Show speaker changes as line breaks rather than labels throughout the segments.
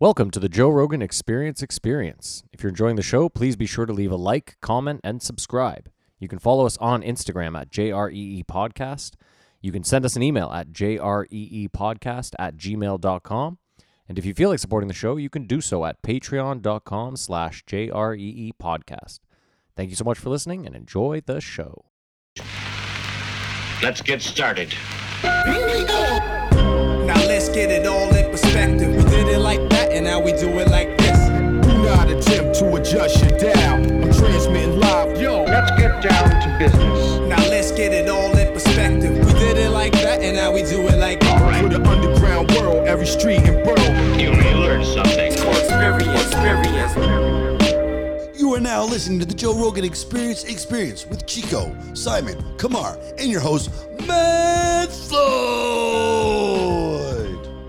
Welcome to the Joe Rogan Experience Experience. If you're enjoying the show, please be sure to leave a like, comment, and subscribe. You can follow us on Instagram at JREE E Podcast. You can send us an email at jreepodcast E at gmail.com. And if you feel like supporting the show, you can do so at patreon.com slash JREE E Podcast. Thank you so much for listening and enjoy the show.
Let's get started.
Now let's get it all in perspective. We did it like that, and now we do it like this.
Do not attempt to adjust your dial. I'm transmitting live. Yo,
Let's get down to business.
Now let's get it all in perspective. We did it like that, and now we do it like this.
for the underground world, every street and borough.
You may learn something.
You are now listening to the Joe Rogan Experience Experience with Chico, Simon, Kamar, and your host, Matt Floyd.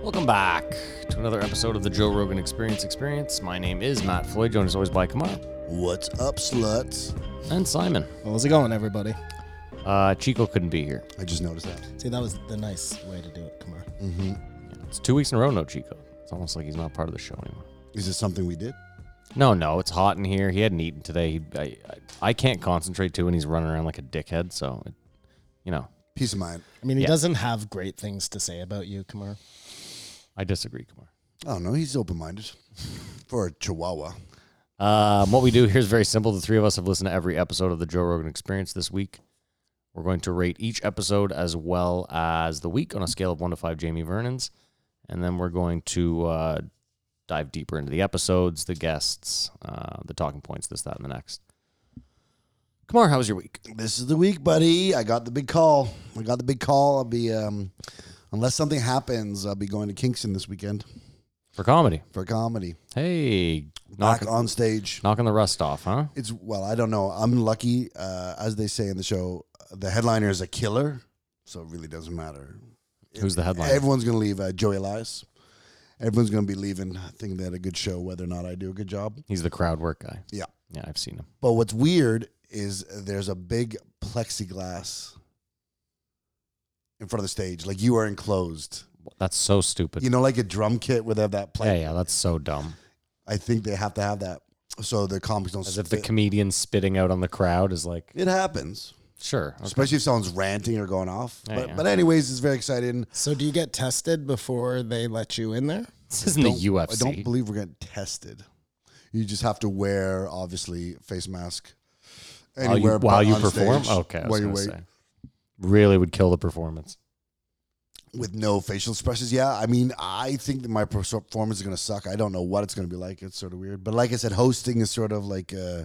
Welcome back to another episode of the Joe Rogan Experience Experience. My name is Matt Floyd, joined as always by Kamar
What's up, sluts?
and Simon.
How's it going, everybody?
Uh, Chico couldn't be here.
I just noticed that.
See, that was the nice way to do it. Come on.
It's two weeks in a row, no Chico. It's almost like he's not part of the show anymore.
Is this something we did?
No, no, it's hot in here. He hadn't eaten today. He, I, I, I can't concentrate too, and he's running around like a dickhead. So, it, you know,
Peace of mind.
I mean, he
Yeah.
doesn't have great things to say about you, Kumar.
I disagree, Kumar.
I don't know. He's open minded for a chihuahua.
Um, what we do here is very simple. The three of us have listened to every episode of the Joe Rogan Experience this week. We're going to rate each episode as well as the week on a scale of one to five Jamie Vernon's. And then we're going to uh, dive deeper into the episodes, the guests, uh, the talking points, this, that, and the next. Kumar, how was your week?
This is the week, buddy. I got the big call. I got the big call. I'll be, um, unless something happens, I'll be going to Kingston this weekend
For comedy.
for comedy.
Hey, knock,
Back on stage.
knocking the rust off, huh?
It's well, I don't know. I'm lucky, uh, as they say in the show, the headliner is a killer, so it really doesn't matter.
Who's the headliner?
Everyone's gonna leave uh, Joey Elias. Everyone's gonna be leaving. I think they had a good show, whether or not I do a good job.
He's the crowd work guy.
Yeah.
Yeah, I've seen him.
But what's weird is there's a big plexiglass in front of the stage, like you are enclosed.
That's so stupid.
You know, like a drum kit where they have that plate.
yeah, yeah, that's so dumb.
I think they have to have that, so the comics don't.
As if the
spit.
comedian spitting out on the crowd is like,
it happens.
sure. okay.
especially if someone's ranting or going off.
Yeah,
but,
yeah.
but anyways, it's very exciting.
So, do you get tested before they let you in there?
This isn't the UFC.
I don't believe we're getting tested. You just have to wear obviously face mask
while you,
anywhere
while
but
you
on
perform?
stage
okay. I was
while you
gonna
wait
say. Really would kill the performance.
with no facial expressions. Yeah, I mean, I think that my performance is gonna suck. I don't know what it's gonna be like. It's sort of weird. But like I said, hosting is sort of like uh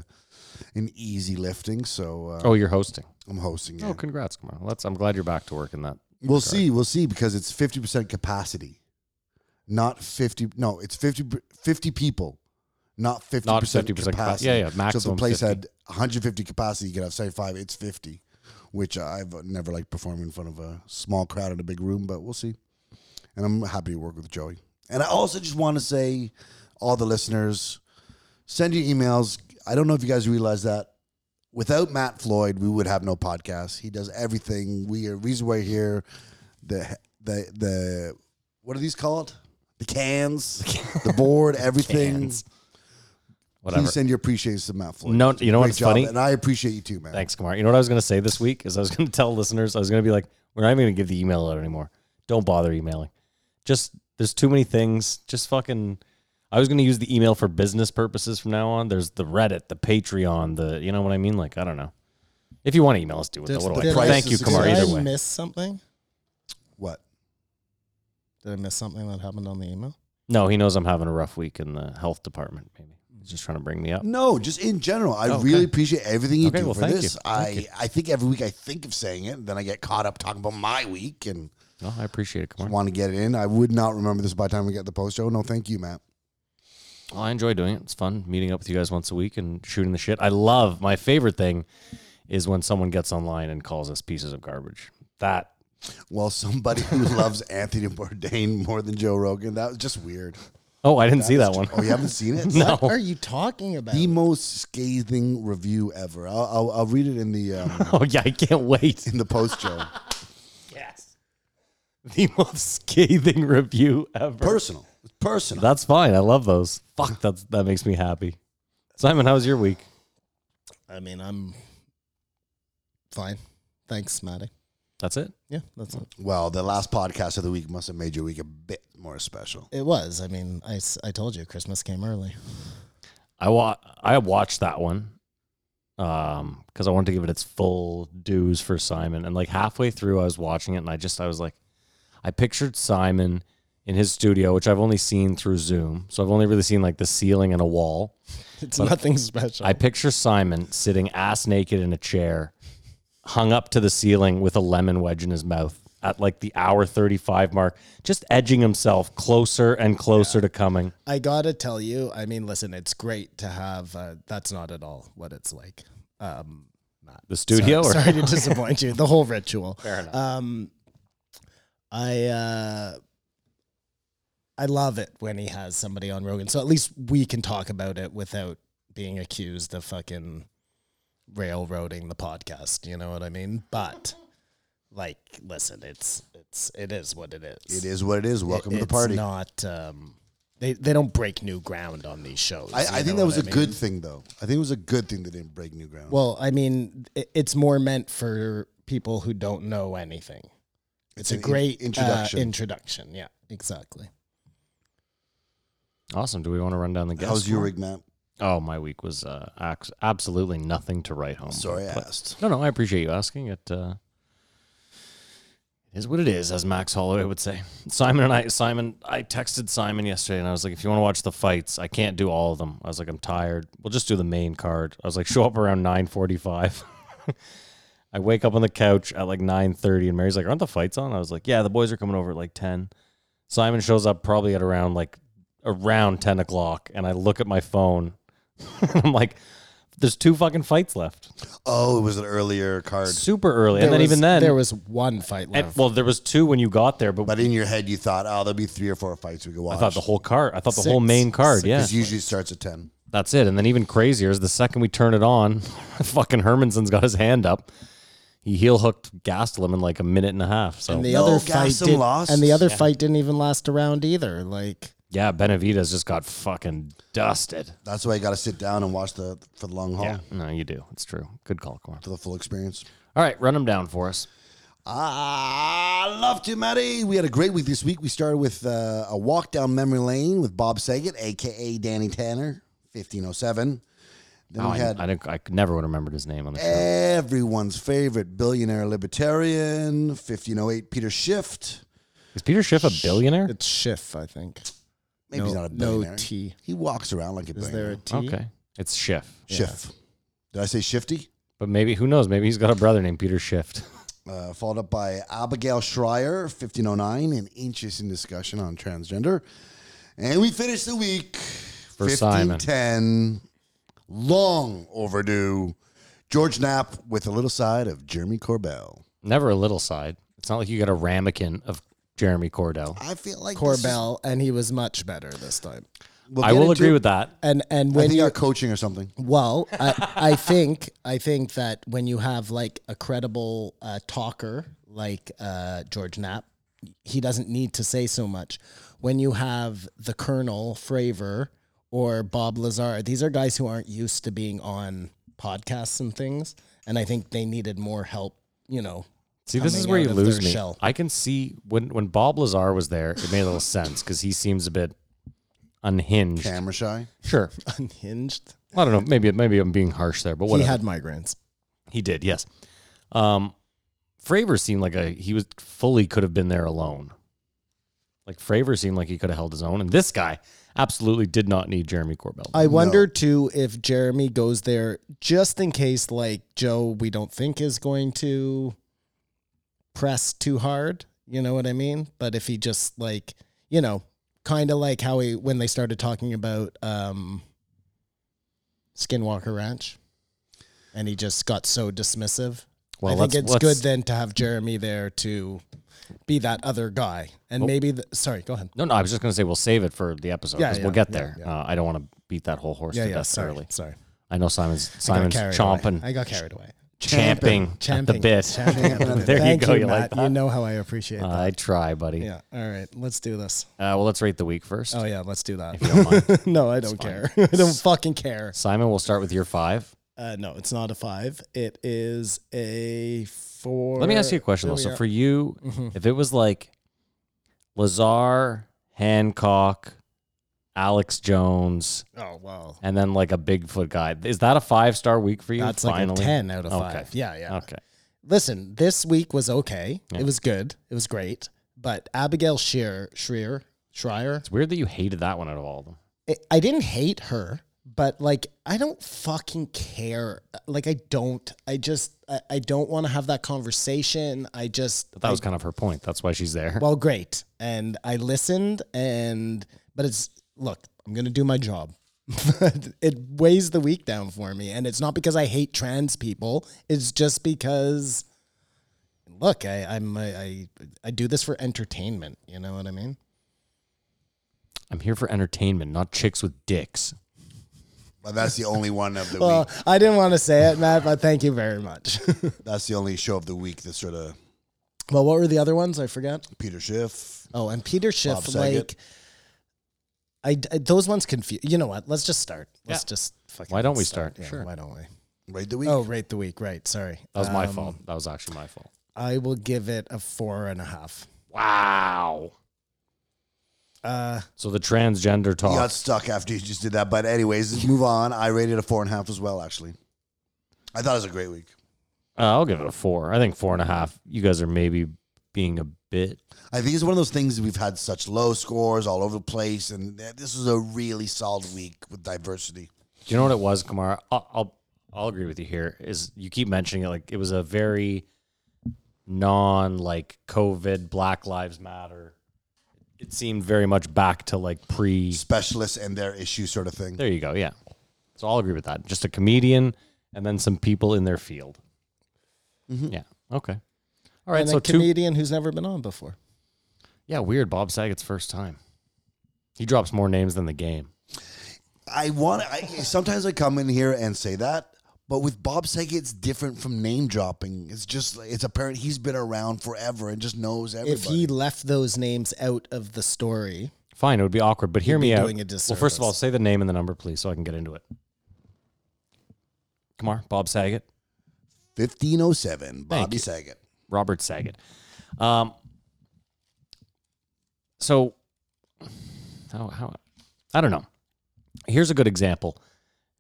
an easy lifting. So uh,
Oh, you're hosting.
I'm hosting. Yeah.
Oh, congrats, Kumar. Let's, I'm glad you're back to work in that.
We'll see. We'll see because it's 50% capacity. Not 50. No, it's 50, 50 people, not 50%
Not 50%
capacity.
capa- yeah, yeah,
So if
maximum
the place
50.
had 150 capacity, you could have 75. It's 50, which I've never liked performing in front of a small crowd in a big room, but we'll see. And I'm happy to work with Joey. And I also just want to say, all the listeners, send your emails. I don't know if you guys realize that without Matt Floyd, we would have no podcast. He does everything. We are reason we're here. The the the what are these called? The cans, the board, everything.
Cans. Whatever.
Please send your appreciation to Matt Floyd.
No,
It's a
you know
great
what's funny?
and I appreciate you too, man.
Thanks, Kumar. You know what I was going to say this week is I was going to tell listeners I was going to be like, we're not even going to give the email out anymore. Don't bother emailing. Just there's too many things. Just fucking. I was going to use the email for business purposes from now on. There's the Reddit, the Patreon, the you know what I mean. Like I don't know. If you want to email us, do it. Though.
Just
What
the
do I-
price
Thank
is
you, Kumar.
Did
Either
I
way.
miss something?
What?
Did I miss something that happened on the email?
No, he knows I'm having a rough week in the health department. Maybe he's just trying to bring me up.
No, just in general. I
Oh. Okay.
really appreciate everything you
Okay,
do
well,
for
thank
this.
you.
I
Thank you.
I think every week I think of saying it, and then I get caught up talking about my week and
No, I appreciate it, Kumar.
want to get it in. I would not remember this by the time we get the post show. No, thank you, Matt.
Well, I enjoy doing it. It's fun meeting up with you guys once a week and shooting the shit. I love my favorite thing is when someone gets online and calls us pieces of garbage. That
Well, somebody who loves Anthony Bourdain more than Joe Rogan. That was just weird.
oh, I didn't see that one.
Oh, you haven't seen it?
no,
What are you talking about?
The most scathing review ever. I'll, I'll, I'll read it in the um,
oh yeah, I can't wait.
in the post show.
The most scathing review ever.
Personal. Personal.
That's fine. I love those. Fuck, that's, that makes me happy. Simon, how was your week?
I mean, I'm fine. Thanks, Maddie.
That's it?
Yeah, that's it.
well, the last podcast of the week must have made your week a bit more special.
It was. I mean, I, s- I told you Christmas came early.
I wa- I watched that one um because I wanted to give it its full dues for Simon and like halfway through I was watching it and I just I was like I pictured Simon in his studio which I've only seen through Zoom so I've only really seen like the ceiling and a wall
It's nothing special.
I picture Simon sitting ass naked in a chair hung up to the ceiling with a lemon wedge in his mouth at like the hour 35 mark just edging himself closer and closer to coming
I gotta tell you, I mean, listen, it's great to have. Uh, that's not at all what it's like. Um, not
the studio
Sorry,
or
sorry to disappoint you. The whole ritual. Fair enough. Um, I uh, I love it when he has somebody on Rogan, so at least we can talk about it without being accused of fucking railroading the podcast. You know what I mean? But like, listen, it's it's it is what it is.
It is what it is. Welcome to the
It's
party.
Not um, they they don't break new ground on these shows.
I,
you
I
know
think that
what
was
I
a
mean?
good thing, though. I think it was a good thing they didn't break new ground.
Well, I mean, i- it's more meant for people who don't know anything. It's,
an
a
in-
great uh,
introduction.
introduction. Yeah, exactly.
awesome do we want to run down the guest
How's your
form?
rig, Matt?
Oh, my week was uh, ac- absolutely nothing to write home.
Sorry, I
about.
asked.
No, no, I appreciate you asking. It uh, is what it is, as Max Holloway would say. Simon and I, Simon, I texted Simon yesterday, and I was like, "If you want to watch the fights, I can't do all of them." I was like, "I'm tired. We'll just do the main card." I was like, "Show up around 9:45." I wake up on the couch at like 9:30, and Mary's like, "Aren't the fights on?" I was like, "Yeah, the boys are coming over at like 10." Simon shows up probably at around like around 10 o'clock, and I look at my phone. I'm like, "There's two fucking fights left."
Oh, it was an earlier card.
super early. and
There
then
was-
even then,
there was one fight
and-
left.
well, there was two when you got there, but,
But in your head, you thought, oh, there'll be three or four fights we could watch.
I thought the whole card, I thought the whole
Six.
main card, yeah,
Because usually it starts at 10.
that's it. And then even crazier is the second we turn it on, fucking Hermanson's got his hand up. He heel hooked Gastelum in like a minute and a half. So
and the
No,
other fight
Gaston
did,
lost?
and the other fight didn't even last a round either. Like
yeah, Benavidez just got fucking dusted.
That's why you got to sit down and watch the for the long haul
Yeah, no, you do. It's true. Good call, Corn.
for the full experience.
All right, run them down for us.
Ah, love to, Matty. We had a great week this week. We started with uh, a walk down memory lane with Bob Saget, aka Danny Tanner, 1507. Then
Oh,
we
I,
had
I, didn't, I never would have remembered his name on the
Eh,
show.
everyone's favorite billionaire libertarian, 1508 Peter Schiff.
Is Peter Schiff a billionaire?
it's Schiff, I think.
Maybe
no,
he's not a billionaire.
no T.
He walks around like a
Is
billionaire.
there a T?
Okay, it's Schiff.
Schiff. Did I say shifty?
But maybe who knows? Maybe he's got a brother named Peter Schiff.
Uh, followed up by Abigail Schreier, 1509, an interesting discussion on transgender. And we finished the week
For
1510, long overdue. George Knapp with a little side of Jeremy Corbell.
never a little side. It's not like you got a ramekin of Jeremy Cordell.
I feel like this is-
Corbell, and he was much better this time.
we'll
I
get
will
into
agree
it.
with that.
And and
I
when
think
you
our coaching or something.
Well, I, I think I think that when you have like a credible uh, talker like uh, George Knapp, he doesn't need to say so much. When you have the Colonel Fravor or Bob Lazar, these are guys who aren't used to being on podcasts and things, and I think they needed more help. You know,
See, this is
coming
where
out
you
of their
lose me.
shell.
I can see when when Bob Lazar was there, it made a little sense because he seems a bit unhinged.
Camera shy.
Sure,
unhinged.
I don't know. Maybe maybe I'm being harsh there, but whatever.
He had migraines.
He did, yes. Um, Fravor seemed like a he was fully could have been there alone. Like Fravor seemed like he could have held his own, and this guy absolutely did not need Jeremy Corbell.
I wonder too if Jeremy goes there just in case, like Joe, we don't think is going to press too hard. You know what I mean? But if he just like, you know, kind of like how he when they started talking about um Skinwalker Ranch, and he just got so dismissive.
Well,
I think
let's-
it's
let's-
good then to have Jeremy there to be that other guy,
Oh.
and maybe the, sorry, go ahead.
No, no, I was just going to say we'll save it for the episode
Yeah,
because
yeah,
we'll get
yeah,
there.
yeah.
Uh, I don't want to beat that whole horse
Yeah,
to
yeah,
death
sorry,
early.
sorry.
I know Simon's
I got
Simon's
carried
chomping.
Away. I got carried away.
champing,
Champing.
at the bit.
Champing at the bit.
there
Thank
you go. You, like
Matt.
that?
You know how I appreciate that.
Uh, I try, buddy.
yeah. All right. Let's do this.
Uh, well, let's rate the week first.
Oh yeah. Let's do that.
Don't mind.
no, I don't care. I don't fucking care.
Simon, we'll start with your five.
Uh, no, it's not a five. It is a four.
Let me ask you a question, though. So
There we are. Mm-hmm.
for you, if it was like Lazar, Hancock, Alex Jones,
oh wow,
and then like a Bigfoot guy, is that a five star week for you?
that's like
finally?
a ten out of
Okay.
five. Yeah, yeah.
Okay.
Listen, this week was okay. It was good. It was great. But Abigail Shear, Shrier, Schreier,
It's weird that you hated that one out of all of them.
I- I didn't hate her, but like I don't fucking care. Like I don't. I just I, I don't want to have that conversation. I just
But that was kind of her point. That's why she's there.
well, great. And I listened, and but it's look, I'm gonna do my job. But it weighs the week down for me, and it's not because I hate trans people. It's just because, look, I I'm I I, I do this for entertainment. You know what I mean?
I'm here for entertainment, not chicks with dicks.
But that's the only one of the
Well,
week.
I didn't want to say it, Matt, but thank you very much.
That's the only show of the week that sort of
well, what were the other ones? I forgot.
Peter Schiff.
Oh, and Peter
Bob
Schiff,
Saget.
like. I, I- those ones confuse. You know what? Let's just start. Let's
Yeah.
just fucking.
Why don't we start?
Yeah,
Sure.
Why don't we?
Right the week.
Oh, rate the week. Right. Sorry.
That was my
Um,
fault. That was actually my fault.
I will give it a four and a half.
Wow.
Uh,
So the transgender
You
talk.
got stuck after you just did that. But anyways, let's move on. I rated a four and a half as well, actually. I thought it was a great week.
Uh, I'll give it a four. I think four and a half. You guys are maybe being a bit.
I think it's one of those things we've had such low scores all over the place, and th- this was a really solid week with diversity.
Do you know what it was, Kamara? I'll, I'll I'll agree with you here. Is you keep mentioning it like it was a very non like COVID Black Lives Matter. It seemed very much back to like pre.
Specialists and their issue sort of thing.
There you go. Yeah. So I'll agree with that. Just a comedian and then some people in their field. Yeah. Okay. All right.
and
so
a
two.
comedian who's never been on before.
Yeah. Weird. Bob Saget's first time. He drops more names than the game.
I want. I, sometimes I come in here and say that, but with Bob Saget, it's different from name dropping. It's just it's apparent he's been around forever and just knows everybody.
If he left those names out of the story,
Fine, it would be awkward, but hear
be
me out.
doing a
well, first of all,
disservice.
say the name and the number, please, so I can get into it. Kamar, Bob Saget,
Fifteen oh seven,
Thank
Bobby
you.
Saget.
Robert Saget. Um, so, how, how, I don't know. Here's a good example.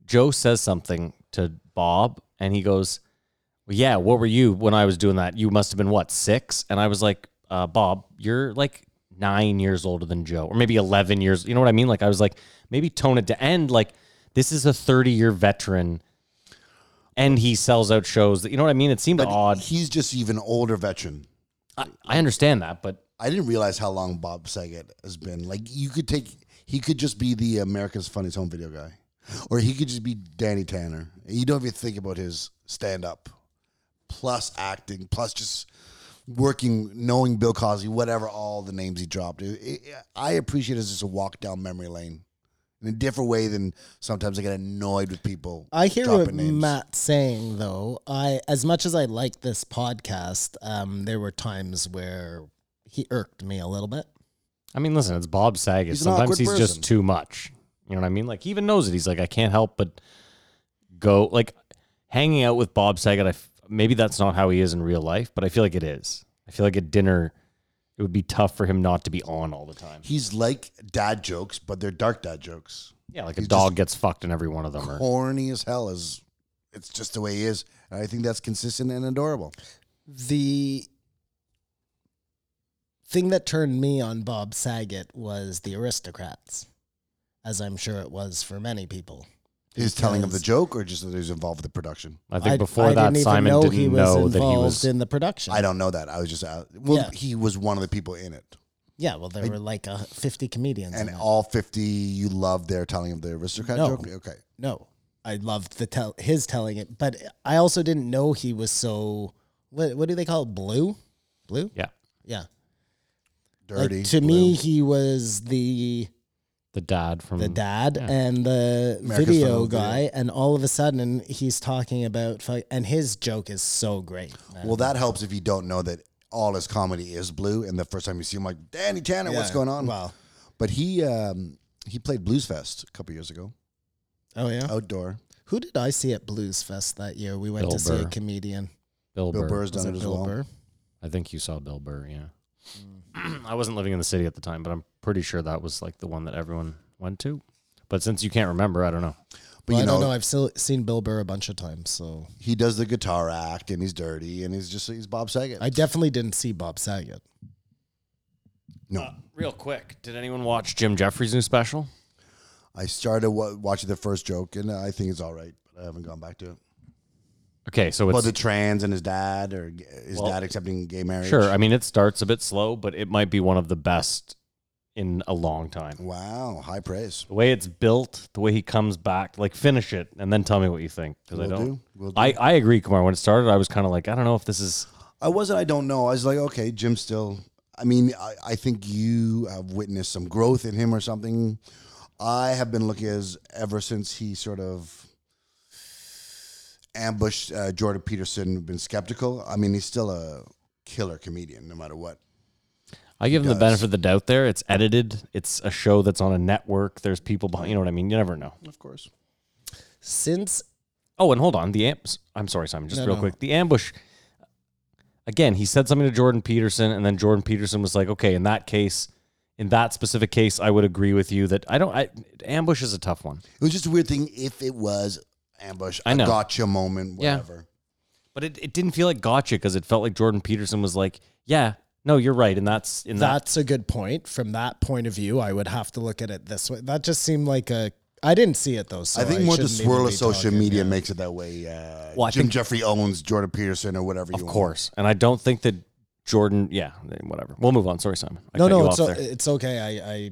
Joe says something to Bob, and he goes, well, "Yeah, what were you when I was doing that? You must have been what six? And I was like, uh, "Bob, you're like nine years older than Joe, or maybe eleven years. You know what I mean? Like, I was like, maybe tone it to end. Like, this is a thirty-year veteran, and he sells out shows. That you know what I mean? It seemed odd.
He's just even older veteran.
I, I understand that, but
I didn't realize how long Bob Saget has been. Like you could take, he could just be the America's Funniest Home Video guy, or he could just be Danny Tanner. You don't even think about his stand up, plus acting, plus just working, knowing Bill Cosby, whatever all the names he dropped. It- it- I appreciate it as just a walk down memory lane in a different way than sometimes I get annoyed with people.
I hear what
dropping names.
Matt's saying though. I, as much as I like this podcast, um, there were times where he irked me a little bit.
I mean, listen, it's Bob Saget.
He's an
Sometimes
awkward
he's
person.
just too much. You know what I mean? Like he even knows it. He's like, I can't help but go. Like hanging out with Bob Saget. I f- maybe that's not how he is in real life, but I feel like it is. I feel like at dinner, it would be tough for him not to be on all the time.
He's like dad jokes, but they're dark dad jokes.
Yeah, like a
He's
dog gets fucked in every one of them. Or,
Oh,
corny as hell is it's just the way he is and i think that's consistent and adorable
the thing that turned me on Bob Saget was the aristocrats, as I'm sure it was for many people.
his telling of the
Because
joke or just that he's involved with the production
I think
I-
before
I
that,
didn't even
Simon
know
didn't
he was
know
involved
that he was.
in the production.
i don't know that i was just out well
Yeah.
he was one of the people in it
yeah, well, there were like uh, 50 comedians.
and
in it.
all 50 you love their telling of the aristocrat
No.
joke okay
no, I loved the tell his telling it, but I also didn't know he was so what what do they call it? Blue, blue,
yeah,
yeah.
dirty
like, to
blue.
me, he was the
the dad from
the dad and the
Mm. America's
video
Funny Video.
guy, and all of a sudden he's talking about fuck, and his joke is so great. man.
Well, that helps if you don't know that all his comedy is blue, and the first time you see him, like Danny Tanner, what's
Yeah.
going on?
Wow.
But he um, he played Blues Fest a couple years ago,
Oh yeah.
outdoor.
Who did I see at Blues Fest that year? We went
Bill
to see a
Burr.
comedian.
Bill,
Bill
Burr.
Burr's done
Was
it
it
as
Bill
well.
Burr?
I think you saw Bill Burr, yeah. I wasn't living in the city at the time, but I'm pretty sure that was like the one that everyone went to. But since you can't remember, I don't know.
But
Well,
you
I
know,
don't know. I've still seen Bill Burr a bunch of times, so
he does the guitar act, and he's dirty, and he's just he's Bob Saget.
I definitely didn't see Bob Saget.
no,
Uh, Real quick, did anyone watch Jim Jeffries' new special?
I started wa watching the first joke, and I think it's all right, but I haven't gone back to it.
Okay, so
Well,
it's
the trans and his dad, or g- his
Well,
dad accepting gay marriage.
sure. I mean, it starts a bit slow, but it might be one of the best in a long time.
wow, high praise.
The way it's built, the way he comes back, like finish it and then tell me what you think because I
Will
don't.
do, will do.
I I agree, Kumar. When it started, I was kind of like, I don't know if this is
I wasn't. I don't know. I was like, okay, Jim. Still, I mean, I, I think you have witnessed some growth in him or something. I have been looking as ever since he sort of ambushed uh, Jordan Peterson. Been skeptical. I mean, he's still a killer comedian, no matter what.
I give him the
does.
benefit of the doubt there. It's edited. It's a show that's on a network. There's people behind. You know what I mean? You never know.
Of course.
Since
Oh, and hold on. The amps. I'm sorry, Simon. Just
No,
real
no.
quick. The ambush. Again, he said something to Jordan Peterson, and then Jordan Peterson was like, "Okay, in that case, in that specific case, I would agree with you that I don't. I, ambush is a tough one,
It was just a weird thing. If it was ambush,
I
I
know.
gotcha moment,
Yeah.
whatever.
but it, it didn't feel like gotcha because it felt like Jordan Peterson was like, "Yeah, no, you're right, and that's in that."
that's a good point. From that point of view, I would have to look at it this way. That just seemed like a. I didn't see it though. So
I think more the
shouldn't even
swirl of
be
social
talking,
media
yeah.
makes it that way. Uh,
Well, I
Jim
think-
Jeffrey owns Jordan Peterson or whatever.
Of
you
course, and I don't think that Jordan. Yeah, whatever. We'll move on. Sorry, Simon. I
No,
cut you
no, it's
off
o-
there.
it's okay. I, I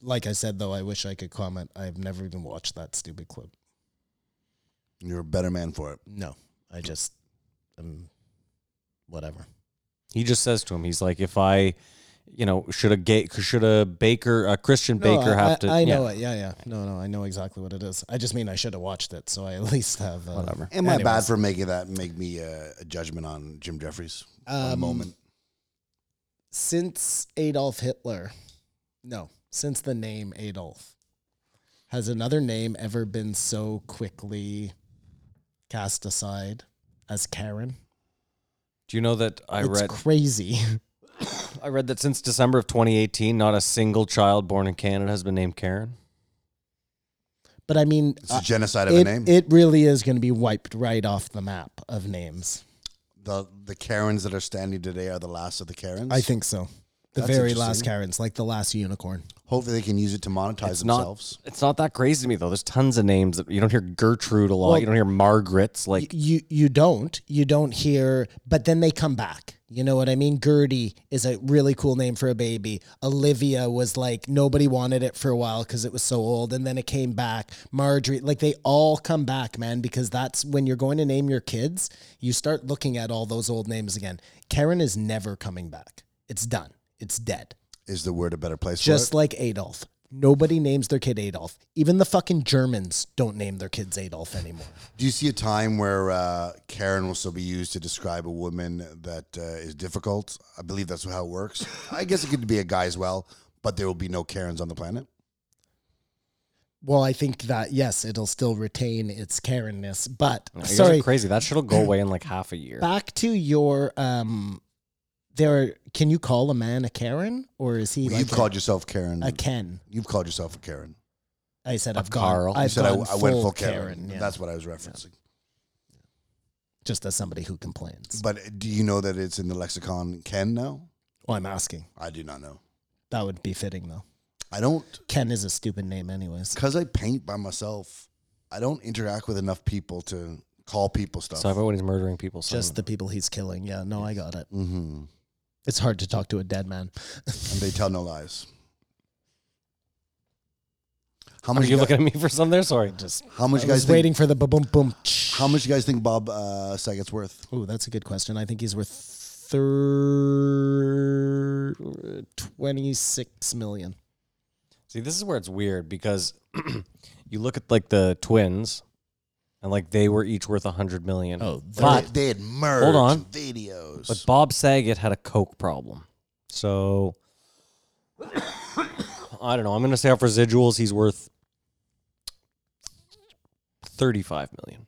like I said though. I wish I could comment. I've never even watched that stupid clip.
Want. You're a better man for it.
No, I just um, whatever.
He just says to him, he's like, if I, you know, should a gay, should a baker, a Christian
No,
baker
I,
have
I-
to?
I know it. Yeah, yeah. No, no, I know exactly what it is. I just mean I should have watched it, so I at least have. Uh,
Whatever.
Am I bad
Anyways.
for making that make me uh, a judgment on Jim Jeffries? One
Um,
moment.
Since Adolf Hitler, no, since the name Adolf, has another name ever been so quickly cast aside as Karen?
Do you know that I
it's
read?
crazy.
I read that since December of 2018, not a single child born in Canada has been named Karen.
But I mean,
It's
uh,
a genocide of
it,
a name.
it really is going to be wiped right off the map of names.
the the Karens that are standing today are the last of the Karens.
I think so. The
That's
very last
interesting.
Karens, like the last unicorn.
Hopefully, they can use it to monetize
It's
themselves.
not. It's not that crazy to me though. There's tons of names that you don't hear Gertrude a lot.
Well-
you don't hear Margaret's. Like
you you don't you don't hear but then they come back you know what i mean gertie is a really cool name for a baby olivia was like nobody wanted it for a while because it was so old and then it came back marjorie like they all come back man because that's when you're going to name your kids you start looking at all those old names again karen is never coming back it's done it's dead
Is the word a better place?
just
for it?
like adolf nobody names their kid adolf even the fucking germans don't name their kids adolf anymore
do you see a time where uh, Karen will still be used to describe a woman that uh, is difficult? I believe that's how it works. I guess it could be a guy as well, but there will be no Karens on the planet.
Well, I think that yes, it'll still retain its Karenness, but
you guys are
sorry.
crazy. That shit'll go away in like half a year.
Back to your um, there. Are, can you call a man a Karen or is he?
Well,
like
You've
a,
called yourself Karen.
a Ken.
You've called yourself a Karen.
I said I've
Carl.
gone.
You
You
I've
said I,
gone
I
full
went full Karen.
Karen. yeah.
That's what I was referencing.
just as somebody who complains.
But uh, do you know that it's in the lexicon Ken now?
Oh, I'm asking.
I do not know.
That would be fitting though.
I don't
Ken is a stupid name, anyways.
because I paint by myself. I don't interact with enough people to call people stuff.
so about when he's murdering people. Simon.
Just the people he's killing. Yeah, no, I got it.
mm-hmm.
It's hard to talk to a dead man.
And they tell no lies. How
Are
much
you
guy-
looking at me for something there? Sorry. Just
How much
I
you guys
was
think?
waiting for the boom boom.
How much you guys think Bob uh, Saget's worth?
Oh, that's a good question. I think he's worth thir- 26 million.
See, this is where it's weird because you look at like the twins, and like they were each worth a hundred million.
Oh,
but
they had merged
Hold on.
videos.
But Bob Saget had a coke problem. So I don't know. I'm going to say off residuals, he's worth 35 million.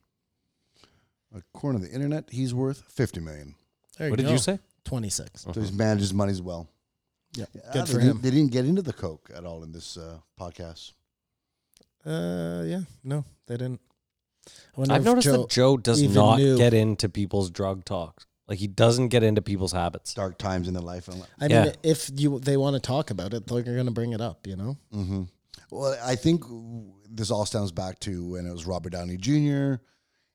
According to the internet, he's worth fifty million.
There
What did you say?
26.
So he's
Uh-huh.
manages money as well.
Yeah.
Ah,
Good
they
for
didn't-
him.
They didn't get into the coke at all in this uh, podcast.
Uh, yeah. No, they didn't. I wonder
I've
if
noticed
Joe-
that Joe does
even
not
knew.
get into people's drug talks. Like he doesn't get into people's habits.
Dark times in their life. And
I
Yeah.
mean, if you they want to talk about it, they're going to bring it up, you know?
Mm-hmm. Well, I think this all stems back to when it was Robert Downey Jr.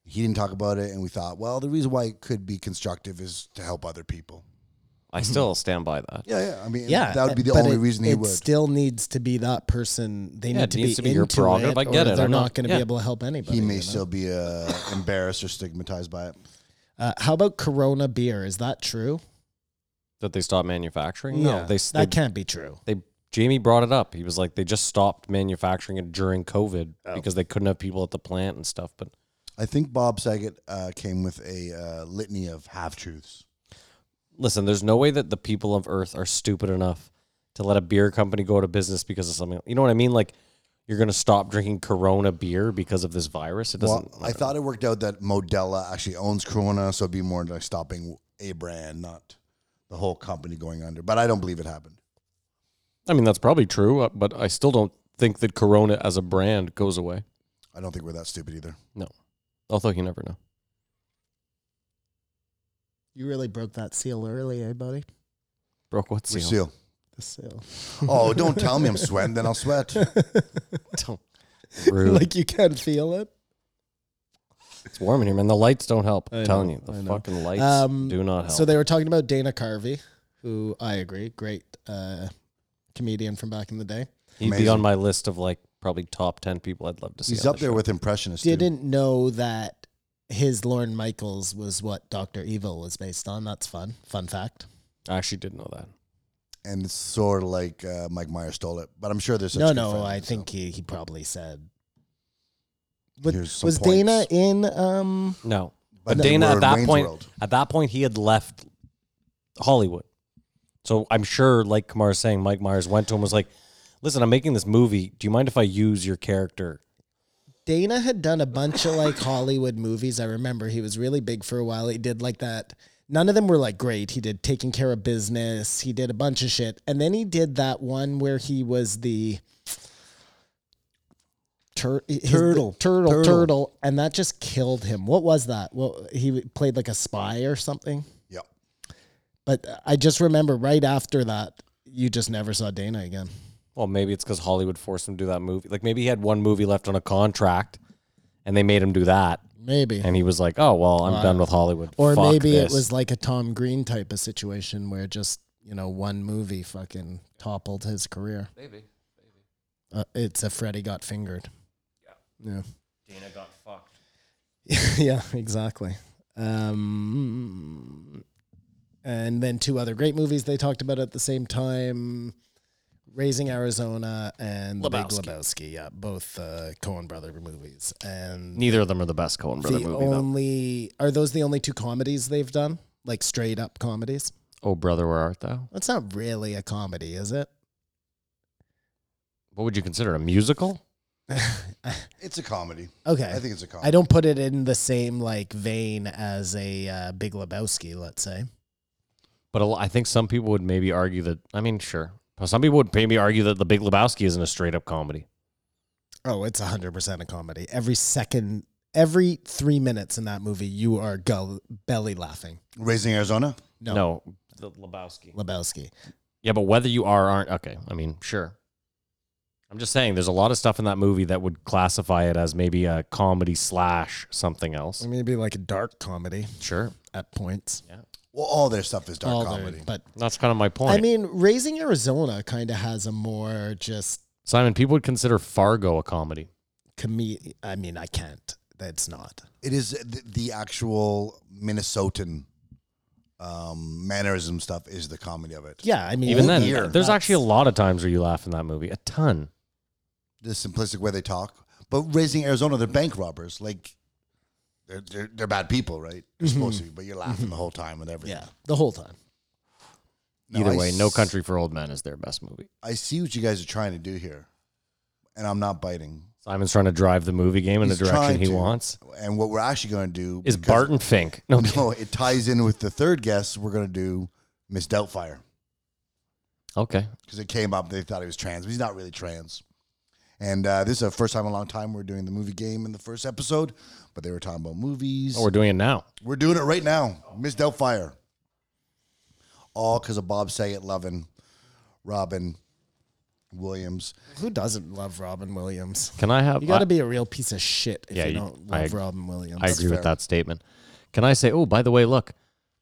He didn't talk about it, and we thought, well, the reason why it could be constructive is to help other people.
I still stand by that.
Yeah, yeah. I mean,
Yeah.
that would be the
but
only
it-
reason he
it
would.
still needs to be that person. They
Yeah, it
need to
needs
be,
to be
into
your prerogative.
it,
I get
or
it.
They're
I'm
not
not-
going to
yeah.
be able to help anybody.
he may
you know?
still be uh, embarrassed or stigmatized by it.
Uh, how about Corona beer? Is that true?
That they stopped manufacturing?
Yeah,
No, they,
that
they,
can't be true.
they Jamie brought it up. He was like, they just stopped manufacturing it during COVID
Oh.
because they couldn't have people at the plant and stuff. But
I think Bob Saget uh, came with a uh, litany of half truths.
listen, there's no way that the people of Earth are stupid enough to let a beer company go out of business because of something. You know what I mean? Like, you're gonna stop drinking Corona beer because of this virus. It
Well,
doesn't.
I thought it worked out that Modella actually owns Corona, so it'd be more like stopping a brand, not the whole company going under. But I don't believe it happened.
I mean, that's probably true, uh, but I still don't think that Corona as a brand goes away.
I don't think we're that stupid either.
No, although you never know.
You really broke that seal early, eh, buddy?
Broke what
We're
seal?
seal.
The seal.
Oh, don't tell me I'm sweating, then I'll sweat.
Rude.
like you can feel it.
it's warm in here, man. The lights don't help. I'm
I
telling
know,
you, the
I know.
fucking lights
Um,
do not help.
So they were talking about Dana Carvey, who I agree, great uh, comedian from back in the day.
He'd be
Amazing.
on my list of like probably top ten people I'd love to see.
He's
on
up
the
there
show.
with impressionists. too.
Didn't know that his Lorne Michaels was what Doctor Evil was based on. That's fun. Fun fact.
I actually did know that.
and it's sort of like uh, Mike Myers stole it, but I'm sure there's such
no,
good
no,
friends,
I
so.
think he, he probably said. But
Here's some
was Dana
points.
in? Um,
No,
But
but,
they
Dana
were
at
in
that
Wayne's
point,
World.
at that point, he had left Hollywood. So I'm sure, like Kamar is saying, Mike Myers went to him and was like, "Listen, I'm making this movie. Do you mind if I use your character?"
Dana had done a bunch of like Hollywood movies. I remember he was really big for a while. He did like that. None of them were like great. He did Taking Care of Business. He did a bunch of shit. And then he did that one where he was the tur- his-
Turtle.
turtle,
Turtle.
turtle, And that just killed him. What was that? Well, he played like a spy or something.
Yeah.
But I just remember right after that, you just never saw Dana again.
Well, maybe it's because Hollywood forced him to do that movie. Like maybe he had one movie left on a contract, and they made him do that,
Maybe.
and he was like, "Oh well, I'm done with Hollywood."
Or
Fuck
maybe
this."
it was like a Tom Green type of situation where just, you know, one movie fucking toppled his career. Maybe. maybe. Uh, it's a Freddy got fingered. Yeah. Yeah. Dana got fucked. yeah, exactly. Um, and then two other great movies they talked about at the same time. Raising Arizona and The Big
Lebowski.
Lebowski, yeah, both uh, Coen brother movies, and
neither of them are the best Coen brother
the
movie though.
only are those the only two comedies they've done like straight up comedies
Oh brother, where art thou?
that's not really a comedy is it
What would you consider a musical?
It's a comedy.
okay
I think it's a comedy.
i don't put it in the same like vein as a uh, big lebowski let's say
But a lo- I think some people would maybe argue that. I mean, sure, some people would maybe argue that The Big Lebowski isn't a straight up comedy.
oh it's 100% a comedy every second every three minutes in that movie you are gull belly laughing
Raising Arizona.
no,
No, the Lebowski.
lebowski
Yeah, but whether you are or aren't okay. I mean, sure. I'm just saying, there's a lot of stuff in that movie that would classify it as maybe a comedy slash something else.
i mean it'd be like a dark comedy
Sure,
at points
Well, all their stuff is dark
All there-
comedy.
but
that's kind of my point.
i mean raising arizona kind of has a more just
Simon, people would consider Fargo a comedy.
comedian. I mean, I can't. That's not.
it is the, the actual Minnesotan um, mannerism stuff is the comedy of it.
Yeah, I mean,
Even
Well,
then,
here,
there's
that's-
actually a lot of times where you laugh in that movie, a ton.
the simplistic way they talk. But raising Arizona, they're bank robbers. Like they're they're, they're bad people, right? You're supposed to, be, but you're laughing the whole time and everything.
Mm-hmm. Yeah, the whole time.
No,
Either
I
way, No
s-
Country for Old Men is their best movie.
I see what you guys are trying to do here, and I'm not biting.
Simon's trying to drive the movie game in
He's
the direction
trying
he
to.
wants.
And what we're actually going to do
Is
because-
Barton Fink? No,
No, it ties in with the third guest. We're going to do Miss Doubtfire
okay.
because it came up. They thought he was trans, but he's not really trans. And uh, this is the first time in a long time we're doing the movie game in the first episode, but they were talking about movies.
Oh, we're doing it now.
We're doing it right now. Miss Doubtfire. All because of Bob Saget loving Robin Williams.
Who doesn't love Robin Williams?
Can I have?
You got to
I-
be a real piece of shit if
Yeah,
you
you-
don't
I-
love Robin Williams.
I agree with that statement. Can I say? Oh, by the way, look,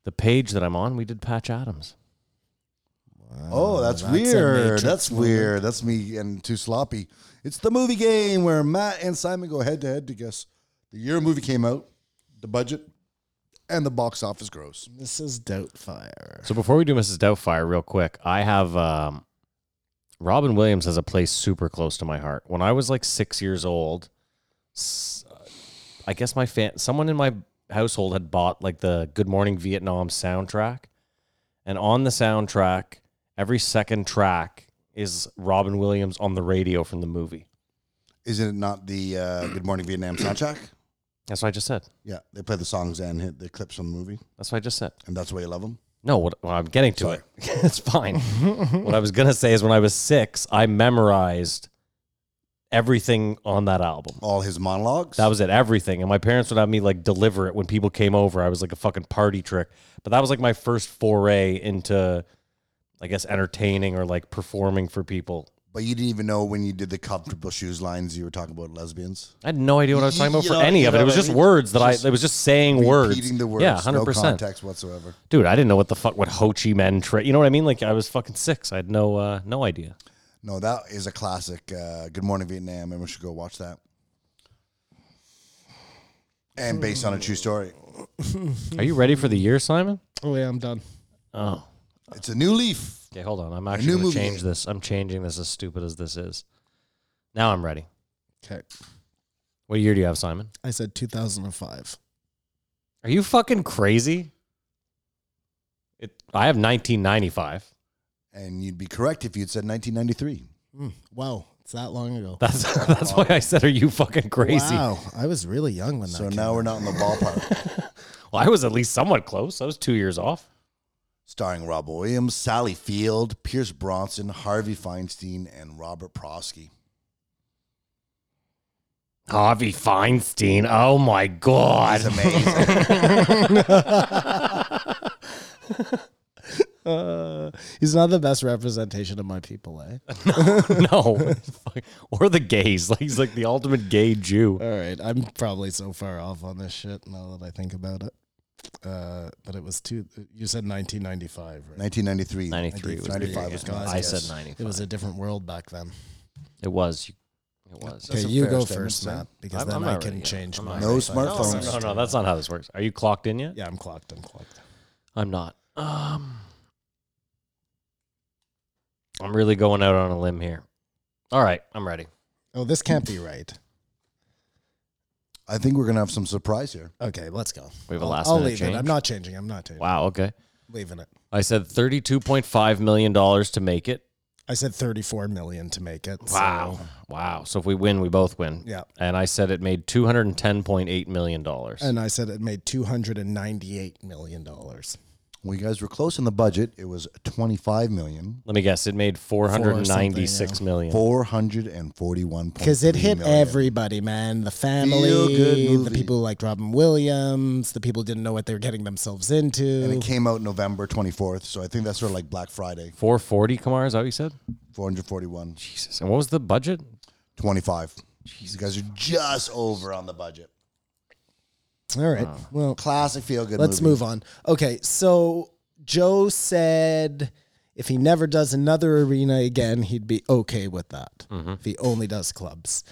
the page that I'm on, we did Patch Adams.
Oh, that's,
that's a
weird.
Matrix
That's
moment.
weird. That's me and too sloppy. It's the movie game where Matt and Simon go head to head to guess the year a movie came out, the budget, and the box office gross.
This is Doubtfire.
So before we do Mrs. Doubtfire, real quick, I have um, Robin Williams has a place super close to my heart. When I was like six years old, s- uh, I guess my fan, someone in my household had bought like the Good Morning Vietnam soundtrack, and on the soundtrack, every second track is Robin Williams on the radio from the movie.
Isn't it not the uh, Good Morning Vietnam soundtrack?
That's what I just said.
Yeah, they play the songs and hit the clips from the movie,
That's what I just said.
and that's why you love them.
No, what, well, I'm getting to it. it's fine. what I was gonna say is when I was six, I memorized everything on that album.
All his monologues.
That was it, everything. And my parents would have me like deliver it when people came over. I was like a fucking party trick. But that was like my first foray into, I guess, entertaining or like performing for people.
but you didn't even know when you did the comfortable shoes lines. You were talking about lesbians.
I had no idea what I was talking about
You
for
know-
any
you
of it.
know
It was
what I
just
mean?
words that
Just
I. It was just saying words.
Repeating the words.
Yeah, hundred
no
percent.
context whatsoever.
Dude, I didn't know what the fuck what Ho Chi Minh trip. You know what I mean? Like I was fucking six. I had no uh, no idea.
No, that is a classic. Uh, Good Morning Vietnam. Everyone should go watch that. And based on a true story,
Are you ready for the year, Simon?
Oh yeah, I'm done.
Oh.
it's a new leaf.
Okay, hold on. I'm
new
actually going to
movie
change
game.
this. I'm changing this as stupid as this is. Now I'm ready.
Okay,
What year do you have, Simon?
I said 2005.
Are you fucking crazy? It, I have 1995.
And you'd be correct if you'd said 1993.
Mm, wow, it's that long ago.
That's that's why I said, "Are you fucking crazy?"
Wow, I was really young when that.
So
came
now
out.
we're not in the ballpark.
Well, I was at least somewhat close. I was two years off.
Starring Rob Williams, Sally Field, Pierce Bronson, Harvey Feinstein, and Robert Prosky.
Harvey Feinstein. Oh my god.
It's amazing.
Uh, he's not the best representation of my people, eh?
no, or the gays. Like he's like the ultimate gay Jew.
All right, I'm probably so far off on this shit now that I think about it. Uh, but it was two. You said 1995, right?
1993.
93 was the
95
year,
was
yeah.
my
I
guess.
said 95.
It was a different world back then.
It was. It was.
Okay,
a
you
fair
go
statement,
first,
Sam.
Matt, because
I'm-
then
I'm
I
not
can
ready yet.
change
I'm
mine.
not
No
if I-
No,
smartphones.
no, no, that's not how this works. Are you clocked in yet?
Yeah, I'm clocked. I'm clocked.
I'm not. Um, I'm really going out on a limb here. All right, I'm ready.
Oh, this can't be right.
I think we're going to have some surprise here.
Okay, let's go.
We have a
I'll-
last
I'll
minute
leave
change?
it. I'm not changing. I'm not changing.
Wow. Okay.
Leaving it.
I said thirty-two point five million dollars to make it.
I said 34 million to make it. so-
Wow. So if we win, we both win.
Yeah.
And I said it made two hundred and ten point eight million dollars.
And I said it made 298 million dollars.
Well, you guys were close in the budget. It was 25 million.
Let me guess. It made four hundred and ninety-six
something,
million.
441
Because it hit everybody, man. The family,
Feel-good
the
movie.
people who liked Robin Williams, the people who didn't know what they were getting themselves into.
And it came out November 24th. So I think that's sort of like Black Friday.
Four forty, Kamar. Is that what you said?
441.
Jesus. And what was the budget?
25. You guys are just over on the budget.
All right. Well,
Classic feel good.
let's move on. Okay, so Joe said if he never does another arena again, he'd be okay with that. If he only does clubs.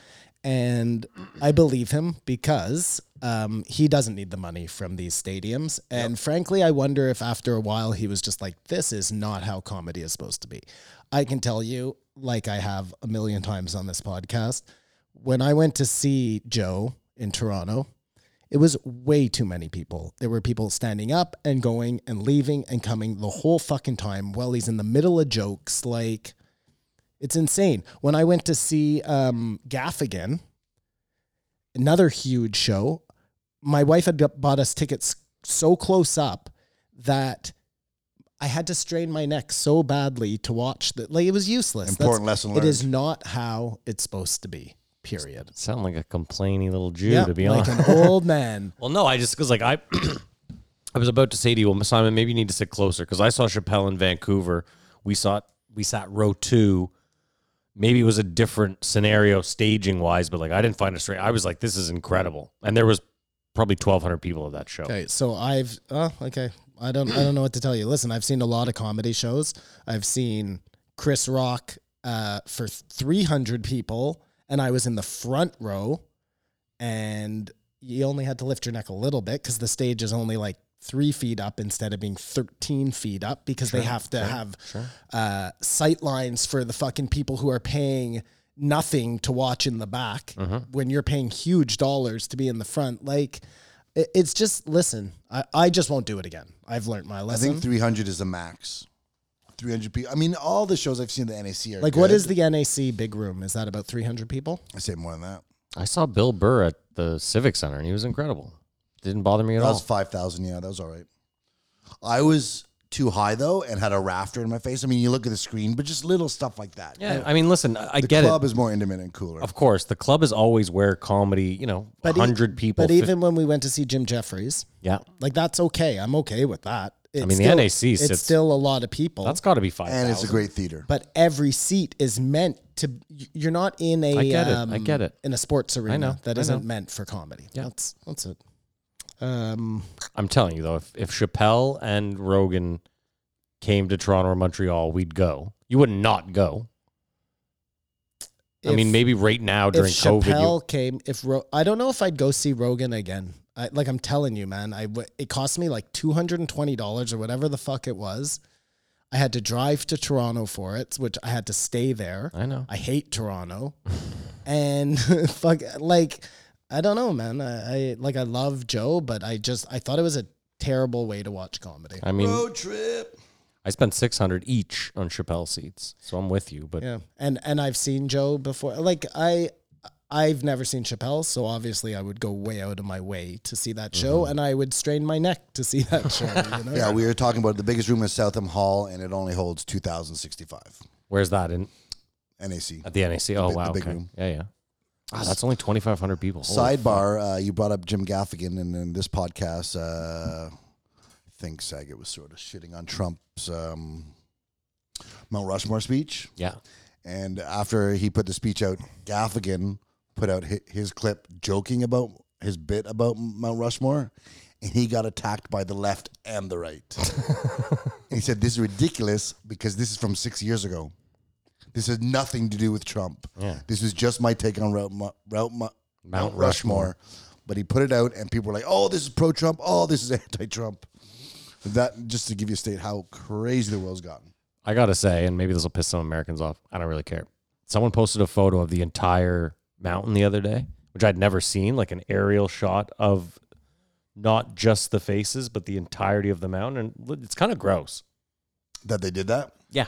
And I believe him because um, he doesn't need the money from these stadiums. And frankly, I wonder if after a while he was just like, this is not how comedy is supposed to be. I can tell you, like I have a million times on this podcast, when I went to see Joe in Toronto, it was way too many people. There were people standing up and going and leaving and coming the whole fucking time while he's in the middle of jokes. Like, it's insane. When I went to see um, Gaffigan, another huge show, my wife had got- bought us tickets so close up that I had to strain my neck so badly to watch that. Like, it was useless.
Important lesson
It is
learned.
not how it's supposed to be, period.
Sound like a complaining little Jew,
Yeah,
to be
like
honest.
an old man.
Well, no, I just because like I, I was about to say to you, well, Simon, maybe you need to sit closer because I saw Chappelle in Vancouver. We saw we sat row two. Maybe it was a different scenario staging wise, but like I didn't find a straight. I was like, this is incredible, and there was probably twelve hundred people at that show.
Okay, so I've oh okay. I don't I don't know what to tell you. Listen, I've seen a lot of comedy shows. I've seen Chris Rock uh, for three hundred people, and I was in the front row, and you only had to lift your neck a little bit because the stage is only like three feet up instead of being thirteen feet up because they have to have uh, sight lines for the fucking people who are paying nothing to watch in the back
Uh-huh.
when you're paying huge dollars to be in the front like it- it's just listen. I, I just won't do it again. I've learned my
I
lesson.
think 300 is the max. 300 people. I mean, all the shows I've seen at the NAC are
like, what
good.
is the NAC big room? Is that about three hundred people?
I say more than that.
Oh.
I saw Bill Burr at the Civic Center, and he was incredible. Didn't bother me at
That
all.
was 5,000. Yeah, that was all right. I was too high though and had a rafter in my face. I mean, you look at the screen, but just little stuff like that.
yeah, I mean, listen, I, I
The
get
club
it.
is more intimate and cooler.
Of course, the club is always where comedy, you know,
But e-
hundred people.
But
fif-
even when we went to see Jim Jeffries,
yeah,
like that's okay. I'm okay with that. It's
mean, the NAC
It's
sits-
still a lot of people.
that's got to be five.
and it's a great theater.
but every seat is meant to. You're not in a.
I get it.
Um,
I get it.
In a sports arena
know.
that
I
isn't
know.
meant for comedy.
Yeah.
That's that's it. Um,
I'm telling you though, if, if Chappelle and Rogan came to Toronto or Montreal, we'd go. You would not go. I
if-
mean, maybe right now during
if
COVID.
Chappelle came, if Ro- I don't know if I'd go see Rogan again. I, like I'm telling you, man, I w- it cost me like two hundred and twenty dollars or whatever the fuck it was. I had to drive to Toronto for it, which I had to stay there.
You, I know.
I hate Toronto, and fuck, like I don't know, man. I, I like I love Joe, but I just I thought it was a terrible way to watch comedy.
I mean, road trip. I spent six hundred each on Chappelle seats, so I'm with you. But
Yeah, and and I've seen Joe before. Like I, I've never seen Chappelle, so obviously I would go way out of my way to see that show, and I would strain my neck to see that show. You know?
Yeah, we were talking about the biggest room is Southam Hall, and it only holds 2,065
where's that in
NAC.
at the NAC? Oh
big- the
wow,
big
okay.
room.
yeah, yeah. Ah, that's only twenty five hundred people. Holy
Sidebar, uh, you brought up Jim Gaffigan, and in this podcast, uh, I think Saget was sort of shitting on Trump's um, Mount Rushmore speech.
Yeah.
And after he put the speech out, Gaffigan put out hi- his clip joking about his bit about Mount Rushmore, and he got attacked by the left and the right. and he said, This is ridiculous because this is from six years ago. This has nothing to do with Trump.
Yeah.
This is just my take on Route, Mu- Route, Mu- Mount
Rushmore.
Rushmore. But he put it out, and people were like, Oh, this is pro Trump. Oh, this is anti Trump. That just to give you a state how crazy the world's gotten.
I gotta say, and maybe this will piss some Americans off. I don't really care. Someone posted a photo of the entire mountain the other day, which I'd never seen, like an aerial shot of not just the faces, but the entirety of the mountain. And it's kind of gross.
That they did that.
Yeah.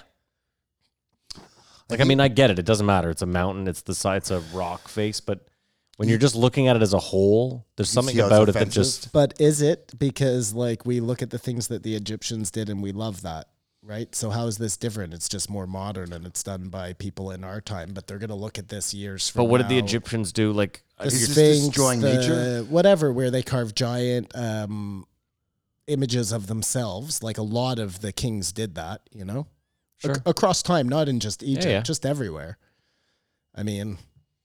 Like I mean, I get it. It doesn't matter. It's a mountain. It's the side. It's a rock face. But when you're just looking at it as a whole, there's something
see how it's
about it that
offensive?
just
But is it because like we look at the things that the Egyptians did and we love that? Right. So how is this different? It's just more modern and it's done by people in our time, but they're gonna look at this years from
But what did the
now.
Egyptians do? Like
the
It's just
Sphinx,
destroying
the-
nature?
whatever, where they carve giant um, images of themselves. Like a lot of the kings did that, you know, Ac-
Sure.
across time, not in just Egypt,
yeah.
just everywhere. I mean,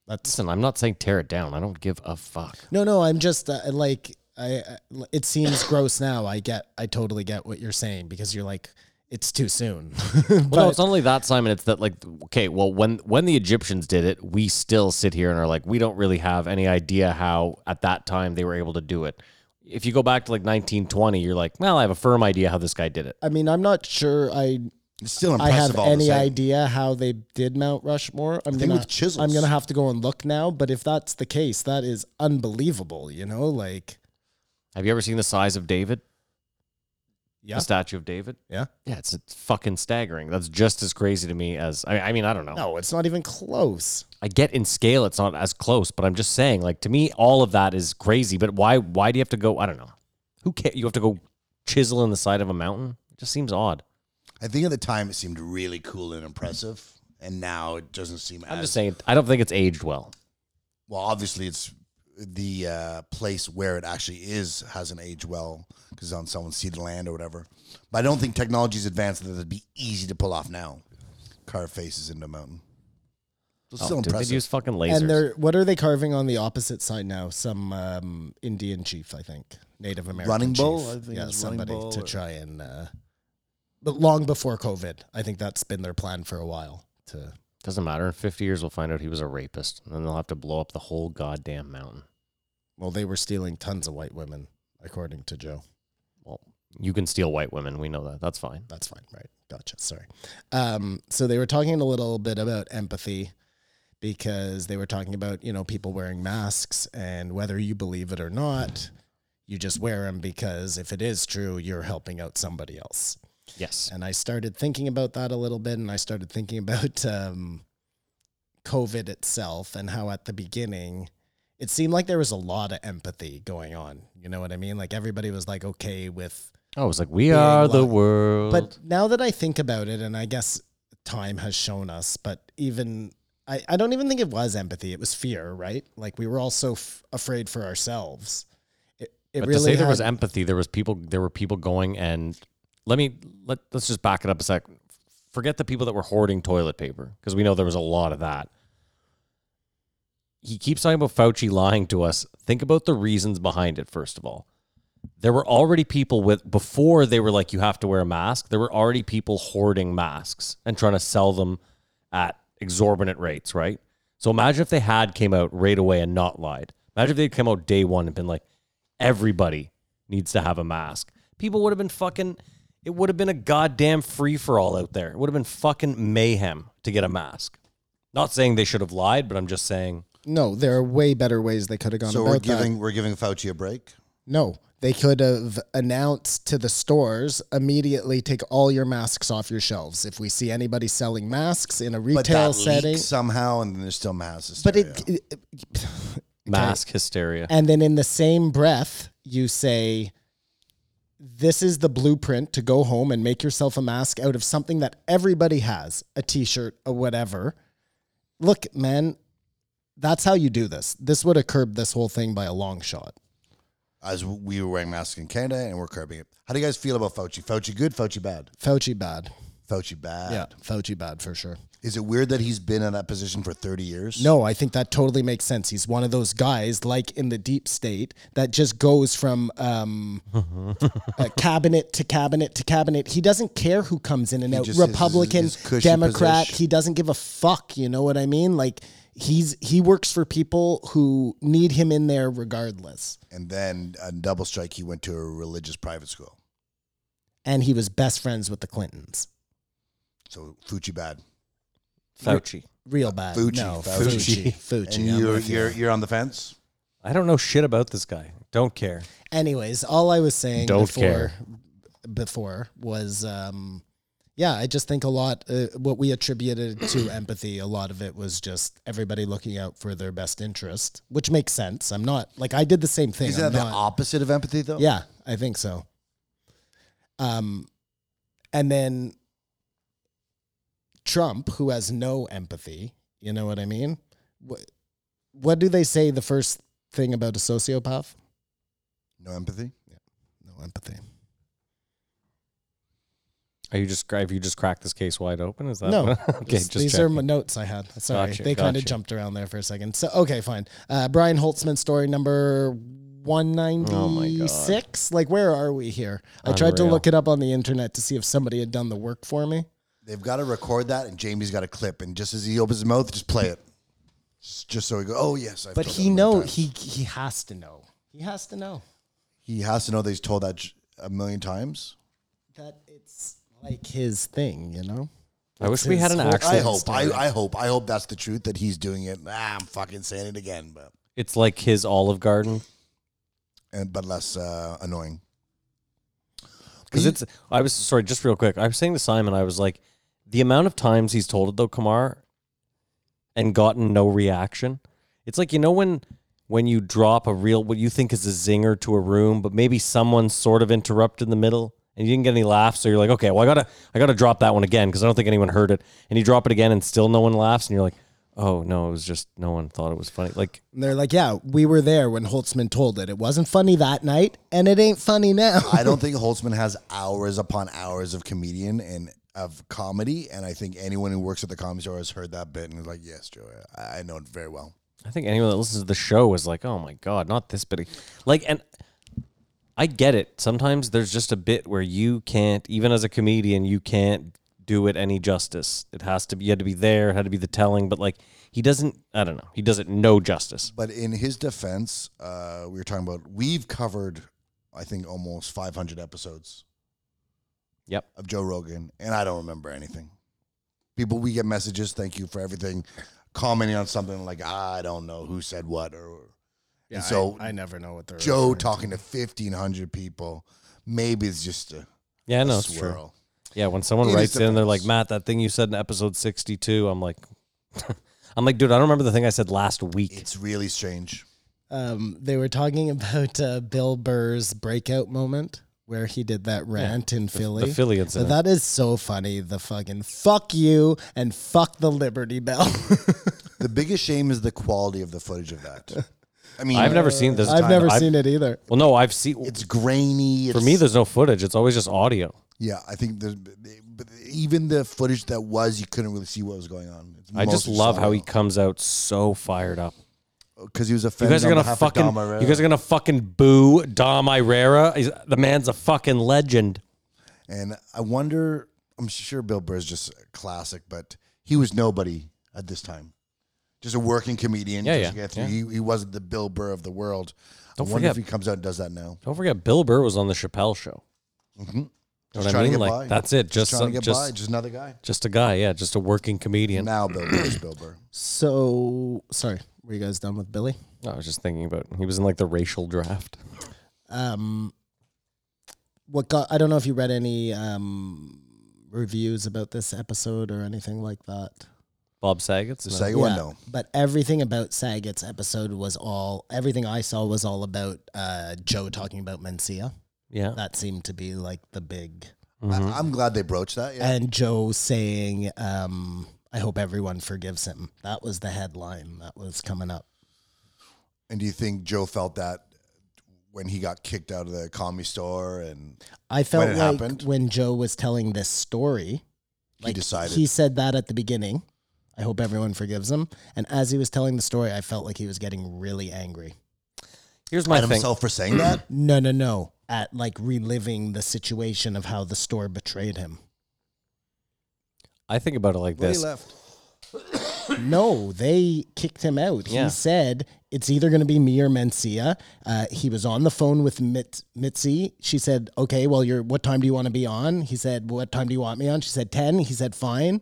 that's
listen, I'm not saying tear it down. I don't give a fuck.
no, no. I'm just uh, like I. I- It seems gross now. I get. I totally get what you're saying because you're like it's too soon.
Well, no, it's not only that, Simon. It's that like, okay, well, when when the Egyptians did it, we still sit here and are like, we don't really have any idea how at that time they were able to do it. If you go back to like 1920, you're like, well, I have a firm idea how this guy did it.
I mean, I'm not sure I
It's still
I
impressive.
have
all the
any
same.
idea how they did Mount Rushmore. I'm
thing
gonna
with chisels.
I'm gonna have to go and look now. But if that's the case, that is unbelievable. You know, like
Have you ever seen the size of David?
yeah,
The statue of David?
yeah.
Yeah, it's, it's fucking staggering. That's just as crazy to me as I, I mean, I don't know.
No, it's not even close.
I get in scale, it's not as close, but I'm just saying, like to me, all of that is crazy. But why? Why do you have to go? I don't know. Who cares? You have to go chisel in the side of a mountain. It just seems odd.
I think at the time it seemed really cool and impressive, and now it doesn't seem.
I'm
as,
just saying, I don't think it's aged well.
Well, obviously, it's the uh, place where it actually is hasn't aged well because on someone's ceded land or whatever. But I don't think technology's advanced that it'd be easy to pull off now. Carve faces into a mountain. It's still
Oh, dude,
impressive.
They use fucking lasers.
And they're what are they carving on the opposite side now? Some um, Indian chief, I think, Native American
Running
chief.
bull? I think it's
yeah,
running
somebody
bull
to
or-
try and. Uh, but long before COVID, I think that's been their plan for a while. To
Doesn't matter. In 50 years, we'll find out he was a rapist, and then they'll have to blow up the whole goddamn mountain.
well, they were stealing tons of white women, according to Joe.
Well, you can steal white women. We know that. That's fine.
that's fine, right? Gotcha. Sorry. Um, so they were talking a little bit about empathy because they were talking about you know people wearing masks and whether you believe it or not, you just wear them because if it is true, you're helping out somebody else.
Yes.
And I started thinking about that a little bit, and I started thinking about um, COVID itself and how at the beginning it seemed like there was a lot of empathy going on. You know what I mean? Like everybody was like okay with
Oh, it's like, we are the
like-
world.
but now that I think about it, and I guess time has shown us, but even I, I don't even think it was empathy. It was fear, right? Like we were all so f- afraid for ourselves. It, it
But
really
to say there was
had-
empathy, there was people. There were people going and let me let let's just back it up a sec. Forget the people that were hoarding toilet paper because we know there was a lot of that. He keeps talking about Fauci lying to us. Think about the reasons behind it. First of all, there were already people with before they were like you have to wear a mask. There were already people hoarding masks and trying to sell them at exorbitant rates, right? So imagine if they had came out right away and not lied. Imagine if they'd come out day one and been like, everybody needs to have a mask. People would have been fucking, it would have been a goddamn free for all out there. It would have been fucking mayhem to get a mask. Not saying they should have lied, but I'm just saying
no. There are way better ways they could have gone.
so
about
we're
that.
giving we're giving Fauci a break.
No, they could have announced to the stores immediately take all your masks off your shelves. If we see anybody selling masks in a
But
retail
that
setting,
leaks somew, and then there's still mass
but
hysteria.
it, it
mask hysteria.
And then in the same breath, you say, This is the blueprint to go home and make yourself a mask out of something that everybody has a t shirt, a whatever. Look, man, that's how you do this. This would have curbed this whole thing by a long shot.
as we were wearing masks in Canada, and we're curbing it. How do you guys feel about Fauci? Fauci good, Fauci bad,
Fauci bad.
Fauci bad.
Yeah, Fauci bad for sure.
Is it weird that he's been in that position for 30 years?
No, I think that totally makes sense. He's one of those guys, like in the deep state, that just goes from um, uh, cabinet to cabinet to cabinet. He doesn't care who comes in and out,
just- his-
Republican,
his cushy
Democrat.
position.
He doesn't give a fuck. You know what I mean? Like he's he works for people who need him in there regardless.
And then a double strike, he went to a religious private school.
And he was best friends with the Clintons.
So Fuchi bad.
Fauci.
Real bad.
Fuji,
Uh, no,
Fuji.
Fuji. Fuji.
Uh, and
I'm
you're,
with you.
you're, you're on the fence?
I don't know shit about this guy. Don't care.
anyways, all I was saying
Don't
before
care.
before was um yeah, I just think a lot uh, what we attributed to empathy, a lot of it was just everybody looking out for their best interest, which makes sense. I'm not like I did the same thing.
Isn't
I'm
that the
not-
opposite of empathy, though?
yeah, I think so. Um, and then Trump, who has no empathy, you know what I mean? What, what do they say the first thing about a sociopath?
No empathy?
No empathy.
Are you just have you just cracked this case wide open? Is that
No.
okay?
Just-
Just
these are
checking.
my notes I had. Sorry,
Gotcha,
they kind of
gotcha.
jumped around there for a second. So okay, fine. Uh, Brian Holtzman story number 196. like, where are we here? I tried to
Oh Unreal.
look it up on the internet to see if somebody had done the work for me.
They've got to record that, and Jamie's got a clip. And just as he opens his mouth, just play it. Just, just so he goes, oh, yes. I've
But
told
he
that a
know
million times."
he he has to know. He has to know
He has to know that he's told that j- a million times.
that it's like his thing, you know.
I wish we had an
his-
actual.
I hope. I, I hope. I hope that's the truth that he's doing it. Ah, I'm fucking saying it again, but
It's like his Olive Garden
and, but less uh, annoying.
because it's. I was sorry, just real quick. I was saying to Simon, I was like, the amount of times he's told it though, Kamar, and gotten no reaction. It's like you know when when you drop a real what you think is a zinger to a room, but maybe someone sort of interrupted in the middle. And you didn't get any laughs, so you're like, okay, well, I gotta, I gotta drop that one again because I don't think anyone heard it. And you drop it again, and still no one laughs, and you're like, oh no, it was just no one thought it was funny. Like,
And they're like, yeah, we were there when Holtzman told it. It wasn't funny that night, and it ain't funny now.
I don't think Holtzman has hours upon hours of comedian and of comedy, and I think anyone who works at the comedy store has heard that bit and is like, yes, Joe, I, I know it very well.
I think anyone that listens to the show is like, oh my god, not this bit. of-" Like, and I get it. Sometimes there's just a bit where you can't, even as a comedian, you can't do it any justice. It has to be, you had to be there. It had to be the telling. But like, he doesn't. I don't know. He does it no justice.
But in his defense, uh, we were talking about we've covered, I think, almost 500 episodes
Yep.
of Joe Rogan, and I don't remember anything. People, we get messages, thank you for everything, commenting on something like I don't know who said what, or and so
I, never know what they're
Joe talking to 1,500 people. Maybe it's just a,
Yeah,
a
no, it's true.
swirl.
Yeah, when someone
It is
writes in, they're
depends.
like, Matt, that thing you said in episode 62. I'm like, I'm like, dude, I don't remember the thing I said last week.
It's really strange.
um, they were talking about uh, Bill Burr's breakout moment where he did that rant in Philly.
the Philly
So
incident.
that is so funny. The fucking fuck you and fuck the Liberty Bell.
The biggest shame is the quality of the footage of that. I mean,
I've never seen this.
I've
time.
never seen it either.
Well, no, I've seen.
It's grainy. It's,
for me, there's no footage. It's always just audio.
yeah, I think there's but even the footage that was, you couldn't really see what was going on. It's
I just
mostly
love how he
audio.
comes out so fired up.
because he was
You
offended.
guys are
on
gonna
behalf
fucking
Of Dom Herrera.
you guys are gonna fucking boo Dom Irera. He's, the man's a fucking legend.
and I wonder. I'm sure Bill Burr's just a classic, but he was nobody at this time. Just a working comedian.
Yeah,
just
yeah,
get through.
yeah.
He, he wasn't the Bill Burr of the world.
Don't
I wonder if he
forget-
comes out and does that now.
Don't forget, Bill Burr was on the Chappelle show. Mm-hmm.
Just
what I
trying to
mean?
get
Like
by.
that's it. Just
Just, trying to
some-
get
just,
by. Just another guy.
just a guy. Yeah, just a working comedian.
Now Bill Burr is Bill Burr.
So sorry. Were you guys done with Billy?
I was just thinking about he was in like the racial draft.
Um, what got? I don't know if you read any um, reviews about this episode or anything like that.
Bob Saget's
The
no.
second one, no.
But everything about Saget's episode was all everything I saw was all about uh, Joe talking about Mencia.
Yeah,
That seemed to be like the big
Mm-hmm.
I, I'm glad they broached that. Yeah.
and Joe saying, um, "I hope everyone forgives him." That was the headline that was coming up.
And do you think Joe felt that when he got kicked out of the comedy store and
I felt
it
like
happened?
when Joe was telling this story,
he decided?
he said that at the beginning. I hope everyone forgives him. And as he was telling the story, I felt like he was getting really angry.
here's my
at
thing.
himself for saying that.
No, no, no. At like reliving the situation of how the store betrayed him.
I think about it like
Well, he
this.
left.
No, they kicked him out.
Yeah.
He said it's either going to be me or Mencia. Uh, he was on the phone with Mit- Mitzi. She said, "Okay, well, you're. What time do you want to be on?" He said, "What time do you want me on?" She said, 10. He said, "Fine."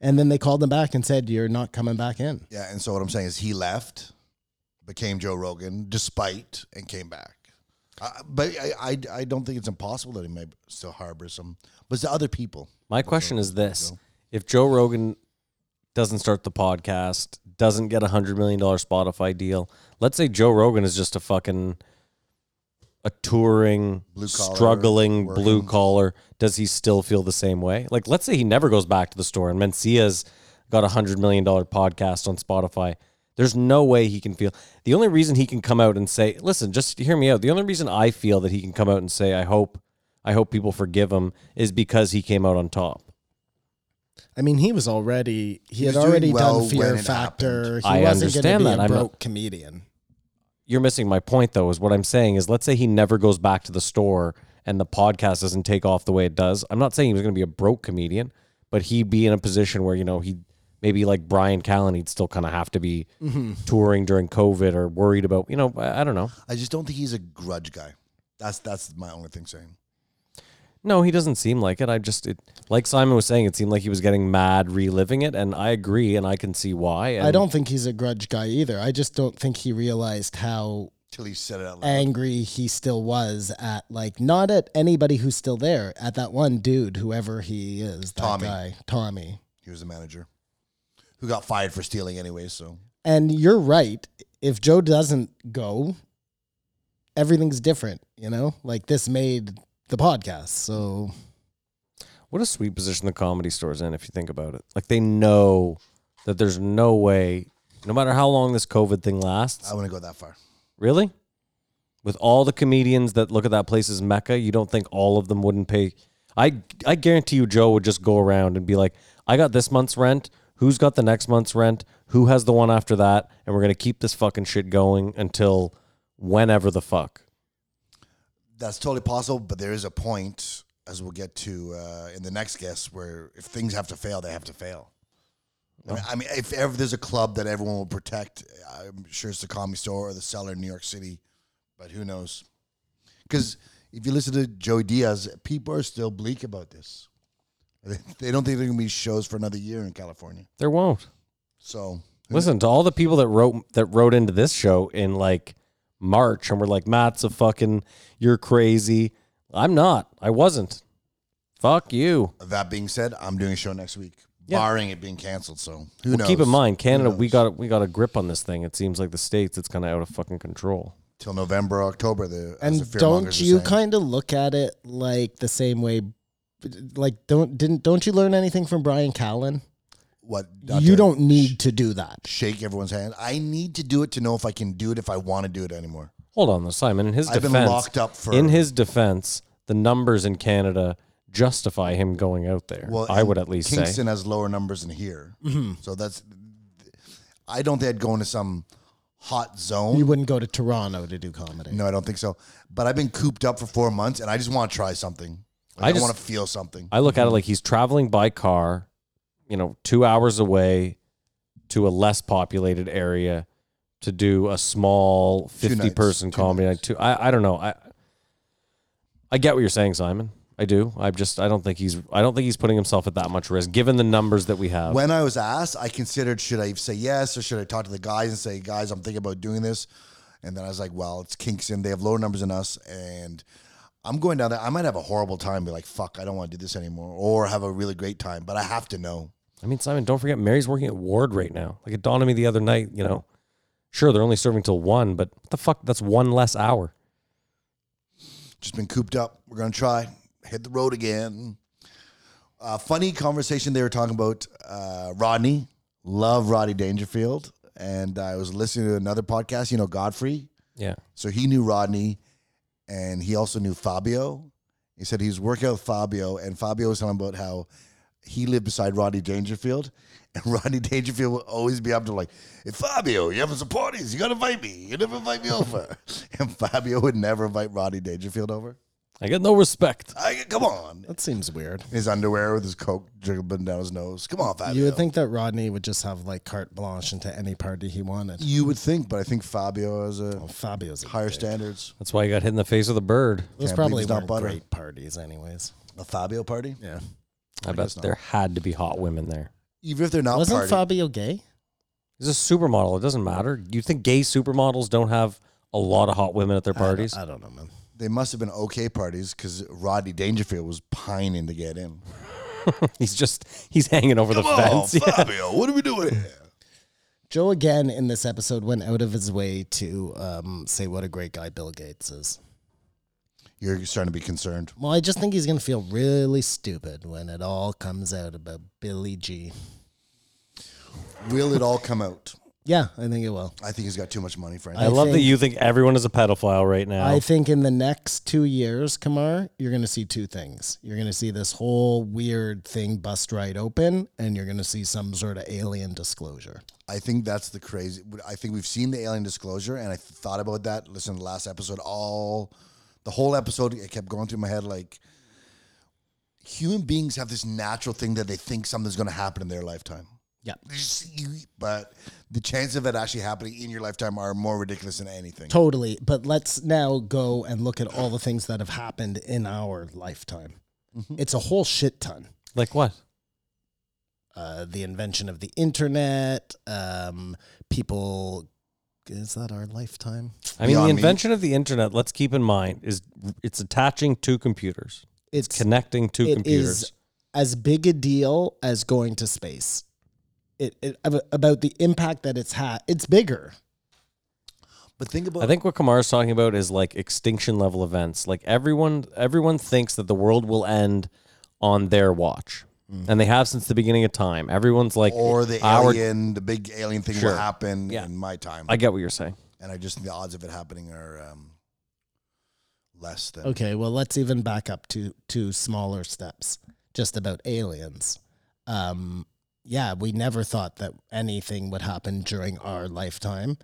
And then they called him back and said, "You're not coming back in."
Yeah, and so what I'm saying is he left, became Joe Rogan, despite and came back. I but I, I, I don't think it's impossible that he may still harbor some. But it's the other people.
My question is this: If Joe Rogan doesn't start the podcast, doesn't get a hundred million dollar Spotify deal, let's say Joe Rogan is just a fucking a touring,
collar,
struggling
working.
blue collar, does he still feel the same way? Like, let's say he never goes back to the store, and Mencia's got a hundred million dollar podcast on Spotify. There's no way he can feel. The only reason he can come out and say, "Listen, just hear me out." The only reason I feel that he can come out and say, "I hope." I hope people forgive him is because he came out on top.
I mean, he was already he,
was
had already
doing well
done
when
Fear
it
Factor. He
I
wasn't going
understand
to be
that.
a
I'm not-
broke comedian.
you're missing my point though. Is what I'm saying is, let's say he never goes back to the store and the podcast doesn't take off the way it does. I'm not saying he was going to be a broke comedian, but he'd be in a position where you know he maybe like Brian Callen, he'd still kind of have to be touring during COVID or worried about you know I, I don't know.
I just don't think he's a grudge guy. That's that's my only thing saying.
No, he doesn't seem like it. I just it, like Simon was saying, it seemed like he was getting mad reliving it, and I agree, and I can see why. And
I don't think he's a grudge guy either. I just don't think he realized how
Till he said it out loud.
angry he still was at like not at anybody who's still there at that one dude whoever he is that
Tommy.
guy Tommy
He was the manager who got fired for stealing anyway. So
and you're right if Joe doesn't go everything's different you know like this made the podcast so
What a sweet position the comedy store's in, if you think about it. Like they know that there's no way, no matter how long this COVID thing lasts,
I wouldn't go that far.
really, with all the comedians that look at that place as mecca, you don't think all of them wouldn't pay? I I guarantee you, Joe would just go around and be like, "I got this month's rent. Who's got the next month's rent? Who has the one after that? And we're gonna keep this fucking shit going until whenever the fuck."
That's totally possible, but there is a point, as we'll get to uh, in the next guest, where if things have to fail, they have to fail. I mean, I mean, if ever there's a club that everyone will protect, I'm sure it's the Comedy Store or the Cellar in New York City, but who knows? Because if you listen to Joey Diaz, people are still bleak about this. They they don't think there are going to be shows for another year in California.
There won't.
So
Listen to all the people that wrote that wrote into this show in like March and were like, "Matt's a fucking, you're crazy." I'm not. I wasn't. Fuck you.
that being said, I'm doing a show next week,
Yeah.
barring it being canceled. So who knows?
Well, keep in mind, Canada,
Who
we
knows?
got we got a grip on this thing. It seems like the states, it's kind of out of fucking control.
till November, October. The as
and
the
don't
fearmongers are
you
saying.
kind of look at it like the same way like don't didn't don't you learn anything from Brian Callen
what not
you
to
don't need to do that
shake everyone's hand? I need to do it to know if I can do it if I want to do it anymore.
Hold on, though, Simon. In his
I've been
defense,
locked up for-
in his defense, the numbers in Canada justify him going out there. Well, I
and
would at least
Kingston
say.
has lower numbers than here,
Mm-hmm.
so that's. I don't think I'd go into some hot zone.
you wouldn't go to Toronto to do comedy
no, I don't think so. But I've been cooped up for four months, and I just want to try something. Like,
I
I,
just-
want to feel something.
I look at it like he's traveling by car, you know, two hours away to a less populated area to do a small
nights,
fifty person
two
comedy night. Two, I, I don't know. I I get what you're saying, Simon. I do. I just I don't think he's I don't think he's putting himself at that much risk given the numbers that we have.
when I was asked, I considered should I say yes or should I talk to the guys and say, guys, I'm thinking about doing this. And then I was like, well, it's Kingston. They have lower numbers than us. And I'm going down there. I might have a horrible time, be like, fuck, I don't want to do this anymore, or have a really great time, but I have to know.
I mean, Simon, don't forget Mary's working at Ward right now. Like it dawned on me the other night, you know. Sure, they're only serving till one, but what the fuck? That's one less hour.
Just been cooped up. We're going to try, hit the road again. Uh, funny conversation they were talking about uh, Rodney. Love Rodney Dangerfield. And I was listening to another podcast, you know, Godfrey.
Yeah.
So he knew Rodney, and he also knew Fabio. He said he was working out with Fabio, and Fabio was telling him about how he lived beside Rodney Dangerfield, and Rodney Dangerfield would always be up to like, "Hey Fabio, you having some parties? You gotta invite me. You never invite me over." and Fabio would never invite Rodney Dangerfield over.
I get no respect.
I, come on,
that seems weird
his underwear with his coke dribbling down his nose. Come on, Fabio.
You would think that Rodney would just have like carte blanche into any party he wanted.
You would think, but I think Fabio has a
Well, Fabio's a
higher
Oh, dick.
standards.
That's why he got hit in the face with a bird.
Those
Can't believe
probably
he's not
weren't
butter.
great parties, anyways.
A Fabio party,
Yeah.
I, bet there had to be hot women there.
even if they're not
Wasn't
partying.
Fabio gay?
He's a supermodel. It doesn't matter. You think gay supermodels don't have a lot of hot women at their parties?
I don't know, man.
they must have been okay parties because Rodney Dangerfield was pining to get in.
he's just he's hanging over the fence. Yeah.
Fabio, what are we doing here?
Joe again in this episode went out of his way to um, say what a great guy Bill Gates is.
You're starting to be concerned.
Well, I just think he's gonna feel really stupid when it all comes out about Billy G.
Will it all come out?
Yeah, I think it will.
I think he's got too much money, Frank.
I, love that
think-
you think everyone is a pedophile right now.
I think in the next two years, Kamar, you're going to see two things. You're going to see this whole weird thing bust right open, and you're going to see some sort of alien disclosure.
I think that's the crazy. I think we've seen the alien disclosure, and I thought about that. Listen, to the last episode, all the whole episode, it kept going through my head like human beings have this natural thing that they think something's going to happen in their lifetime.
Yeah.
But the chance of it actually happening in your lifetime are more ridiculous than anything.
Totally. But let's now go and look at all the things that have happened in our lifetime. It's a whole shit ton.
Like what?
Uh, the invention of the internet, um, people. Is that our lifetime?
I mean, the
Beyond meat.
invention of the internet, let's keep in mind, is it's attaching two computers,
It's
connecting two
It
computers.
is as big a deal as going to space. It, it ab- about the impact that it's had. It's bigger.
But think about
I think what Kamar's talking about is like extinction level events. Like everyone, everyone thinks that the world will end on their watch, and they have since the beginning of time. Everyone's like,
or the
our-
alien, the big alien thing
Sure.
will happen
Yeah.
in my time.
I get what you're saying.
and I just think the odds of it happening are um, less than.
Okay, well, let's even back up to to smaller steps, just about aliens. Um, yeah, we never thought that anything would happen during our lifetime.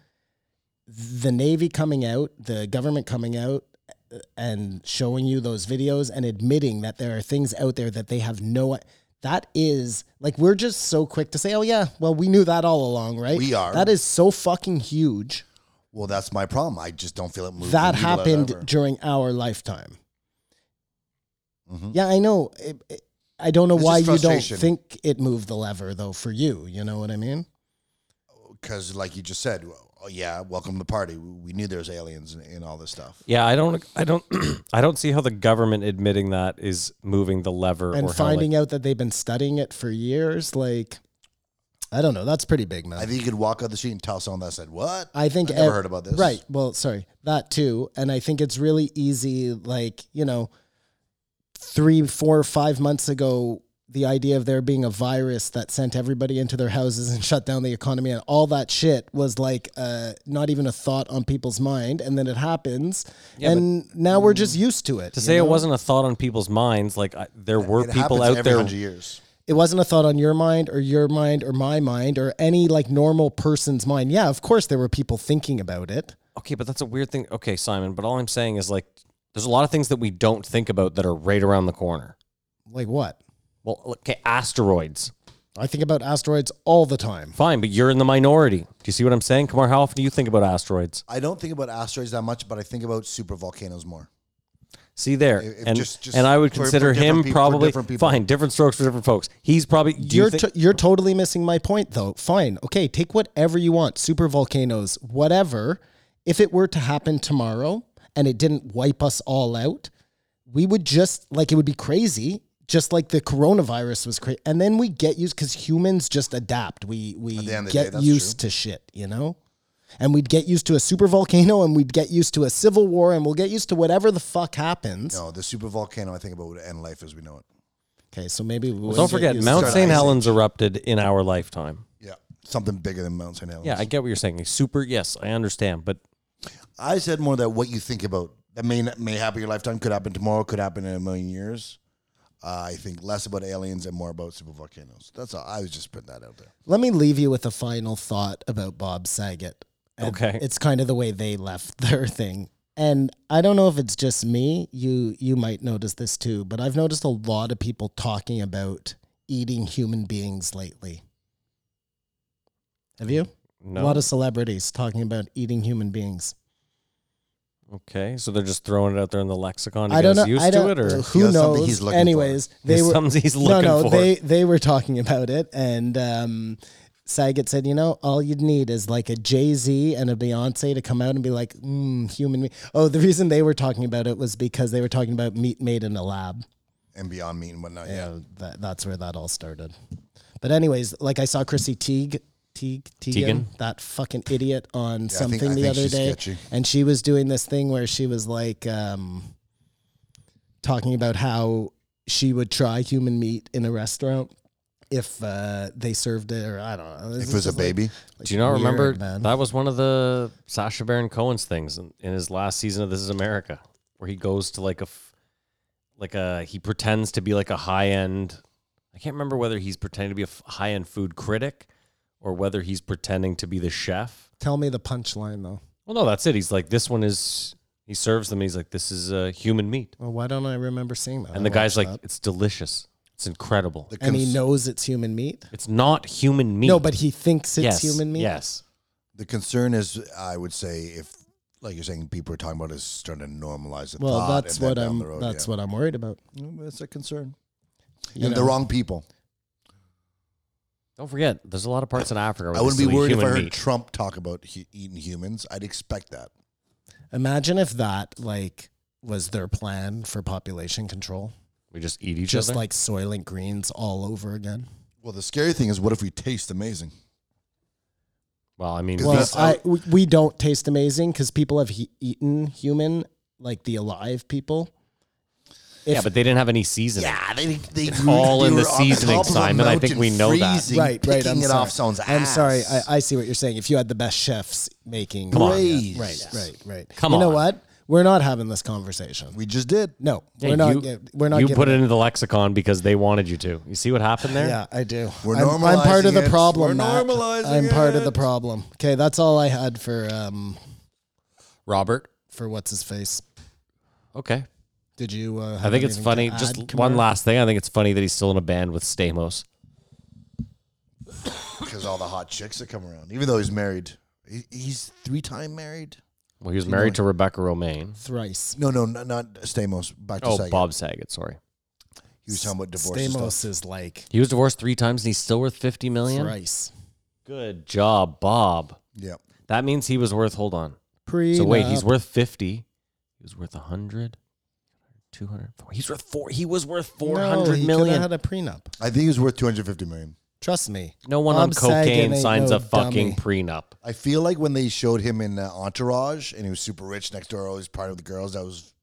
The Navy coming out, the government coming out, uh, and showing you those videos and admitting that there are things out there that they have no. That is like we're just so quick to say, "Oh yeah, well we knew that all along, right?"
We are.
That is so fucking huge.
Well, that's my problem. I just don't feel it moving.
that happened during our lifetime. Yeah, I know. It, it, I don't know
Mm-hmm. It's
why
just
you don't
frustration.
think it moved the lever though for you. You know what I mean?
because, like you just said, oh, yeah, welcome to the party. We we knew there was aliens and, and all this stuff.
Yeah, I don't, I don't, I don't see how the government admitting that is moving the lever
And
or
finding
how, like,
out that they've been studying it for years, like I don't know. That's pretty big, man.
I think you could walk out the street and tell someone that said, "What?
I think
I've never
ev-
heard about this."
Right. Well, sorry, that too. And I think it's really easy. Like you know, three, four, five months ago, the idea of there being a virus that sent everybody into their houses and shut down the economy and all that shit was like uh, not even a thought on people's mind. And then it happens, and now we're just used to it.
to
you
say
know?
it wasn't a thought on people's minds. Like I, there were
It
people
happens
out
every
there.
hundred years.
it wasn't a thought on your mind or your mind or my mind or any like normal person's mind. Yeah, of course there were people thinking about it.
Okay, but that's a weird thing. Okay, Simon, but all I'm saying is like, there's a lot of things that we don't think about that are right around the corner.
Like what?
Well, okay, asteroids.
I think about asteroids all the time.
Fine, but you're in the minority. Do you see what I'm saying? Kamar, how often do you think about asteroids?
I don't think about asteroids that much, but I think about super volcanoes more.
See there,
If- if
and
just- just
and I would
for- for
consider
different
him
peop- for
probably
different people.
fine. Different strokes for different folks. He's probably. Do you
You're
think-
to- you're totally missing my point though. Fine. Okay, take whatever you want. Super volcanoes, whatever. If it were to happen tomorrow and it didn't wipe us all out, we would just like it would be crazy. Just like the coronavirus was crazy, and then we get used because humans just adapt. We we
the end of the day,
get
that's
used to shit, you know. And we'd get used to a super volcano, and we'd get used to a civil war, and we'll get used to whatever the fuck happens.
No, the super volcano. I think about would end life as we know it.
Okay, so maybe we
don't forget, Mount
Start
St.
Ice
Helens erupted in our lifetime.
Yeah, something bigger than Mount St. Helens.
Yeah, I get what you're saying. Like, super, yes, I understand, but
I said more that what you think about that may not- may happen in your lifetime could happen tomorrow, could happen in a million years. Uh, I think less about aliens and more about super volcanoes. That's all. I was just putting that out there.
Let me leave you with a final thought about Bob Saget. And
Okay.
It's kind of the way they left their thing. And I don't know if it's just me, you you might notice this too, but I've noticed a lot of people talking about eating human beings lately. Have you?
no.
A lot of celebrities talking about eating human beings.
okay, so they're just throwing it out there in the lexicon. To
I don't
get
know.
us used
I don't,
to it, or
who
Yeah, something
knows?
he's looking
Anyways, they were
something he's
no,
looking
no.
for.
They they were talking about it, and um, Saget said, you know, all you'd need is like a Jay Z and a Beyonce to come out and be like, mm, human meat. Oh, the reason they were talking about it was because they were talking about meat made in a lab.
And beyond meat and whatnot. Yeah.
So that, that's where that all started. But anyways, like I saw Chrissy Teigen, Teague, Teigen,
Teigen.
that fucking idiot on
I think-
something
I
the
think
other
she's
day,
sketchy.
and she was doing this thing where she was like um, talking about how she would try human meat in a restaurant if uh, they served it, or I don't know. This
If
is
it was a
just like-
baby,
Do you not remember?
weird, man.
That was one of the Sasha Baron Cohen's things in, in his last season of This Is America, where he goes to like a, f- like a he pretends to be like a high end. I can't remember whether he's pretending to be a high end food critic or whether he's pretending to be the chef.
Tell me the punchline though.
Well, no, that's it. He's like, this one is. He serves them. He's like, this is uh, human meat,
Well, why don't I remember seeing that?
and
I
the guy's like,
watched that.
it's delicious. It's incredible.
and he knows it's human meat.
it's not human meat.
No, but he thinks it's
yes,
human meat.
Yes.
The concern is, I would say, if like you're saying, people are talking about is starting to normalize the
Well,
thought.
that's
and then
what
down
I'm.
the road,
that's
yeah.
what I'm worried about.
Mm, That's a concern.
You
and
know.
the wrong people.
Don't forget, there's a lot of parts in Africa. Where
I wouldn't
they
be
still eat
worried if I
human
heard
meat.
Trump talk about he- eating humans. I'd expect that.
Imagine if that like was their plan for population control,
we just eat each
just
other.
like Soylent Greens all over again.
Well, the scary thing is, what if we taste amazing?
well, I mean,
Well,
that's how-
I, we, we don't taste amazing because people have he- eaten human, like the alive people.
yeah, but they didn't have any seasoning.
Yeah, they they
It's all in
they
the
were on
seasoning,
top of a
Simon. I think we
mountain
know that.
freezing,
right, right. I'm
picking it
sorry.
off someone's
I'm sorry.
ass.
I, I see what you're saying. If you had the best chefs making,
Come on.
Praise.
right, right, right.
Come
you know
on.
what? We're not having this conversation.
We just did.
no,
Yeah,
we're not.
you-
gi- we're not.
You
giving
put it into the lexicon because they wanted you to. You see what happened there?
Yeah, I do.
We're
I'm, I'm part of
normalizing
the
it.
problem.
We're
Matt.
normalizing
I'm part of the
it.
problem. Okay, that's all I had for um
Robert.
for what's his face.
Okay.
Did you? Uh,
I think it's funny. Just one last thing. I think it's funny that he's still in a band with Stamos.
because all the hot chicks that come around. Even though he's married, he, he's three time married.
Well, he was married to Rebecca Romaine.
Thrice.
No, no, not, not Stamos. Back to
Oh,
Saget.
Bob Saget. Sorry.
He was talking about divorce. and
Stamos
stuff.
is like
He was divorced three times and he's still worth fifty million.
thrice.
Good job, Bob.
Yeah,
That means he was worth. Hold on.
Pre.
So wait, he's worth fifty. He was worth a hundred. 200, four- he's worth four. He was worth four hundred million.
Had a prenup.
I think he's worth two hundred fifty million.
Trust me.
No one on
Bob Saget
cocaine
ain't
signs
no
a fucking
dummy.
prenup.
I feel like when they showed him in uh, Entourage and he was super rich next door, always part of the girls. That was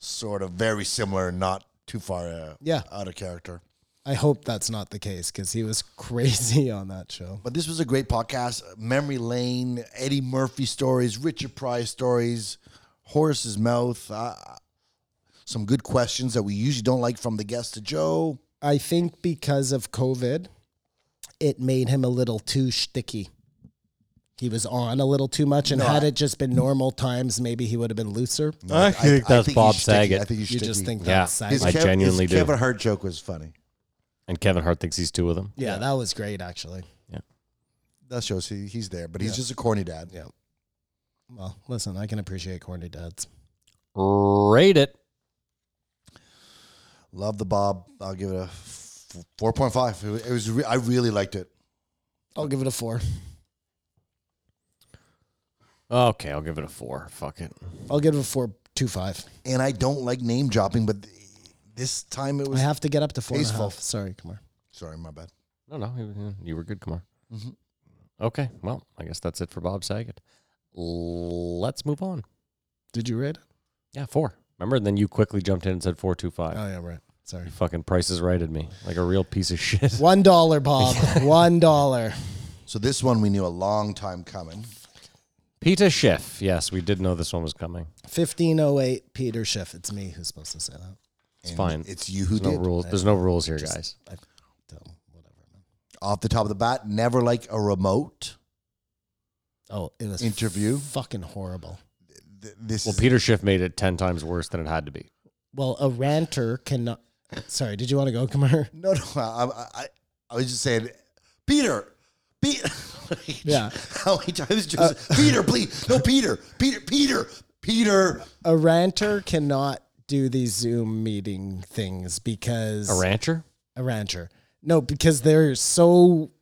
sort of very similar, and not too far uh,
Yeah.
out of character.
I hope that's not the case because he was crazy on that show.
But this was a great podcast. Memory Lane, Eddie Murphy stories, Richard Pryor stories, Horace's mouth. Uh, some good questions that we usually don't like from the guest to Joe.
I think because of COVID, it made him a little too shticky. He was on a little too much, and had it just been normal times, maybe he would have been looser.
I think that's
he's
Bob
sticky.
Saget.
I think he's
You
sticky.
just think
Yeah.
that's
His
sad.
I
Kev-
genuinely
his
do.
Kevin Hart joke was funny.
And Kevin Hart thinks he's two of them.
yeah, that was great actually.
That shows he, he's there, but he's just a corny dad. Yeah.
Well, listen, I can appreciate corny dads.
Rate it.
Love the Bob. I'll give it a f- 4.5. It was, it was re- I really liked it.
I'll give it a four.
Okay, I'll give it a four. Fuck it.
I'll give it a four two five.
And I don't like name dropping, but th- this time it
I
was.
have to get up to four and a half.
Tasteful.
Sorry, come on.
sorry, my bad.
No, no, you- you were good, Kamar.
Mm-hmm.
Okay, well, I guess that's it for Bob Saget. L- Let's move on.
Did you read it?
Yeah, four. Remember? And then you quickly jumped in and said four two five.
Oh yeah, right. Sorry.
Fucking Price is Right at me, like a real piece of shit.
One dollar, Bob. One dollar.
So this one we knew a long time coming.
Peter Schiff. Yes, we did know this one was coming.
Fifteen oh eight. Peter Schiff. It's me who's supposed to say that.
It's fine.
It's you who
There's no
did.
rules. There's no rules here, guys.
I don't. Whatever. man.
Off the top of the bat, never like a remote.
Oh, it was
Interview?
Fucking horrible.
Th- This
Well,
is,
Peter Schiff made it ten times worse than it had to be.
Well, a ranter cannot. Sorry, did you want to go, Kamar?
No, no. I, I, I, I was just saying, Peter. Peter.
Yeah. Uh,
How many times? Just, Peter, please. No, Peter. Peter. Peter. Peter.
A ranter cannot do these Zoom meeting things because
A rancher?
a rancher. No, because they're so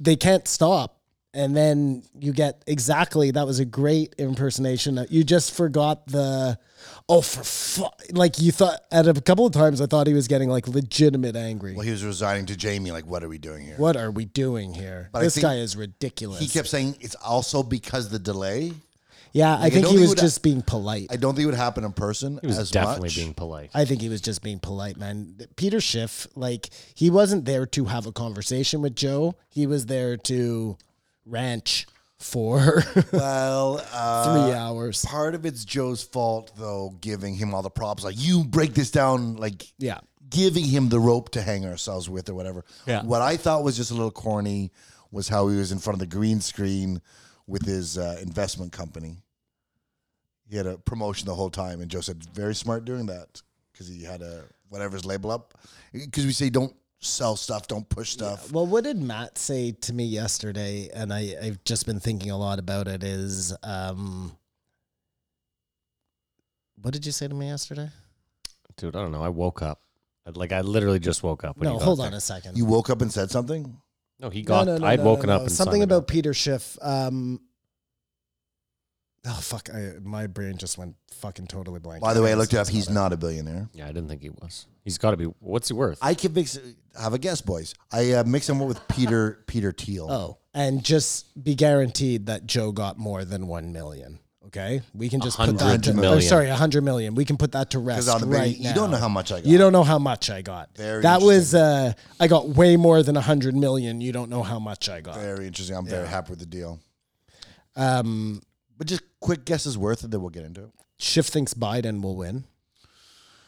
they can't stop. And then you get exactly that was a great impersonation. You just forgot the oh for fuck like you thought at a couple of times I thought he was getting like legitimate angry.
Well, he was resigning to Jamie. Like, what are we doing here?
what are we doing here?
But I
this
think
guy is ridiculous.
He kept saying it's also because the delay.
yeah, I
I
think he
don't think
was
it would-
just being polite.
I don't think it would happen in person.
He was
as
definitely
much.
being polite.
I think he was just being polite, man. Peter Schiff, like he wasn't there to have a conversation with Joe. He was there to ranch for
Well, uh,
three hours.
part of it's Joe's fault though, giving him all the props. Like you break this down, like
Yeah.
giving him the rope to hang ourselves with or whatever.
Yeah.
What I thought was just a little corny was how he was in front of the green screen with his uh, investment company. He had a promotion the whole time, and Joe said, "Very smart doing that because he had a whatever his label up." Because we say don't sell stuff, don't push stuff.
Well, what did Matt say to me yesterday? And I, I've just been thinking a lot about it. Is um, what did you say to me yesterday?
Dude, I don't know. I woke up. Like I literally just woke up. When
no,
you got
hold
there.
on a second.
You woke up and said something.
No, he
No,
got.
no, no,
I'd
no,
woken
no,
up
no.
and
something
signed it
about
up.
Peter Schiff. Um, oh fuck! I, my brain just went fucking totally blank.
By the way, I looked it up. He's not a billionaire.
Yeah, I didn't think he was. He's got to be. What's he worth?
I can mix. Have a guess, boys. I uh, mix him up with Peter Peter Thiel.
Oh, and just be guaranteed that Joe got more than one million. Okay, we can just put that.
100
To, or
million.
sorry, a hundred million. We can put that to rest.
Because on the
right
right you don't
now.
know how much I got.
You don't know how much I got.
Very
that was uh, I got way more than a hundred million. You don't know how much I got.
Very interesting. I'm very happy with the deal.
Um,
But just quick guesses worth it. Then we'll get into it.
Schiff thinks Biden will win.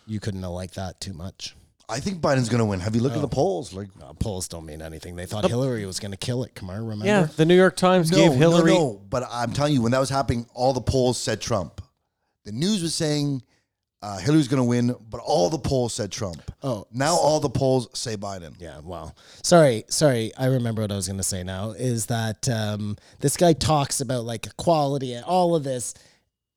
You couldn't have liked that too much.
I think Biden's going to win. Have you looked at the polls? Like
Uh, polls don't mean anything. They thought Hillary was going to kill it. Kamar, remember?
yeah, the New York Times gave Hillary.
No, no, but I'm telling you, when that was happening, all the polls said Trump. The news was saying uh, Hillary's going to win, but all the polls said Trump.
Oh.
now all the polls say Biden.
Yeah, wow. Sorry, sorry. I remember what I was going to say now is that um, this guy talks about like equality and all of this.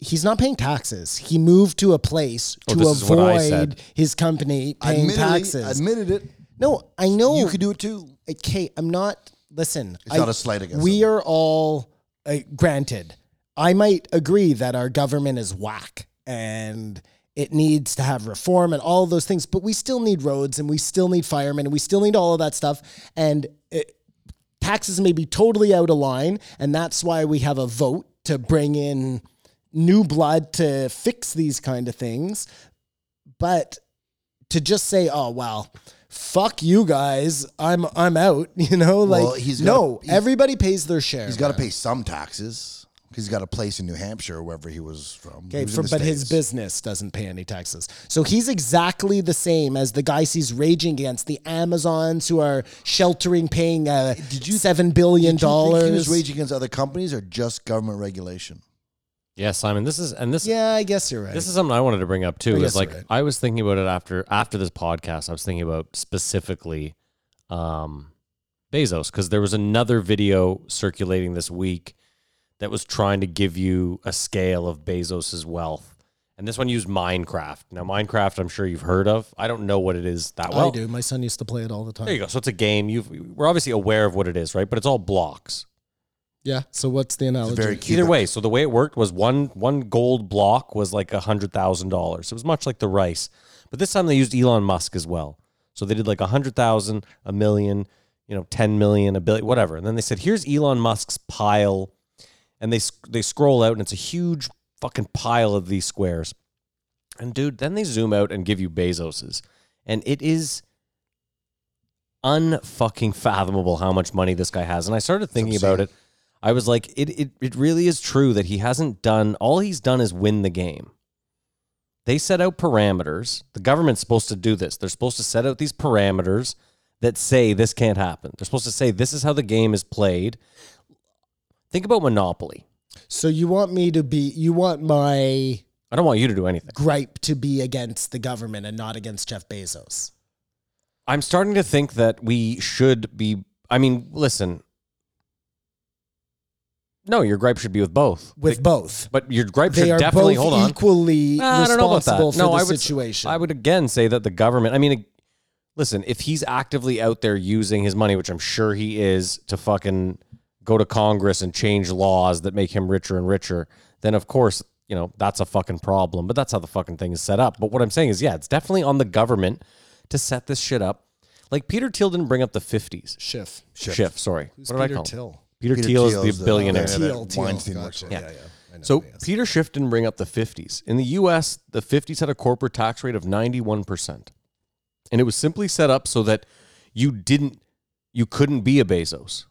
He's not paying taxes. He moved to a place
Oh,
to
this is what I
avoid
said.
his company paying
Admittedly-
taxes.
admitted it.
no, I know.
You could do it too.
okay, I'm not. Listen,
It's not a slight against
We
them.
are all uh, granted. I might agree that our government is whack and it needs to have reform and all of those things, but we still need roads and we still need firemen and we still need all of that stuff. And it, taxes may be totally out of line, and that's why we have a vote to bring in new blood to fix these kind of things. But to just say, "Oh well, fuck you guys, I'm I'm out," you know, like
Well, he's gotta-
no,
he's-
everybody pays their share.
He's got to pay some taxes. He's got a place in New Hampshire, or wherever he was from. He
Okay,
was in
for,
the
but his
States.
business doesn't pay any taxes. So he's exactly the same as the guys he's raging against, the Amazons who are sheltering, paying uh,
Did you-
seven billion
Did you think He was
dollars.
raging against other companies or just government regulation.
yeah, Simon. This is and this.
Yeah, I guess you're right.
This is something I wanted to bring up too.
I
Is
guess
like
you're right.
I was thinking about it after after this podcast. I was thinking about specifically um, Bezos because there was another video circulating this week that was trying to give you a scale of Bezos's wealth, and this one used Minecraft. Now, Minecraft, I'm sure you've heard of. I don't know what it is that well.
Oh, I do. My son used to play it all the time.
There you go. So it's a game. You've we're obviously aware of what it is, right? But it's all blocks.
Yeah. So what's the analogy?
Very cute.
Either way, so the way it worked was one one gold block was like a hundred thousand dollars. It was much like the rice, but this time they used Elon Musk as well. So they did like a hundred thousand, a million, you know, ten million, a billion, whatever. And then they said, "Here's Elon Musk's pile," and they sc- they scroll out, and it's a huge fucking pile of these squares. And dude, then they zoom out and give you Bezos's, and it is unfucking fathomable how much money this guy has. And I started thinking about it. I was like, it, it it really is true that he hasn't done all he's done is win the game. They set out parameters. The government's supposed to do this. They're supposed to set out these parameters that say this can't happen. They're supposed to say this is how the game is played. Think about Monopoly.
So you want me to be? You want my
I don't want you to do anything.
gripe to be against the government and not against Jeff Bezos?
I'm starting to think that we should be. I mean, listen. No, your gripe should be with both.
With both,
But your gripe
they
should
are
definitely
both
hold on.
equally
Nah, Uh, I don't know about that.
responsible for
No,
the
I would,
situation.
I would again say that the government. I mean, ag- listen, if he's actively out there using his money, which I'm sure he is, to fucking go to Congress and change laws that make him richer and richer, then of course, you know, that's a fucking problem. But that's how the fucking thing is set up. But what I'm saying is, yeah, it's definitely on the government to set this shit up. Like Peter Thiel didn't bring up the 50s
Schiff.
shift. sorry, what did I call him?
Till?
Peter, Thiel is
Thiel's
the billionaire.
Yeah,
Thiel,
that
Thiel,
Weinstein
gotcha.
works with.
Yeah. So Peter Schiff didn't bring up the 50s. In the US, the 50s had a corporate tax rate of 91%. And it was simply set up so that you didn't you couldn't be a Bezos. It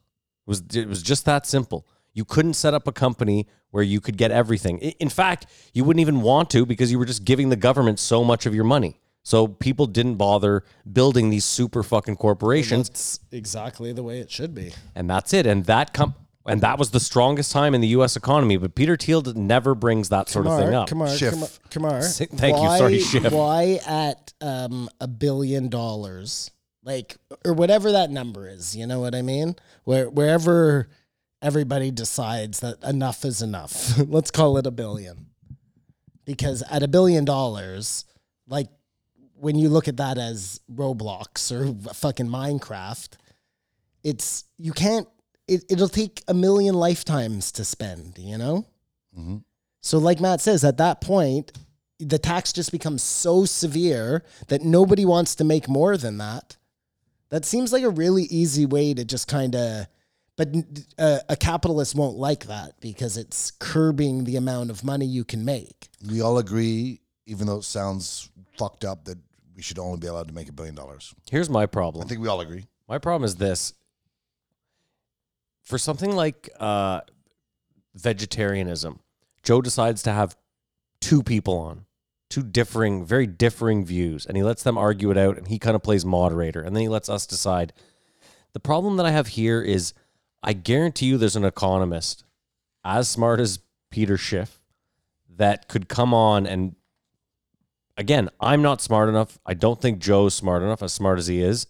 was it was just that simple. You couldn't set up a company where you could get everything. I- In fact, you wouldn't even want to because you were just giving the government so much of your money. So people didn't bother building these super fucking corporations,
That's exactly the way it should be.
and that's it. And that com- and that was the strongest time in the U.S. economy. But Peter Thiel d- never brings that sort of thing
Kamar,
up.
Kamar,
Schiff.
Kamar, Kamar.
Sick- thank you, sorry, Schiff.
Why at um, a billion dollars, like or whatever that number is? You know what I mean? Where wherever everybody decides that enough is enough, let's call it a billion, because at a billion dollars, like when you look at that as Roblox or fucking Minecraft, it's you can't. It, it'll take a million lifetimes to spend. You know.
Mm-hmm.
So, like Matt says, at that point, the tax just becomes so severe that nobody wants to make more than that. That seems like a really easy way to just kind of, but uh, a capitalist won't like that because it's curbing the amount of money you can make.
We all agree, even though it sounds fucked up, that we should only be allowed to make a billion dollars.
Here's my problem.
I think we all agree.
My problem is this. For something like uh, vegetarianism, Joe decides to have two people on, two differing, very differing views, and he lets them argue it out, and he kind of plays moderator, and then he lets us decide. The problem that I have here is I guarantee you there's an economist as smart as Peter Schiff that could come on and again, I'm not smart enough. I don't think Joe's smart enough, as smart as he is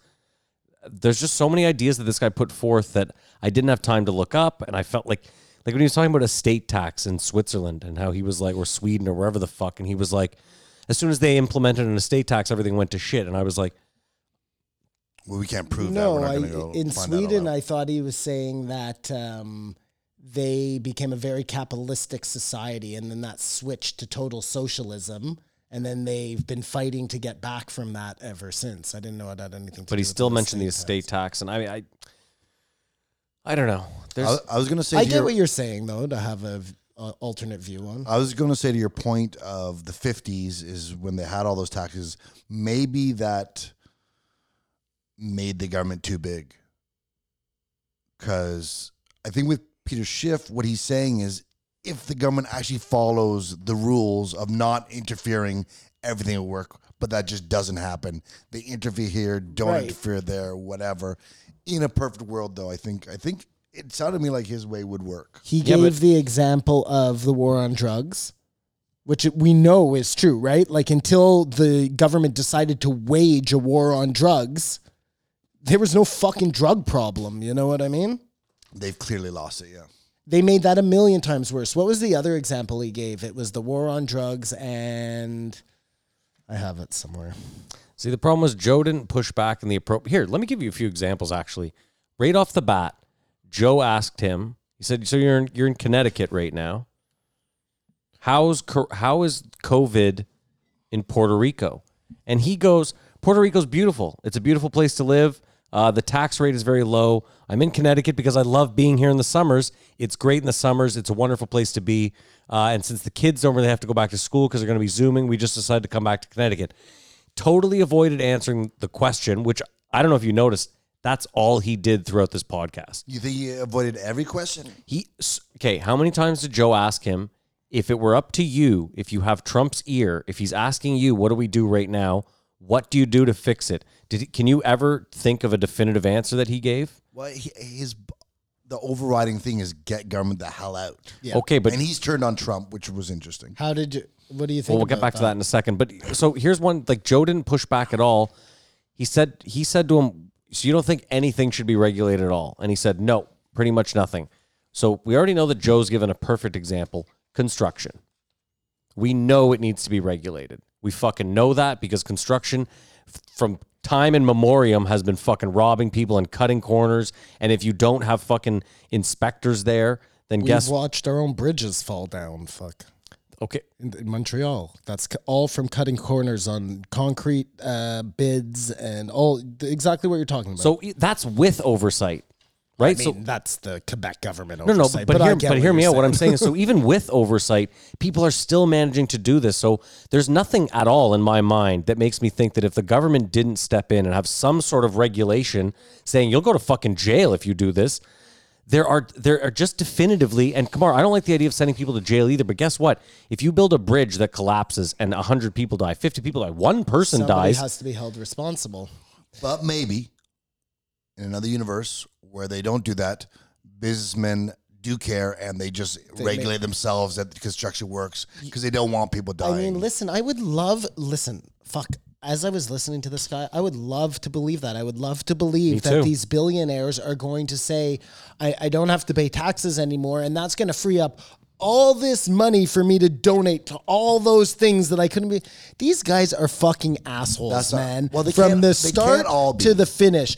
there's just so many ideas that this guy put forth that I didn't have time to look up, and I felt like like when he was talking about estate tax in Switzerland and how he was like or Sweden or wherever the fuck, and he was like, as soon as they implemented an estate tax, everything went to shit, and I was like,
Well, we can't prove that.
no,
We're not
I,
going to go
in
find that out
Sweden,
loud.
I thought he was saying that um, they became a very capitalistic society, and then that switched to total socialism. And then they've been fighting to get back from that ever since. I didn't know it had anything. to
but
do
he
with
still mentioned the
estate
estate tax, and I mean, I, I don't know. There's
I, I was going to say.
I
to
get
your-
what you're saying though to have a v- a alternate view on.
Uh,
I was going to say to your point of the 50s is when they had all those taxes, maybe that made the government too big. Because I think with Peter Schiff, what he's saying is if the government actually follows the rules of not interfering, everything will work. But that just doesn't happen. They interfere here, don't
Right.
interfere there, whatever. In a perfect world, though, I think I think it sounded to me like his way would work.
He
Yeah,
gave
but-
the example of the war on drugs, which we know is true, right? Like until the government decided to wage a war on drugs, there was no fucking drug problem. You know what I mean?
They've clearly lost it. Yeah.
They made that a million times worse. What was the other example he gave? It was the war on drugs and I have it somewhere.
See, the problem was Joe didn't push back in the appropriate. Here, let me give you a few examples. Actually, right off the bat, Joe asked him. He said, "So you're in, you're in Connecticut right now. How's co- how is COVID in Puerto Rico?" And he goes, "Puerto Rico's beautiful. It's a beautiful place to live. Uh, the tax rate is very low. I'm in Connecticut because I love being here in the summers. It's great in the summers. It's a wonderful place to be. Uh, and since the kids don't really have to go back to school because they're going to be zooming, we just decided to come back to Connecticut." totally avoided answering the question, which I don't know if you noticed. That's all he did throughout this podcast.
You think he avoided every question?
He s- okay. How many times did Joe ask him if it were up to you, if you have Trump's ear, if he's asking you, what do we do right now? What do you do to fix it? Did he- can you ever think of a definitive answer that he gave?
Well, he, his the overriding thing is get government the hell out.
Yeah.
Okay, but
and he's turned on Trump, which was interesting.
How did you what do you think?
well, we'll get
about
back to that in a second. But so here's one like Joe didn't push back at all. He said he said to him, "So you don't think anything should be regulated at all?" And he said, "No, pretty much nothing." So we already know that Joe's given a perfect example: construction. We know it needs to be regulated. We fucking know that because construction f- from time in memoriam has been fucking robbing people and cutting corners. And if you don't have fucking inspectors there, then
We've
guess
watched our own bridges fall down. Fuck.
okay.
in, in Montreal. That's c- all from cutting corners on concrete uh, bids and all th- exactly what you're talking about.
So e- that's with oversight, right?
I
so
mean, that's the Quebec government.
No, no,
oversight,
but, but,
I
hear,
get
but hear
you're
me out. What I'm
saying.
saying is, so even with oversight, people are still managing to do this. So there's nothing at all in my mind that makes me think that if the government didn't step in and have some sort of regulation saying you'll go to fucking jail if you do this, there are there are just definitively and Kamar, I don't like the idea of sending people to jail either. But guess what? If you build a bridge that collapses and hundred people die, fifty people die, one person
Somebody
dies,
has to be held responsible.
But maybe in another universe where they don't do that, businessmen do care and they just regulate themselves at the construction works because they don't want people dying.
I mean, listen, I would love listen, fuck. As I was listening to this guy, I would love to believe that. I would love to believe
too.
that these billionaires are going to say, I, I don't have to pay taxes anymore, and that's gonna free up all this money for me to donate to all those things that I couldn't be. These guys are fucking assholes,
That's not-
man.
well, they
From
can't-
the
they can't
start
all be.
to the finish.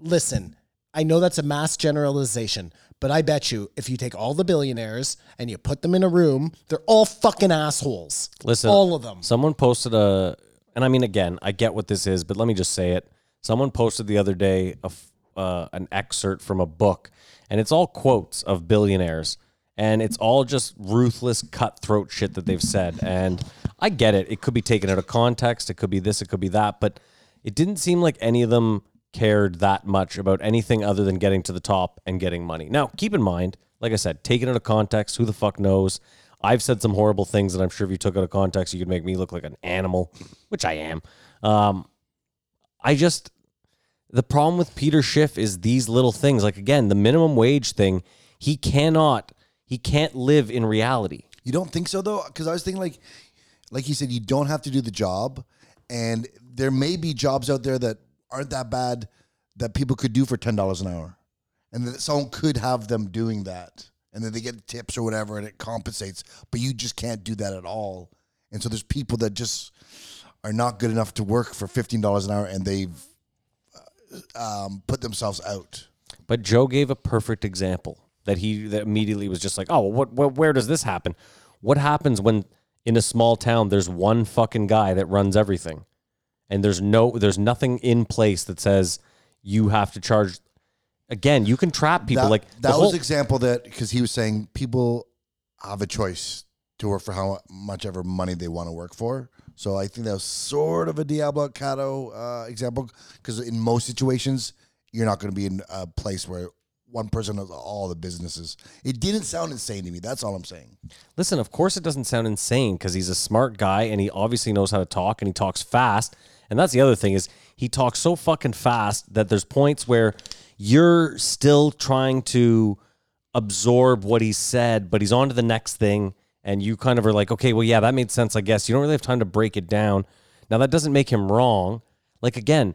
Listen, I know that's a mass generalization, but I bet you if you take all the billionaires and you put them in a room, they're all fucking assholes.
Listen,
all of them.
Someone posted a, and I mean, again, I get what this is, but let me just say it. Someone posted the other day a f uh, an excerpt from a book, and it's all quotes of billionaires, and it's all just ruthless, cutthroat shit that they've said. And I get it. It could be taken out of context. It could be this. It could be that. But it didn't seem like any of them cared that much about anything other than getting to the top and getting money. Now, keep in mind, like I said, taken out of context, who the fuck knows? I've said some horrible things that I'm sure if you took out of context, you could make me look like an animal, which I am. Um, I just, the problem with Peter Schiff is these little things. Like, again, the minimum wage thing, he cannot, he can't live in reality.
You don't think so though? Because I was thinking like, like he said, you don't have to do the job, and there may be jobs out there that aren't that bad that people could do for ten dollars an hour, and that someone could have them doing that, and then they get tips or whatever, and it compensates. But you just can't do that at all, and so there's people that just are not good enough to work for fifteen dollars an hour, and they've uh, um, put themselves out.
But Joe gave a perfect example that he that immediately was just like, oh, what, what where does this happen? What happens when in a small town there's one fucking guy that runs everything, and there's no there's nothing in place that says you have to charge. Again, you can trap people
that,
like the
that was
whole-
example that because he was saying people have a choice to work for how much ever money they want to work for. So I think that was sort of a Diablo Cato uh, example because in most situations you're not going to be in a place where one person has all the businesses. It didn't sound insane to me. That's all I'm saying.
Listen, of course it doesn't sound insane because he's a smart guy and he obviously knows how to talk and he talks fast. And that's the other thing is he talks so fucking fast that there's points where you're still trying to absorb what he said, but he's on to the next thing. And you kind of are like, okay, well, yeah, that made sense, I guess. You don't really have time to break it down. Now, that doesn't make him wrong. Like, again,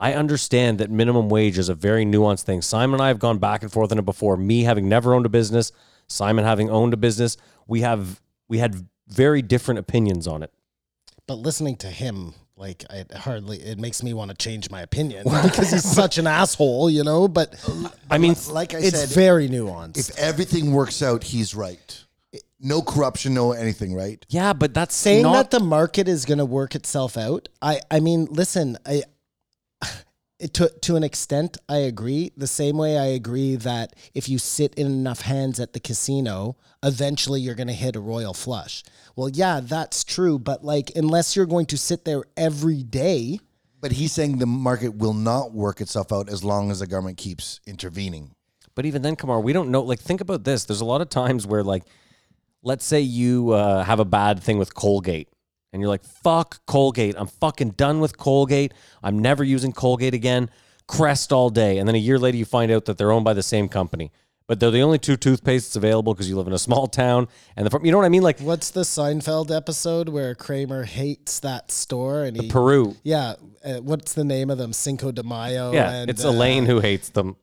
I understand that minimum wage is a very nuanced thing. Simon and I have gone back and forth on it before. Me having never owned a business, Simon having owned a business, we have we had very different opinions on it.
but listening to him like I hardly it makes me want to change my opinion because he's such an asshole you know but
I mean,
Like I
it's
said,
very nuanced
if everything works out, he's right. No corruption, no anything, right?
yeah, but that's
saying
not
that the market is going to work itself out i i mean listen i it, to, to an extent i agree the same way i agree that if you sit in enough hands at the casino eventually you're going to hit a royal flush well yeah that's true but like unless you're going to sit there every day
But he's saying the market will not work itself out as long as the government keeps intervening.
But even then, Kamar, we don't know. Like, think about this. There's a lot of times where, like, let's say you uh, have a bad thing with Colgate, and you're like, "Fuck Colgate! I'm fucking done with Colgate. I'm never using Colgate again." Crest all day, and then a year later, you find out that they're owned by the same company, but they're the only two toothpastes available because you live in a small town, and the fir- you know what I mean, like
What's the Seinfeld episode where Kramer hates that store and he
Peru.
Yeah, uh, what's the name of them? Cinco de Mayo.
Yeah,
and,
it's
uh,
Elaine who hates them.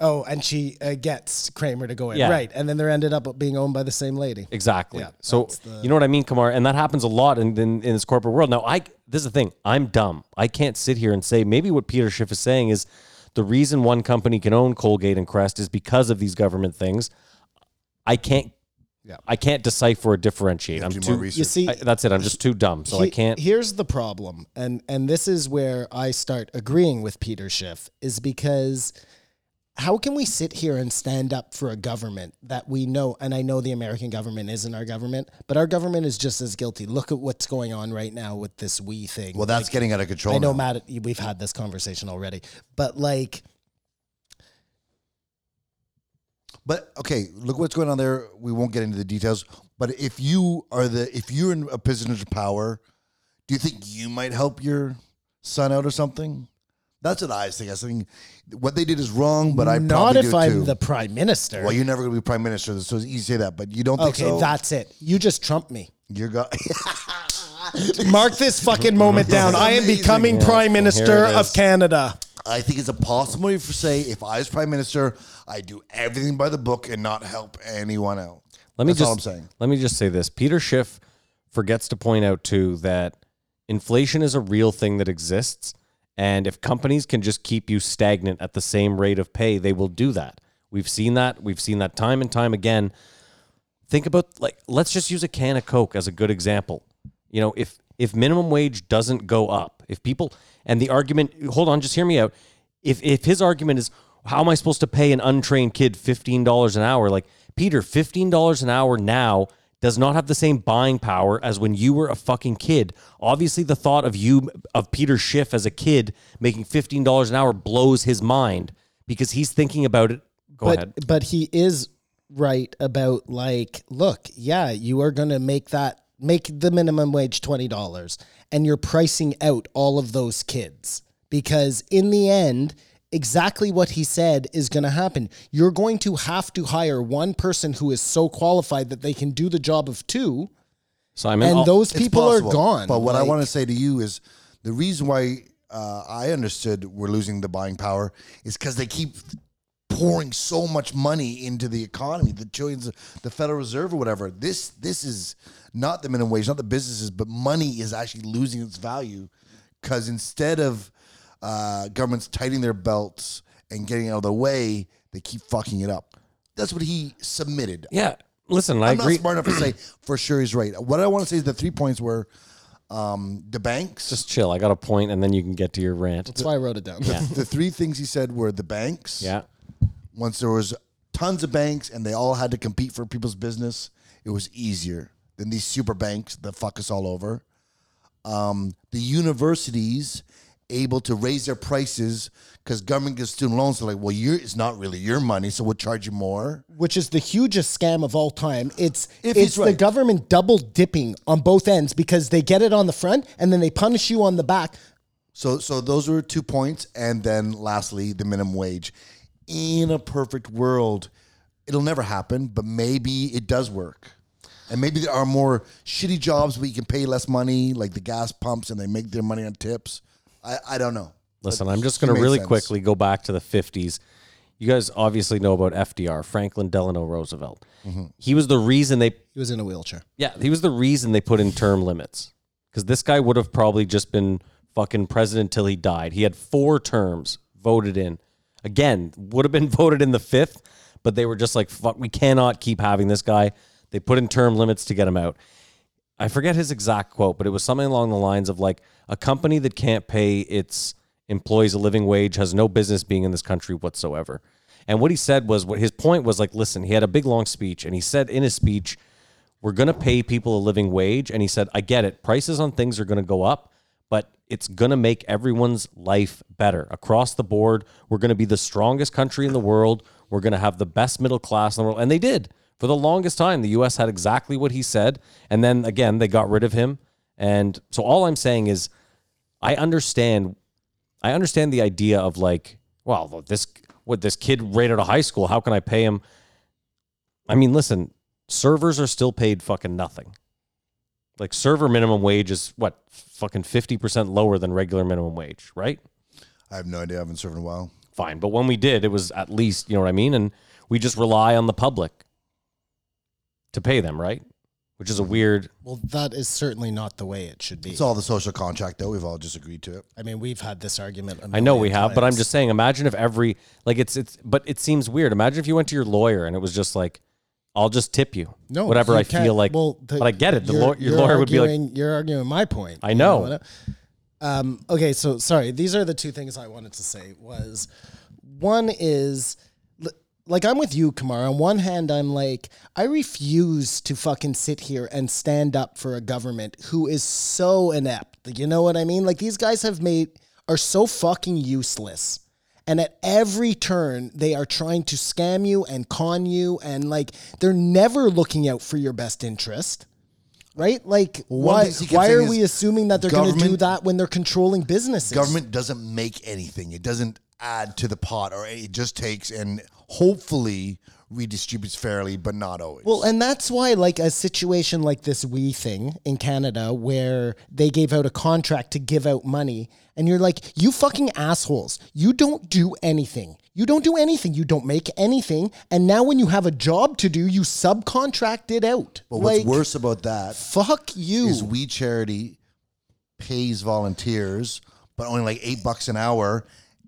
Oh, and she uh, gets Kramer to go in.
Yeah.
Right, and then they're ended up being owned by the same lady.
Exactly.
Yeah,
so
that's the-
you know what I mean, Kamar, and that happens a lot in, in in this corporate world. Now, I this is the thing. I'm dumb. I can't sit here and say maybe what Peter Schiff is saying is the reason one company can own Colgate and Crest is because of these government things. I can't.
Yeah.
I can't decipher or differentiate. I'm
do
too.
more research.
You see,
I, that's it. I'm just too dumb, so I
he-
can't.
Here's the problem, and and this is where I start agreeing with Peter Schiff is because how can we sit here and stand up for a government that we know and I know the American government isn't our government, but our government is just as guilty. Look at what's going on right now with this we thing.
Well, that's getting out of control.
I know,
now.
Matt, we've had this conversation already, but like,
But okay, look what's going on there. We won't get into the details. But if you are the if you're in a position of power, do you think you might help your son out or something? That's what I was thinking. I was thinking what they did is wrong, but I
Not
probably
if
do
I'm
too.
the prime minister.
well, you're never going to be prime minister, so it's easy to say that. But you don't think
okay,
so?
that's it. You just trumped me.
you're go-
Mark this fucking moment down. I am
Amazing.
becoming prime minister
Here it
of
is.
Canada.
I think it's a possibility for say if I was prime minister, I do everything by the book and not help anyone out.
Let me
That's
just
all I'm saying.
let me just say this. Peter Schiff forgets to point out too that inflation is a real thing that exists, and if companies can just keep you stagnant at the same rate of pay, they will do that. We've seen that. We've seen that time and time again. Think about like let's just use a can of Coke as a good example. You know, if if minimum wage doesn't go up, if people and the argument hold on, just hear me out. If if his argument is how am I supposed to pay an untrained kid $15 an hour? Like, Peter, $15 an hour now does not have the same buying power as when you were a fucking kid. Obviously, the thought of you of Peter Schiff as a kid making $15 an hour blows his mind because he's thinking about it. Go
but
ahead.
but he is right about like look yeah you are going to make that make the minimum wage $20 and you're pricing out all of those kids because in the end exactly what he said is going to happen you're going to have to hire one person who is so qualified that they can do the job of two
Simon,
and
I'll-
those
It's
people
possible.
are gone
But what I
Like,
want to say to you is the reason why uh, I understood we're losing the buying power is because they keep pouring so much money into the economy, the trillions, the Federal Reserve or whatever. This this is not the minimum wage, not the businesses, but money is actually losing its value because instead of uh, governments tightening their belts and getting out of the way, they keep fucking it up. That's what he submitted.
yeah, listen, I
I'm
agree.
not smart enough to say for sure he's right. What I want to say is the three points were um, the banks.
Just chill. I got a point, and then you can get to your rant.
that's why i wrote it down
the three things he said were the banks.
Yeah.
Once there was tons of banks and they all had to compete for people's business, it was easier than these super banks that fuck us all over. Um, the universities able to raise their prices because government gives student loans. They're like, well, you're, it's not really your money, so we'll charge you more.
which is the hugest scam of all time. It's
If he's
it's the
right.
government double dipping on both ends because they get it on the front and then they punish you on the back.
So so those were two points, and then lastly, the minimum wage. In a perfect world, it'll never happen, but maybe it does work. And maybe there are more shitty jobs where you can pay less money, like the gas pumps, and they make their money on tips. I, I don't know.
Listen,
But
I'm just
he
going to
made
really
sense.
quickly go back to the 50s. You guys obviously know about FDR, Franklin Delano Roosevelt. He was the reason they
He was in a wheelchair.
Yeah, he was the reason they put in term limits. Because this guy would have probably just been fucking president till he died. He had four terms voted in. Again, would have been voted in the fifth, but they were just like, fuck, we cannot keep having this guy. They put in term limits to get him out. I forget his exact quote, but it was something along the lines of like, a company that can't pay its employees a living wage has no business being in this country whatsoever. And what he said was, what his point was like, listen, he had a big long speech, and he said in his speech, we're going to pay people a living wage. And he said, I get it. Prices on things are going to go up, but it's going to make everyone's life better across the board. We're going to be the strongest country in the world. We're going to have the best middle class in the world. And they did. For the longest time, the US had exactly what he said. And then again, they got rid of him. And so all I'm saying is, I understand I understand the idea of like, well, this what this kid right out of high school, how can I pay him? I mean, listen, servers are still paid fucking nothing. Like server minimum wage is what fucking fifty percent lower than regular minimum wage, right?
I have no idea. I haven't served in a while.
Fine, but when we did, it was at least you know what I mean, and we just rely on the public to pay them, right? Which is a weird.
Well, that is certainly not the way it should be.
It's all the social contract, though. We've all just agreed to it.
I mean, we've had this argument. I
I know we have, but I'm just saying. Imagine if every like it's it's, but it seems weird. Imagine if you went to your lawyer and it was just like, "I'll just tip you,
no
whatever
you
I
can't-
feel like."
Well, the-
but I get it. The
you're-
law, your
you're
lawyer would be like,
arguing- "You're arguing my point."
I
you
know.
what I- um, okay, so sorry. These are the two things I wanted to say. Was one is l- like I'm with you, Kamara. On one hand, I'm like I refuse to fucking sit here and stand up for a government who is so inept. You know what I mean? Like these guys have made are so fucking useless And at every turn, they are trying to scam you and con you, and like they're never looking out for your best interest. Right? Like,
of the
why,
things he kept
why
saying
are
is
we assuming that they're going to do
government-
that when they're controlling businesses?
Government doesn't make anything. It doesn't add to the pot, or it just takes and hopefully redistributes fairly, but not always.
Well, and that's why, like, a situation like this wee thing in Canada where they gave out a contract to give out money, and you're like, you fucking assholes, you don't do anything. You don't do anything. You don't make anything. And now, when you have a job to do, you subcontract it out.
but what's
Like,
worse about that
Fuck you.
is we charity pays volunteers, but only like eight bucks an hour,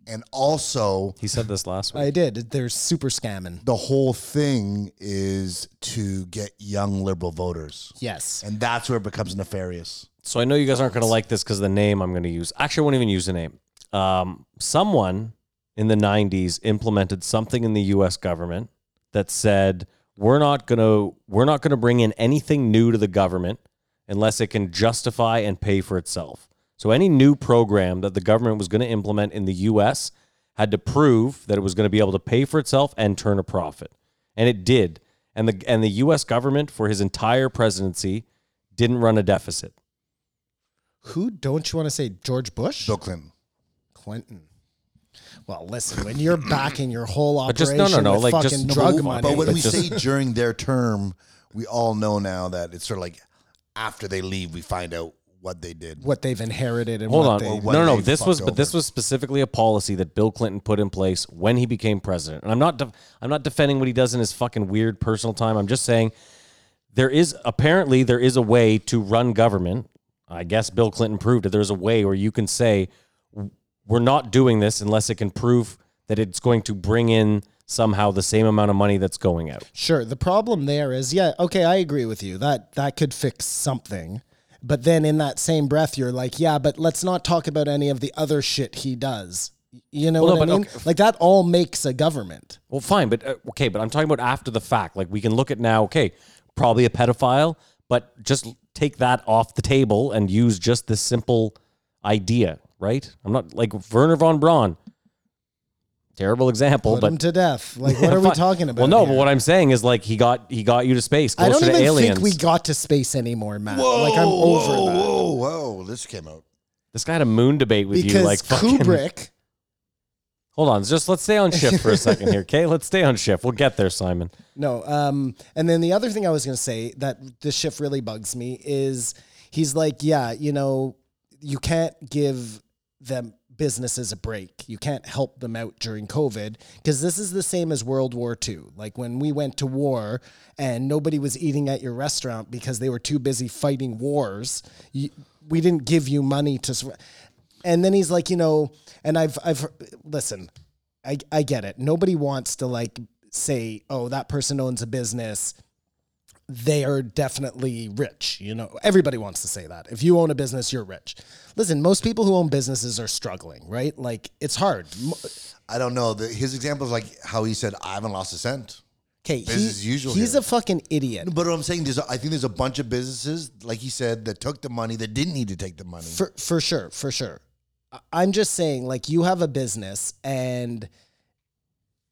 and also
He said this last week.
I did. They're super scamming.
the whole thing is to get young liberal voters,
Yes.
and that's where it becomes nefarious.
so I know you guys aren't going to like this because the name I'm going to use. Actually, I won't even use the name. Um, someone in the 90s implemented something in the U.S. government that said we're not going to we're not going to bring in anything new to the government unless it can justify and pay for itself. So any new program that the government was going to implement in the U.S. had to prove that it was going to be able to pay for itself and turn a profit, and it did. And the and the U.S. government for his entire presidency didn't run a deficit.
Who don't you want to say? George Bush?
Bill Clinton.
Clinton. Well, listen, when you're backing your whole
But
operation
just- no, no, no,
with
like,
fucking
just- No, but
drug
w-
money.
But when
But
we
just-
say during their term, we all know now that it's sort of like after they leave, we find out what they did.
what they've inherited and
Hold
what
on.
they
Or
no,
what
no, no.
they
This was,
fucked
but this
over.
was specifically a policy that Bill Clinton put in place when he became president. And I'm not, def- I'm not defending what he does in his fucking weird personal time. I'm just saying there is apparently there is a way to run government. I guess Bill Clinton proved that there's a way where you can say we're not doing this unless it can prove that it's going to bring in somehow the same amount of money that's going out.
Sure. The problem there is, yeah, okay, I agree with you. That that could fix something. But then in that same breath, you're like, yeah, but let's not talk about any of the other shit he does. You know
Well, no,
what I
but
mean?
okay.
Like that all makes a government.
Well, fine, but uh, okay, but I'm talking about after the fact. Like we can look at now, okay, probably a pedophile, but just take that off the table and use just this simple idea, right? I'm not like Werner von Braun. Terrible example,
Put
but
him to death. Like, what are we
Fine.
talking about?
Well, no, but
here?
what I'm saying is like he got he got you to space,
I
closer
don't
to
even
aliens.
think we got to space anymore, Matt. like I'm over
whoa,
that.
Whoa, whoa, this came out.
this guy had a moon debate with
Because
you, like fucking,
Kubrick,
Hold on, just let's stay on shift for a second here, okay? Let's stay on shift. We'll get there, Simon.
No. Um, and then the other thing I was going to say that this shift really bugs me is he's like, yeah, you know, you can't give them businesses a break. You can't help them out during COVID because this is the same as World War II. Like when we went to war and nobody was eating at your restaurant because they were too busy fighting wars. You, we didn't give you money to. sur- And then he's like, you know, and I've, I've, listen, I, I get it. Nobody wants to like say, oh, that person owns a business. They are definitely rich. You know, everybody wants to say that. If you own a business, you're rich. Listen, most people who own businesses are struggling, right? Like it's hard. Mo-
I don't know. The, his example is like how he said, "I haven't lost a cent."
Okay, he,
Business as usual
he's
here.
a fucking idiot.
But what I'm saying, there's, a, I think there's a bunch of businesses, like he said, that took the money that didn't need to take the money.
For for sure, for sure. I- I'm just saying, like you have a business and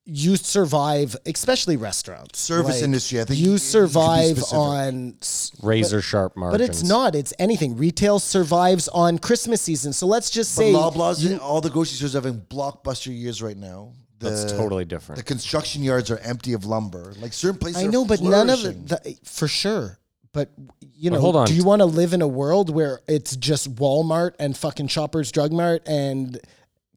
you survive, especially restaurants,
Service
Like,
industry, I think you-
you
you should be
survive
specific.
on s-
Razor sharp margins.
But it's not. It's anything. Retail survives on Christmas season. So let's just
But
say
Loblaws, all the grocery stores are having blockbuster years right now. The,
That's totally different.
The construction yards are empty of lumber. Like certain places,
I
are
know, but none of
flourishing.
it the, for sure. But you know,
But hold on.
do you want to live in a world where it's just Walmart and fucking Shoppers Drug Mart and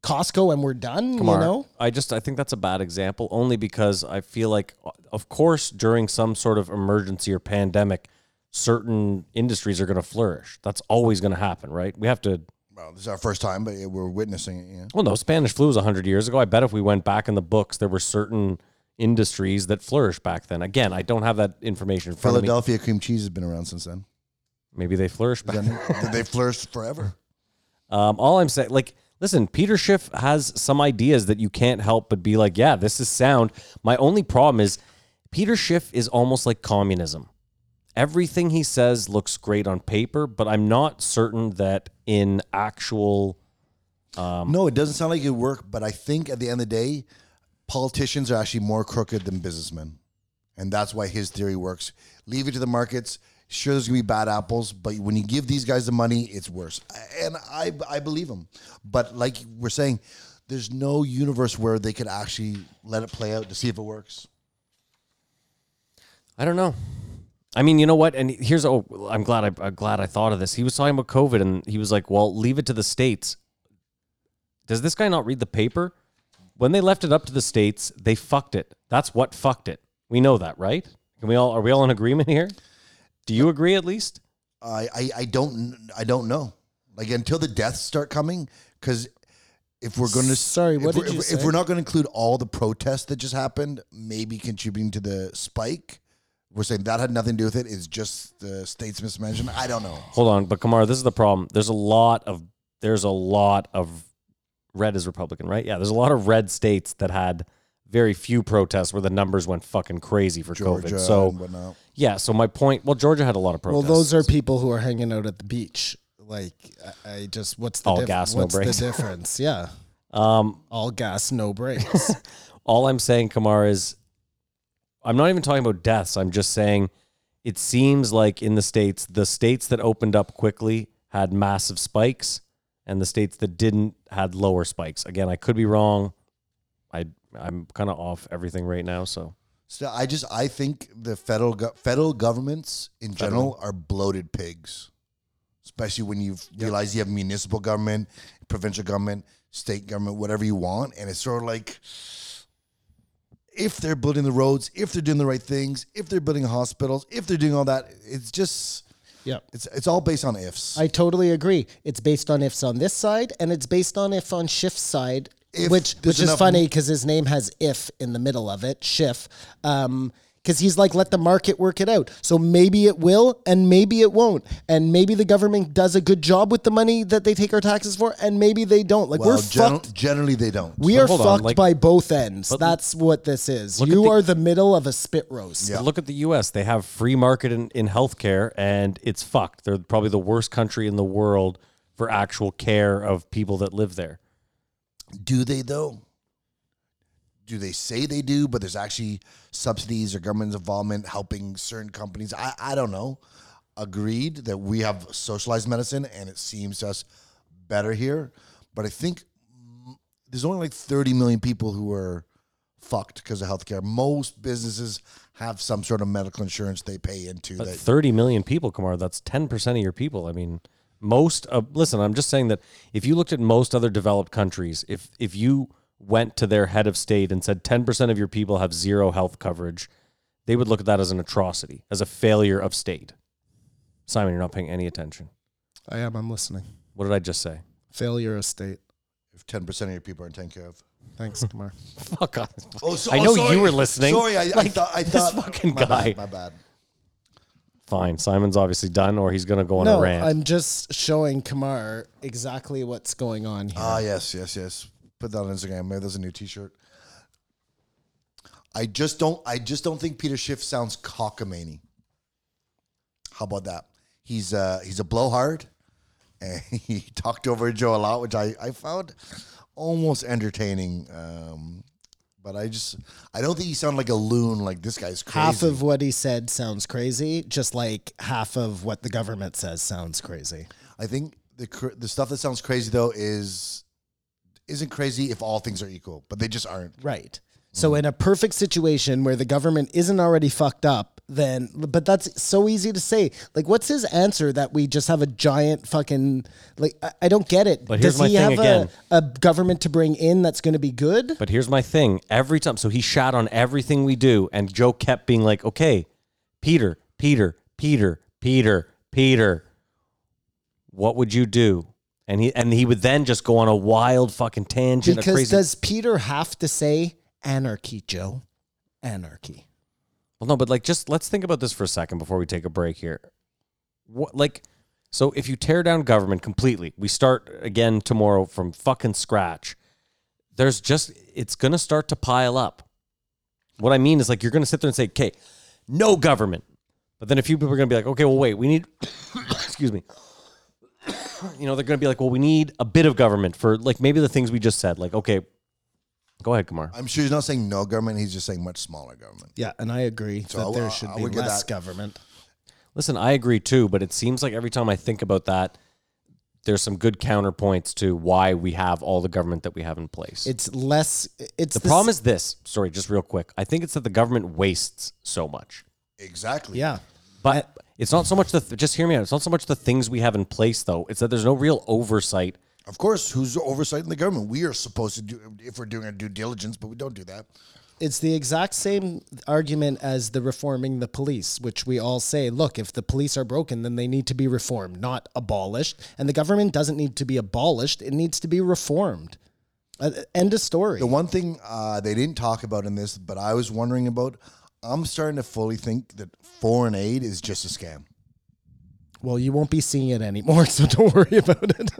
Costco and we're done? you
Mark,
know,
I just I think that's a bad example only because I feel like of course during some sort of emergency or pandemic certain industries are going to flourish. That's always going to happen, right? We have to
Well, this is our first time, but it- we're witnessing it. Yeah.
Well, no, Spanish flu was 100 years ago. I bet if we went back in the books there were certain industries that flourished back then. Again, I don't have that information in front of me.
Philadelphia cream cheese has been around since then.
Maybe they flourished back
they flourished forever.
Um, all I'm saying, like, listen, Peter Schiff has some ideas that you can't help but be like, yeah, this is sound. My only problem is Peter Schiff is almost like communism. Everything he says looks great on paper, but I'm not certain that in actual
no, it doesn't sound like it work, but I think at the end of the day, politicians are actually more crooked than businessmen. And that's why his theory works. Leave it to the markets. Sure, there's gonna be bad apples, but when you give these guys the money, it's worse. And I, I believe him. But like we're saying, there's no universe where they could actually let it play out to see if it works.
I don't know. I mean, you know what? And here's oh, I'm glad I, I'm glad I thought of this. He was talking about COVID, and he was like, "Well, leave it to the states." Does this guy not read the paper? When they left it up to the states, they fucked it. That's what fucked it. We know that, right? Can we all are we all in agreement here? Do you agree at least?
I, I, I don't I don't know. Like until the deaths start coming, because if we're going to
Sorry, what
if we're-
did you
if,
say?
if we're not going to include all the protests that just happened, maybe contributing to the spike, we're saying that had nothing to do with it. It's just the states mismanagement. I don't know.
Hold on, but Kamara, this is the problem. There's a lot of there's a lot of red is Republican, right? Yeah, there's a lot of red states that had very few protests where the numbers went fucking crazy for
Georgia
COVID. So
and whatnot.
Yeah, so my point. Well, Georgia had a lot of
Well,
protests.
those are people who are hanging out at the beach. Like, I, I just what's the
All
diff-
gas, no
what's
brakes.
the difference? Yeah,
Um,
all gas, no brakes.
all I'm saying, Kamar, is I'm not even talking about deaths. I'm just saying it seems like in the states, the states that opened up quickly had massive spikes, and the states that didn't had lower spikes. Again, I could be wrong. I I'm kind of off everything right now. So
So I just I think the federal go- federal governments in general are bloated pigs, especially when you realize you have municipal government, provincial government, state government, whatever you want, and it's sort of like if they're building the roads, if they're doing the right things, if they're building hospitals, if they're doing all that, it's just
yep.
it's it's all based on ifs.
I totally agree. It's based on ifs on this side, and it's based on if on Schiff's side,
If
which
there's
which is
enough-
funny because his name has if in the middle of it, Schiff. Um, because he's like, let the market work it out. So maybe it will, and maybe it won't, and maybe the government does a good job with the money that they take our taxes for, and maybe they don't. Like
well,
we're
gen-
fucked.
generally they don't.
We
But
are
hold on,
fucked
like-
by both ends.
But-
That's what this is.
Look at
You
the-
are the middle of a spit roast.
Yeah.
look at the U.S. They have free market in, in healthcare, and it's fucked. They're probably the worst country in the world for actual care of people that live there.
Do they though? Do they say they do, but there's actually subsidies or government involvement helping certain companies? I, I don't know. Agreed that we have socialized medicine and it seems to us better here. But I think mm, there's only like 30 million people who are fucked because of healthcare. Most businesses have some sort of medical insurance they pay into.
But
that
30 million people, Kamar, that's 10% of your people. I mean, most of, listen, I'm just saying that if you looked at most other developed countries, if, if you went to their head of state and said 10% of your people have zero health coverage, they would look at that as an atrocity, as a failure of state. Simon, you're not paying any attention.
I am. I'm listening.
What did I just say?
Failure of state.
if 10% of your people aren't taken care of.
Thanks, Tamar.
Fuck off.
Oh, so,
I know you were listening.
Sorry, I, I thought I
this
thought
fucking
my
guy.
bad, my bad.
Fine. Simon's obviously done, or he's going to go on
no,
a rant.
I'm just showing Kamar exactly what's going on
Oh,
here.
Ah, yes, yes, yes. Put that on Instagram. Maybe there's a new T-shirt. I just don't. I just don't think Peter Schiff sounds cockamamie. How about that? He's uh he's a blowhard, and he talked over Joe a lot, which I I found almost entertaining. Um, but I just I don't think he sounded like a loon. Like this guy's crazy.
half of what he said sounds crazy, just like half of what the government says sounds crazy.
I think the cr- the stuff that sounds crazy though is isn't crazy if all things are equal, but they just aren't.
Right.
Hmm.
So in a perfect situation where the government isn't already fucked up, then but that's so easy to say. Like what's his answer that we just have a giant fucking like I, I don't get it.
But here's
Does
my
he
thing
have
again.
A, a government to bring in that's going to be good?
But here's my thing. Every time, so he shot on everything we do, and Joe kept being like, "Okay, Peter, Peter, Peter, Peter, Peter, what would you do?" And he and he would then just go on a wild fucking tangent. a
because
crazy,
does Peter have to say anarchy, Joe? Anarchy.
well, no, but like, just let's think about this for a second before we take a break here. What like, so if you tear down government completely, we start again tomorrow from fucking scratch. There's just it's gonna start to pile up. What I mean is like you're going to sit there and say, "Okay, no government," but then a few people are going to be like, "Okay, well, wait, we need." excuse me. you know, they're going to be like, well, we need a bit of government for like maybe the things we just said. Like, okay, go ahead, Kumar.
I'm sure he's not saying no government. He's just saying much smaller government.
Yeah, and I agree
So
that
I'll- uh,
there
I'll-
should
I
be
would get
less
that.
government.
Listen, I agree too, but it seems like every time I think about that, there's some good counterpoints to why we have all the government that we have in place.
It's less. It's
the problem is this. Sorry, just real quick. I think it's that the government wastes so much.
Exactly.
yeah.
But it's not so much the just hear me out. It's not so much the things we have in place though. It's that there's no real oversight.
Of course, who's oversighting the government? We are supposed to do if we're doing our due diligence, but we don't do that.
It's the exact same argument as the reforming the police, which we all say, look, if the police are broken, then they need to be reformed, not abolished. And the government doesn't need to be abolished; it needs to be reformed. Uh, end of story.
The one thing uh, they didn't talk about in this, but I was wondering about, I'm starting to fully think that foreign aid is just a scam.
well, you won't be seeing it anymore, so don't worry about it.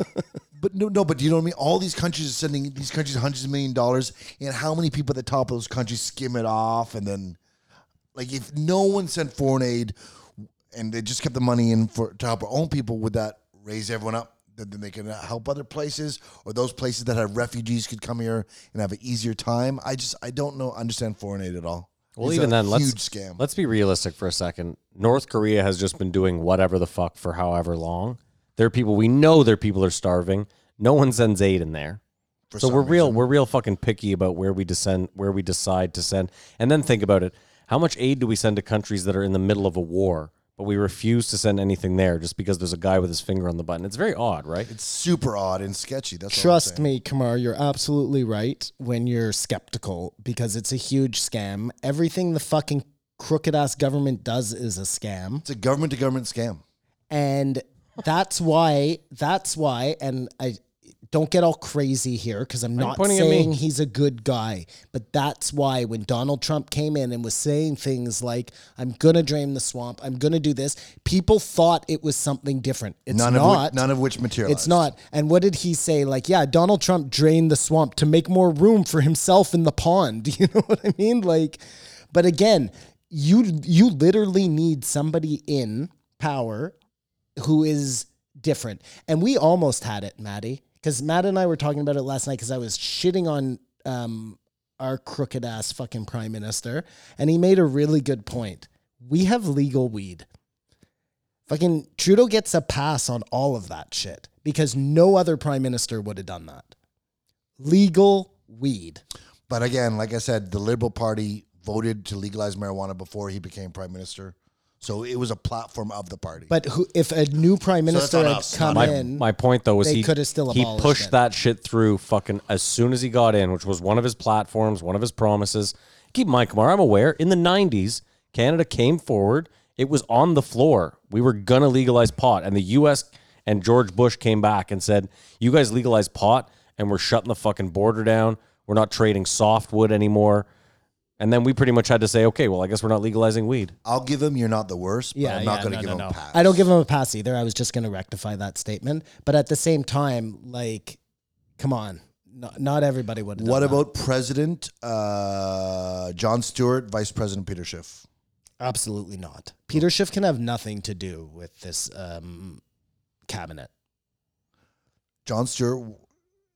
But no, no, but do you know what I mean? All these countries are sending these countries hundreds of million dollars, and how many people at the top of those countries skim it off? And then, like, if no one sent foreign aid and they just kept the money in for to help our own people, would that raise everyone up? That then they can help other places, or those places that have refugees could come here and have an easier time. I just I don't know understand foreign aid at all.
Well,
It's
even
a
then, let's
huge scam.
let's be realistic for a second. North Korea has just been doing whatever the fuck for however long. There are people we know their people are starving. No one sends aid in there.
for
so
some
we're real
reason.
we're real fucking picky about where we descend where we decide to send and then think about it how much aid do we send to countries that are in the middle of a war but we refuse to send anything there just because there's a guy with his finger on the button it's very odd right
It's super odd and sketchy. That's all I'm
Trust
saying.
me, Kamar, you're absolutely right when you're skeptical because it's a huge scam. Everything the fucking crooked ass government does is a scam.
It's a government to government scam.
and that's why that's why and i don't get all crazy here because i'm not
pointing at me.
saying he's a good guy but that's why when donald trump came in and was saying things like i'm gonna drain the swamp i'm gonna do this people thought it was something different it's
None of
not
which, none of which materialized.
it's not and what did he say like yeah donald trump drained the swamp to make more room for himself in the pond you know what i mean like but again you you literally need somebody in power who is different. And we almost had it, Maddie, because Matt and I were talking about it last night because I was shitting on um, our crooked ass fucking prime minister. And he made a really good point. We have legal weed. Fucking Trudeau gets a pass on all of that shit because no other prime minister would have done that. Legal weed.
But again, like I said, the Liberal Party voted to legalize marijuana before he became prime minister. So it was a platform of the party.
But who, if a new prime
that's
minister
on
had
us,
come
my,
in,
my point though is
they
he
coulda still
he
abolished
pushed
it.
that shit through fucking as soon as he got in which was one of his platforms one of his promises keep in mind Kamar I'm aware in the 90s Canada came forward it was on the floor we were gonna legalize pot and the US and George Bush came back and said you guys legalize pot and we're shutting the fucking border down we're not trading softwood anymore and then we pretty much had to say okay well I guess we're not legalizing weed
I'll give him you're not the worst, but I'm not going to
no,
give
no,
him
no.
a pass.
I don't give him a pass either. I was just going to rectify that statement. But at the same time, like, come on. Not, not everybody would. have
What
done that.
about President uh, John Stewart, Vice President Peter Schiff?
Absolutely not. Peter Schiff can have nothing to do with this um, cabinet.
John Stewart w-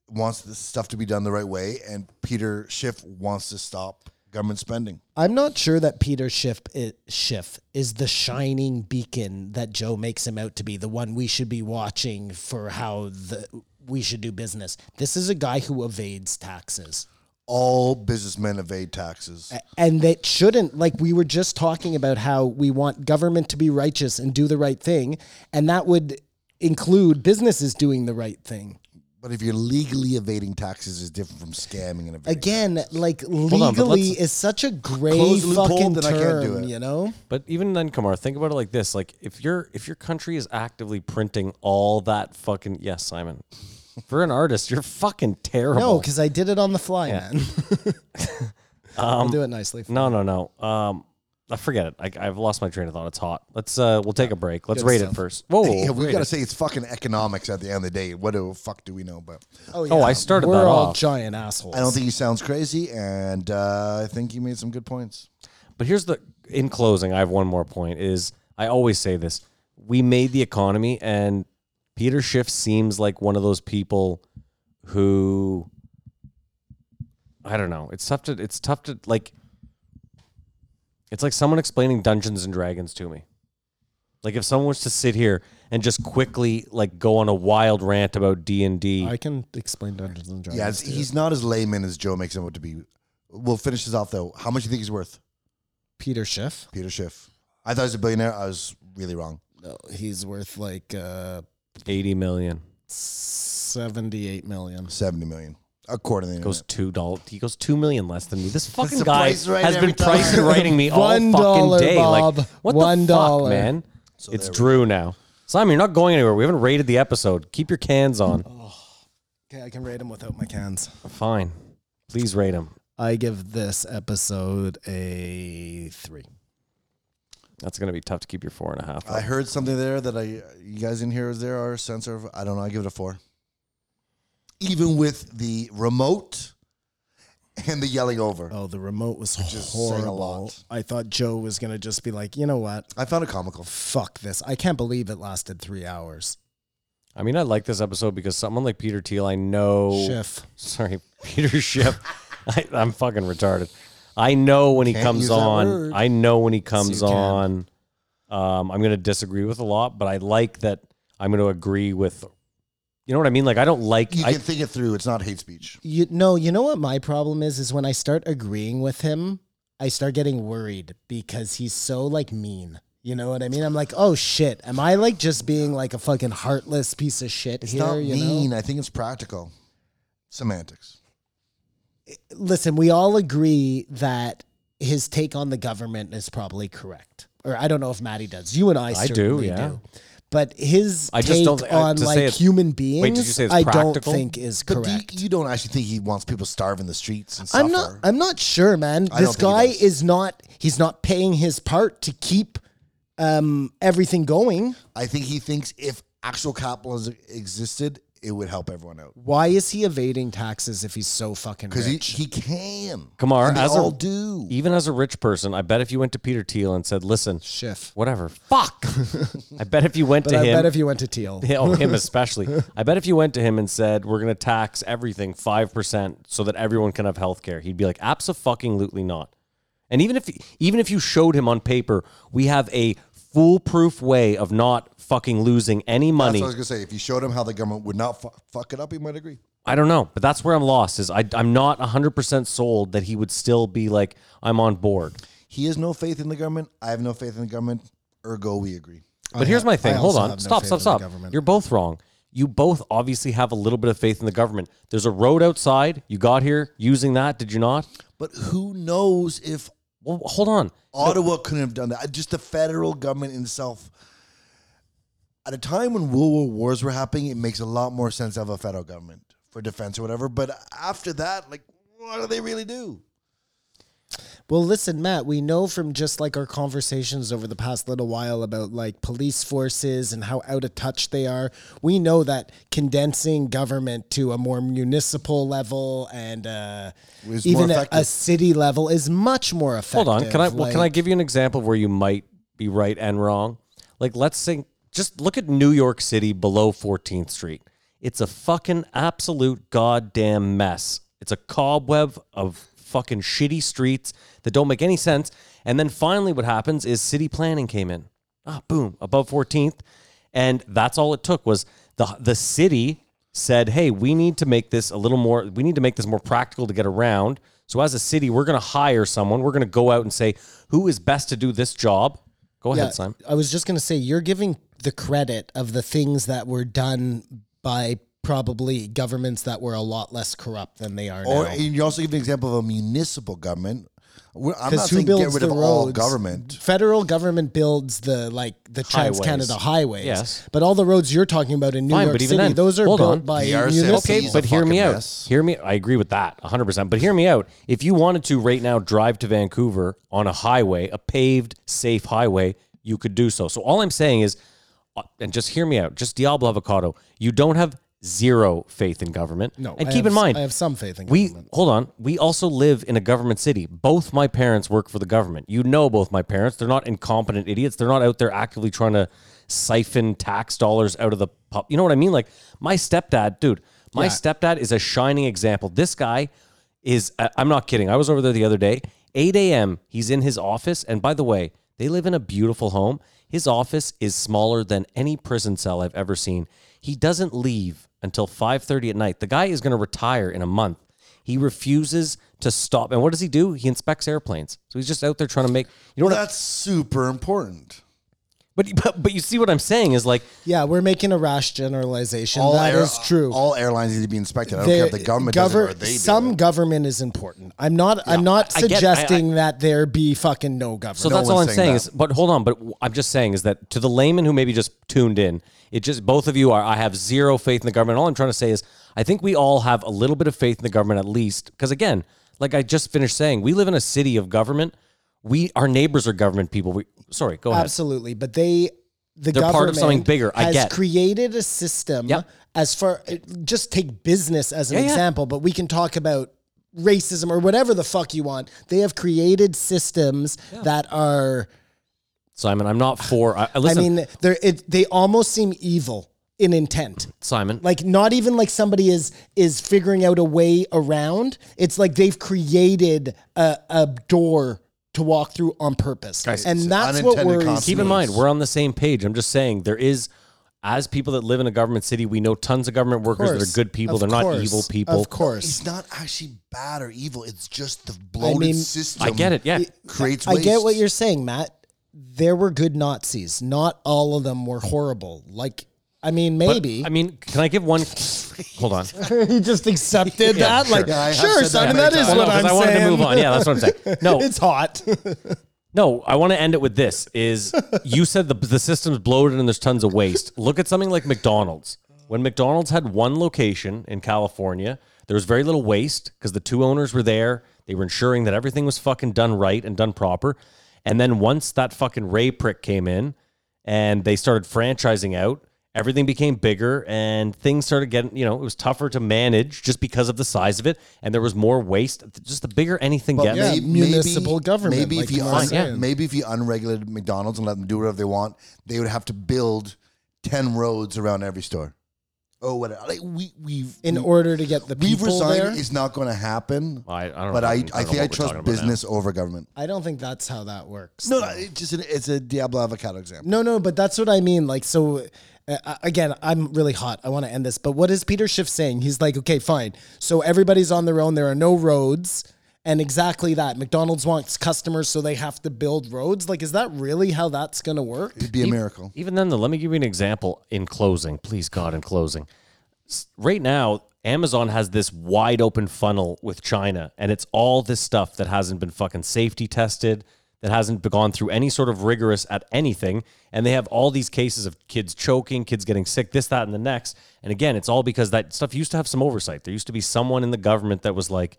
wants this stuff to be done the right way, and Peter Schiff wants to stop government spending.
I'm not sure that Peter Schiff is, Schiff is the shining beacon that Joe makes him out to be, the one we should be watching for how the, we should do business. This is a guy who evades taxes.
All businessmen evade taxes.
and that shouldn't like we were just talking about how we want government to be righteous and do the right thing and that would include businesses doing the right thing
But if you're legally evading taxes, is different from scamming and evading.
again like
on, but
legally
let's-
is such a gray
Close the loophole,
fucking
then I can't do
term
it.
you know
But even then, Kamar, think about it like this: like if your if your country is actively printing all that fucking yes, Simon, for an artist, you're fucking terrible.
no because i did it on the fly man i'll do it nicely
Um, no, no, no. Um, I forget it. I, I've lost my train of thought. It's hot. Let's uh, we'll take a break. Let's rate it first. Whoa,
Yeah,
whoa,
we
rate
got to
it.
say it's fucking economics at the end of the day. What the fuck do we know? But
Oh, I started
we're
that
all
off.
giant assholes
I don't think he sounds crazy, and uh, I think he made some good points.
But here's the in closing, I have one more point is I always say this. We made the economy and Peter Schiff seems like one of those people who I don't know. It's tough to it's tough to like it's like someone explaining Dungeons and Dragons to me. Like if someone was to sit here and just quickly like go on a wild rant about D&D.
I can explain Dungeons and Dragons.
Yeah, it's, he's not as layman as Joe makes him out to be. We'll finish this off though. How much do you think he's worth,
Peter Schiff.
Peter Schiff? I thought he was a billionaire. I was really wrong.
No, he's worth like uh,
80 million.
seventy-eight million.
Seventy million, according to the
Goes
internet.
two doll. He goes two million less than me. This fucking
the
guy
price right
has
every
been
time.
price writing me all fucking
One dollar,
day.
Bob.
Like what
One
the
dollar.
fuck, man? it's
there we
Drew now. Simon, you're not going anywhere. We haven't rated the episode. Keep your cans on.
Oh. Okay, I can rate him without my cans.
Fine. Please rate him.
I give this episode a three.
That's gonna be tough to keep your four and a half.
I heard something there that I you guys in here is there are sensor. of- I don't know. I give it a four. Even with the remote and the yelling over,
Oh, the remote was
is saying a
horrible.
lot.
I thought Joe was gonna just be like, you know what?
I found it comical.
Fuck this. I can't believe it lasted three hours.
I mean, I like this episode because someone like Peter Thiel, I
Oh.
know.
Schiff.
Sorry, Peter Schiff. I, I'm fucking retarded. I know when he
Can't
comes
use that
on.
word.
I know when he
you
comes
can.
on. Um, I'm going to disagree with a lot, but I like that. I'm going to agree with. You know what I mean? Like I don't like.
You
I,
can think it through. It's not hate speech.
You no, you know what my problem is is when I start agreeing with him, I start getting worried because he's so like mean. You know what I mean? I'm like, oh shit, am I like just being like a fucking heartless piece of shit
It's
here?
not
you
mean.
know?
I think it's practical. Semantics.
Listen, we all agree that his take on the government is probably correct, or I don't know if Maddie does. You and I,
I do,
certainly
yeah.
But his
I just
take
don't- I-
on
to say
like
it's-
human beings,
did you say it's
I don't
practical?
think is
But do you-
correct.
you don't actually think he wants people starving the streets and suffer.
I'm not. I'm not sure, man.
I
this
don't
guy
think he does.
is not. He's not paying his part to keep um, everything going.
I think he thinks if actual capitalism existed, it would help everyone out
Why is he evading taxes if he's so fucking
because he,
rich?
he can.
Kamar,
and they
as a-
all do.
even as a rich person, I bet if you went to Peter Thiel and said, "Listen,
Schiff.
whatever, fuck," I bet if you went
But
to
I
him,
bet if you went to Teal,
Yeah, oh, him especially. I bet if you went to him and said, "We're going to tax everything five percent so that everyone can have health care," he'd be like, "Absolutely not." And even if even if you showed him on paper, we have a foolproof way of not fucking losing any
That's
money.
what I was gonna say. If you showed him how the government would not fu- fuck it up, he might agree.
I don't know, but that's where I'm lost. Is I, I'm not 100 percent sold that he would still be like, "I'm on board."
He has no faith in the government. I have no faith in the government. Ergo, we agree.
But here's my thing.
I
Hold
also
on.
have no
stop,
faith
stop,
in the
stop.
government.
You're both wrong. You both obviously have a little bit of faith in the government. There's a road outside. You got here using that, did you not?
But who knows if
Well, hold on.
Ottawa couldn't have done that? Just the federal government itself. At a time when world wars were happening, it makes a lot more sense to have a federal government for defense or whatever. But after that, like, what do they really do?
Well, listen, Matt, we know from just like our conversations over the past little while about like police forces and how out of touch they are. We know that condensing government to a more municipal level and uh,
Is more
even a, a
effective.
city level is much more effective.
Hold on. Can I well, can I
Like,
give you an example of where you might be right and wrong? Like let's say just look at New York City below 14th Street. It's a fucking absolute goddamn mess. It's a cobweb of fucking shitty streets that don't make any sense. And then finally what happens is city planning came in. Ah, boom, above 14th. And that's all it took was the the city said, "Hey, we need to make this a little more. We need to make this more practical to get around." So, as a city, we're going to hire someone. We're going to go out and say, "Who is best to do this job?" Go
yeah,
ahead, Simon.
I was just going to say you're giving the credit of the things that were done by probably governments that were a lot less corrupt than they are
Or
now.
and you also give an example of a municipal government. We're- I'm not
Because who
saying get
builds
rid
the
of all
roads?
government.
Federal government builds the like the Trans
Highways.
Canada highways.
Yes.
But all the roads you're talking about in New
Fine,
York
but even
City,
then,
those are
hold
built
on.
by
The RCMP
municipal.
Okay,
but hear me
fucking
out.
mess.
Hear me. I agree with that 100%. But hear me out. If you wanted to right now drive to Vancouver on a highway, a paved, safe highway, you could do so. So all I'm saying is, uh, and just hear me out, just Diablo Avocado, you don't have zero faith in government.
No,
And
I
keep
have
in
s-
mind,
I have some faith in
we,
government.
Hold on. We also live in a government city. Both my parents work for the government. You know both my parents. They're not incompetent idiots. They're not out there actively trying to siphon tax dollars out of the pub. You know what I mean? Like my stepdad, dude, my stepdad is a shining example. This guy is, I- I'm not kidding. I was over there the other day, 8 a.m. He's in his office. And by the way, they live in a beautiful home. His office is smaller than any prison cell I've ever seen. He doesn't leave until 5:30 at night. The guy is going to retire in a month. He refuses to stop. And what does he do? He inspects airplanes. So he's just out there trying to make you know what I-
That's super important.
but, but but you see what I'm saying is like
Yeah, we're making a rash generalization. That is
air-
true.
All airlines need to be inspected. I don't
The
care if the government does it
gover-
or they do
some
it.
government is important. I'm not. I'm not
I- I get- I-
suggesting that there be fucking no government.
So that's
one's
all I'm
saying
saying
that.
is, but hold on, but w- I'm just saying is that to the layman who maybe just tuned in, it just both of you are. I have zero faith in the government. All I'm trying to say is, I think we all have a little bit of faith in the government at least, because again, like I just finished saying, we live in a city of government. We our neighbors are government people. We sorry, go ahead.
Absolutely, but they the
They're
government
part of something bigger. I
has
get.
created a system
Yep.
as far just take business as an
yeah.
example, but we can talk about racism or whatever the fuck you want. They have created systems that are
Simon, I'm not for. I, I- listen,
I mean, they're it, they almost seem evil in intent.
Simon,
Like not even like somebody is is figuring out a way around. It's like they've created a, a door to walk through on purpose. and that's what worries.
unintended consequence.
keep in mind we're on the same page. I'm just saying there is. As people that live in a government city, we know tons of government workers that
course.
are good people.
Of
They're not
course.
evil people.
Of course.
It's not actually bad or evil. It's just the bloated
mean-
system.
I get it. Yeah.
Creates
I
waste.
get what you're saying, Matt. There were good Nazis. Not all of them were horrible. Like, I mean,
But,
maybe.
I mean, can I give one? hold on.
he just accepted
Yeah,
that. Like,
Yeah, I have
sure,
said that
son,
many
that is
times.
Well,
what
no, 'cause
I'm
I wanted
saying.
to move on. Yeah, that's what I'm saying. No,
it's hot.
no, I want to end it with this: is you said the the system's bloated and there's tons of waste. Look at something like McDonald's. When McDonald's had one location in California, there was very little waste because the two owners were there. They were ensuring that everything was fucking done right and done proper. And then once that fucking Ray prick came in, and they started franchising out. Everything became bigger and things started getting, you know, it was tougher to manage just because of the size of it. And there was more waste. Just the bigger anything gets.
yeah, municipal government,
Maybe
like
if you
Kamar
un-
said.
maybe if you unregulated McDonald's and let them do whatever they want, they would have to build ten roads around every store. Oh, whatever. Like we we've
In
we-
order to get the
we've
people
resigned.
there.
It's not going to happen.
I- I don't know.
but
I
I,
don't know
I
what
think
we're
I
talking
trust
about now.
business over government.
I don't think that's how that works.
No, no, it's just an, it's a Diablo avocado example.
No, no, but that's what I mean. Like, so uh, uh, again, I'm really hot. I want to end this, but what is Peter Schiff saying? He's like, okay, fine. So everybody's on their own. There are no roads. And exactly that. McDonald's wants customers, so they have to build roads. Like, is that really how that's going to work?
It'd be a miracle.
Even then, though, let me give you an example in closing. Please, God, in closing. S- Right now, Amazon has this wide open funnel with China, and it's all this stuff that hasn't been fucking safety tested, that hasn't gone through any sort of rigorous at anything. And they have all these cases of kids choking, kids getting sick, this, that, and the next. And again, it's all because that stuff used to have some oversight. There used to be someone in the government that was like,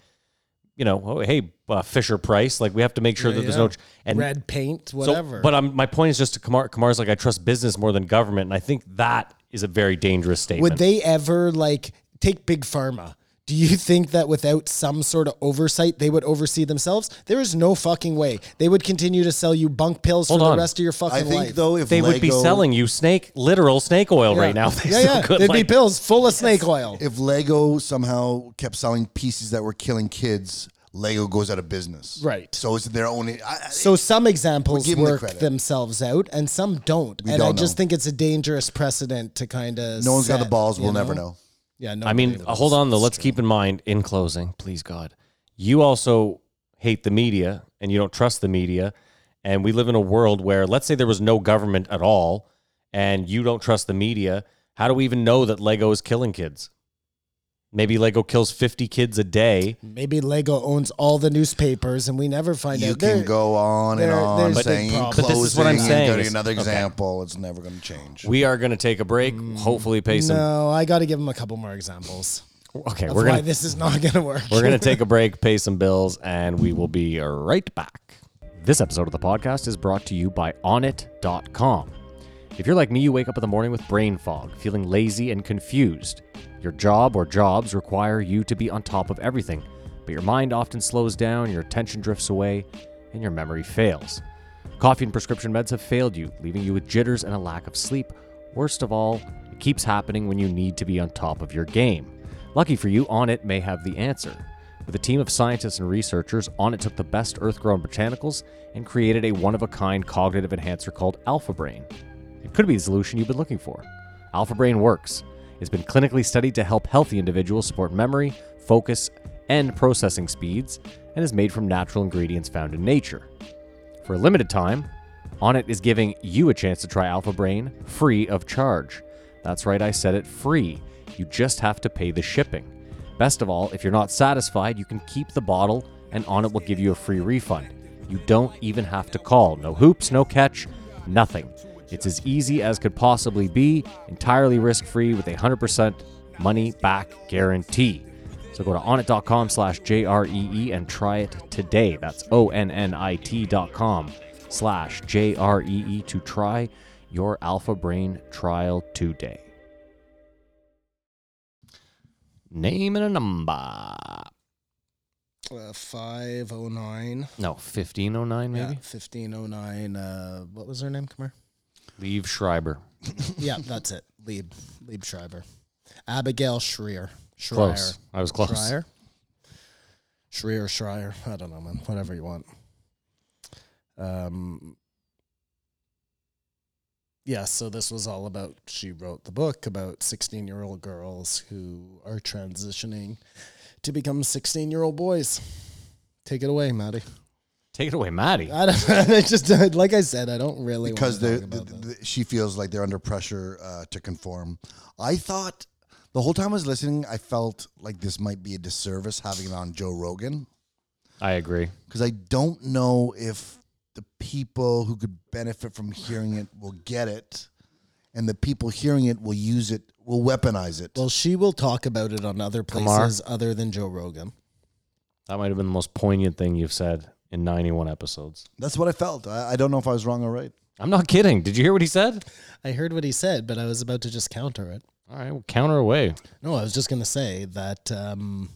you know, oh, hey, uh, Fisher Price, like we have to make sure that there's no. Ch-. And
Red paint,
so,
whatever.
but I'm, my point is just to Kamar, Kamar's like, I trust business more than government. And I think that is a very dangerous statement.
Would they ever like take big pharma? Do you think that without some sort of oversight, they would oversee themselves? There is no fucking way. They would continue to sell you bunk pills
Hold
for
on.
the rest of your fucking
I think
life.
though, if
They would be
Lego-
selling you snake, literal snake oil right now. They
yeah,
still
yeah.
could,
They'd
like-
be pills full of snake oil.
if Lego somehow kept selling pieces that were killing kids, Lego goes out of business.
Right.
So it's their own. I, I-
So some examples
give 'em the
work
credit.
themselves out and some don't. and I
don't
just
know.
think it's a dangerous precedent to kind of.
no one's got the balls. We'll never know.
Yeah, no.
I mean, uh, hold on though. Let's keep in mind in closing, please God, you also hate the media and you don't trust the media. And we live in a world where, let's say, there was no government at all, and you don't trust the media. How do we even know that Lego is killing kids? Maybe Lego kills fifty kids a day.
Maybe Lego owns all the newspapers and we never find
You
out. They're-
can go on and
there-
on
there's a big
saying
problem.
But
closing.
this is what I'm
and
saying
Go
is-
to another
okay.
example. It's never going to change.
We are going to take a break. Hopefully, pay some.
Mm, No, I got to give them a couple more examples.
Okay,
of
we're
why
gonna
this is not gonna work.
we're gonna take a break, pay some bills, and we will be right back. This episode of the podcast is brought to you by Onnit.com. If you're like me, you wake up in the morning with brain fog, feeling lazy and confused. Your job or jobs require you to be on top of everything, but your mind often slows down, your attention drifts away, and your memory fails. Coffee and prescription meds have failed you, leaving you with jitters and a lack of sleep. Worst of all, it keeps happening when you need to be on top of your game. Lucky for you, Onnit may have the answer. With a team of scientists and researchers, Onnit took the best earth grown botanicals and created a one of a kind cognitive enhancer called Alpha Brain. It could be the solution you've been looking for. Alpha Brain works. It's been clinically studied to help healthy individuals support memory, focus, and processing speeds, and is made from natural ingredients found in nature. For a limited time, Onnit is giving you a chance to try Alpha Brain free of charge. That's right, I said it free. You just have to pay the shipping. Best of all, if you're not satisfied, you can keep the bottle and Onnit will give you a free refund. You don't even have to call. No hoops, no catch, nothing. It's as easy as could possibly be, entirely risk free with a 100% money back guarantee. So go to onit.com slash J-R-E-E E and try it today. That's O-N-N-I-T dot com slash J-R-E-E E to try your Alpha Brain trial today. Name and a number.
Uh, 509.
No, 1509
Yeah,
maybe?
1509. Uh, what was her name, Kamar?
Leave Schreiber.
yeah, that's it. Lieb, Lieb Schreiber. Abigail Schreier. Schreier.
Close. I was close.
Schreier. Schreier, Schreier. I don't know, man. Whatever you want. Um, yeah, so this was all about, she wrote the book about 16 year old girls who are transitioning to become 16 year old boys. Take it away, Maddie.
Take it away, Maddie.
I don't, I just, like I said, I don't really
because
wanna
the,
talk
the,
about that.
the- she feels like they're under pressure uh, to conform. I thought the whole time I was listening, I felt like this might be a disservice having it on Joe Rogan
I agree.
because I don't know if the people who could benefit from hearing it will get it, and the people hearing it will use it, will weaponize it.
Well, she will talk about it on other
Kamar?
places other than Joe Rogan.
That might have been the most poignant thing you've said in 91 episodes.
That's what I felt. I, I don't know if I was wrong or right.
I'm not kidding. Did you hear what he said?
I heard what he said, but I was about to just counter it.
All right, well, counter away.
No, I was just going to say that um,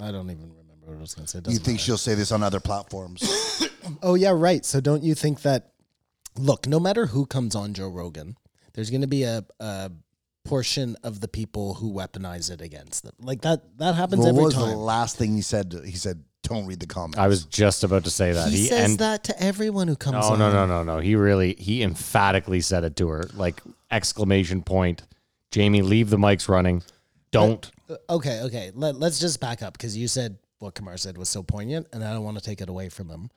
I don't even remember what I was going to say. It
You
doesn't
think she'll say this on other platforms?
matter. Oh, yeah, right. So don't you think that, look, no matter who comes on Joe Rogan, there's going to be a, a portion of the people who weaponize it against them. Like that, that happens
what
every
was the
time.
last thing he said? He said, "Don't read the comments."
I was just about to say that.
he, says
end-
that to everyone who comes
No,
on.
no, no, no, no. He really, he emphatically said it to her, like exclamation point. Jamie, leave the mics running. Don't.
okay, okay. Let, let's just back up because you said what Kamar said was so poignant, and I don't want to take it away from him.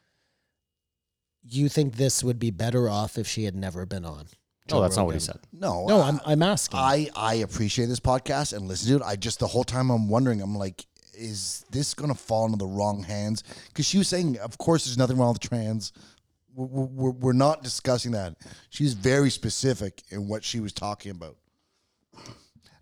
You think this would be better off if she had never been on?
No, Oh, that's not what he said.
no,
No, I'm, I'm asking.
I I appreciate this podcast and listen to it. I just the whole time I'm wondering. I'm like, is this gonna fall into the wrong hands? Because she was saying, of course, there's nothing wrong with trans. We're, we're, we're not discussing that. She's very specific in what she was talking about.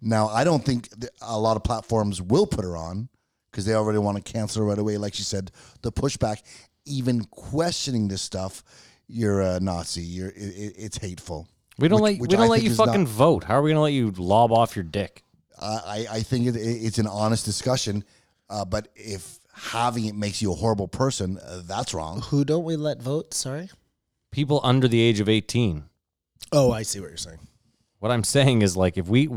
Now, I don't think th- a lot of platforms will put her on because they already want to cancel her right away. Like she said, the pushback, even questioning this stuff, you're a Nazi. You're it, it, it's hateful.
We don't
Which-
let
which
we don't
I
let
think
you
is not-
fucking vote. How are we gonna let you lob off your dick?
I, I I think it, it- it's an honest discussion, uh, but if having it makes you a horrible person, uh, that's wrong.
Who don't we let vote? Sorry.
People under the age of eighteen.
Oh, I see what you're saying.
What I'm saying is like if we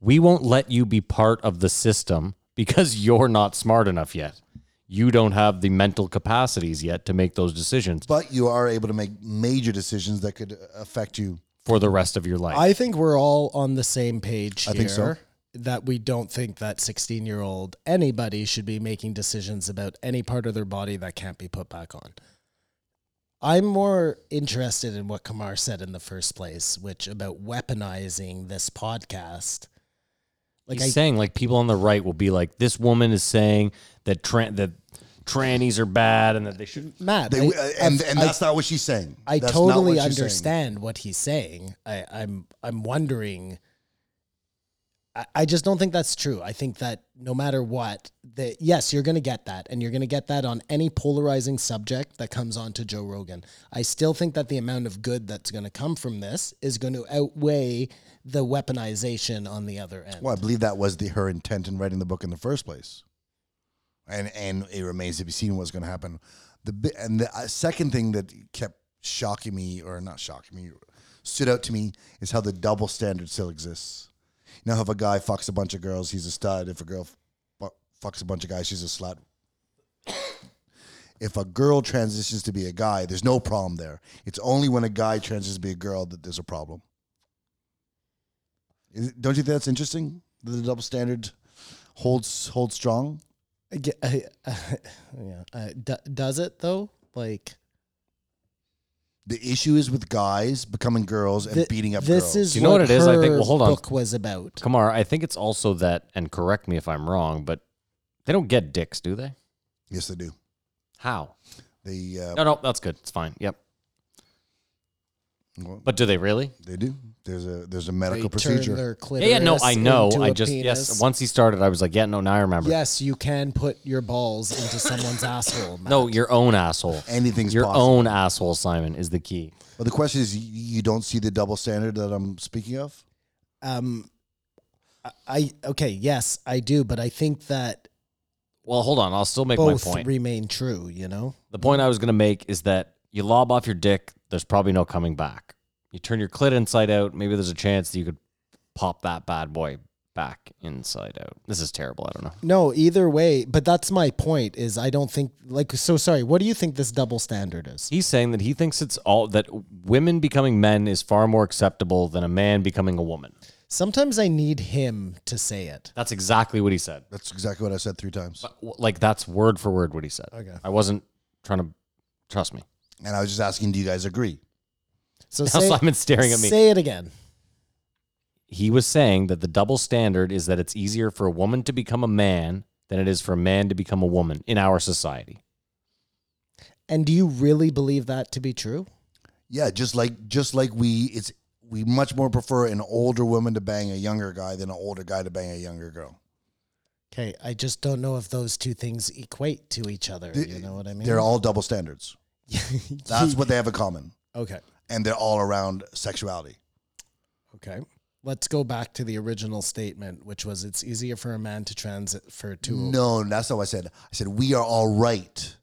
we won't let you be part of the system because you're not smart enough yet. You don't have the mental capacities yet to make those decisions
But you are able to make major decisions that could uh, affect you.
for the rest of your life.
I think we're all on the same page
I
here.
think so.
That we don't think that 16 year old anybody should be making decisions about any part of their body that can't be put back on. I'm more interested in what Kamar said in the first place, which about weaponizing this podcast. Like
He's
I,
saying like people on the right will be like, this woman is saying that tran that trannies are bad and that they shouldn't.
Matt,
They,
I-
uh, and
I've-
and
I-
that's not what she's saying.
I
That's not what
totally
she's saying.
understand what he's saying. I, I'm I'm wondering. I, I just don't think that's true. I think that no matter what, that yes, you're going to get that, and you're going to get that on any polarizing subject that comes onto Joe Rogan. I still think that the amount of good that's going to come from this is going to outweigh the weaponization on the other end.
Well, I believe that was the her intent in writing the book in the first place, and and it remains to be seen what's going to happen. The bi- and the uh, second thing that kept shocking me, or not shocking me, stood out to me is how the double standard still exists. You know, if a guy fucks a bunch of girls, he's a stud. If a girl fu- fucks a bunch of guys, she's a slut. if a girl transitions to be a guy, there's no problem there. It's only when a guy transitions to be a girl that there's a problem. Is it- don't you think that's interesting? That the double standard holds holds strong.
I ge- I- yeah. Uh, d- does it though? Like
The issue is with guys becoming girls and
thi-
beating up
this
girls.
is
You know what it is? I think-
her
well, hold on.
Book was about.
Kamar, I think it's also that, and correct me if I'm wrong, but they don't get dicks, do they?
yes, they do.
How?
They uh,
No, no, that's good. It's fine. Yep.
Well-
But do they really?
they do. There's a there's a
They
medical
turn
procedure.
Their
Yeah, yeah, no,
clitoris
I know.
into
I
a
just yes.
penis.
Once he started, I was like, yeah, no, now I remember.
Yes, you can put your balls into someone's asshole. Matt.
No, your own asshole.
Anything's
your
possible.
own asshole, Simon, is the key.
But the question is, y- you don't see the double standard that I'm speaking of.
Um, I- I okay. Yes, I do, but I think that
Well, hold on. I'll still make
both
my point.
remain true. You know,
the point I was going to make is that you lob off your dick, there's probably no coming back. You turn your clit inside out, maybe there's a chance that you could pop that bad boy back inside out. This is terrible. I don't know.
no. Either way, but that's my point. Is I don't think like so. Sorry. What do you think this double standard is?
He's saying that he thinks it's all that women becoming men is far more acceptable than a man becoming a woman.
Sometimes I need him to say it.
That's exactly what he said.
That's exactly what I said three times.
W- Like that's word for word what he said.
Okay.
I wasn't trying to trust me.
And I was just asking, do you guys agree?
So
Now
say,
Simon's staring at me.
Say it again.
he was saying that the double standard is that it's easier for a woman to become a man than it is for a man to become a woman in our society.
And do you really believe that to be true?
Yeah, just like just like we, it's we much more prefer an older woman to bang a younger guy than an older guy to bang a younger girl.
Okay, I just don't know if those two things equate to each other. you know what I mean?
They're all double standards. That's what they have in common,
okay.
and they're all around sexuality.
Okay. Let's go back to the original statement, which was it's easier for a man to transit for two.
Mm.
No, that's not what I said. I said we are all right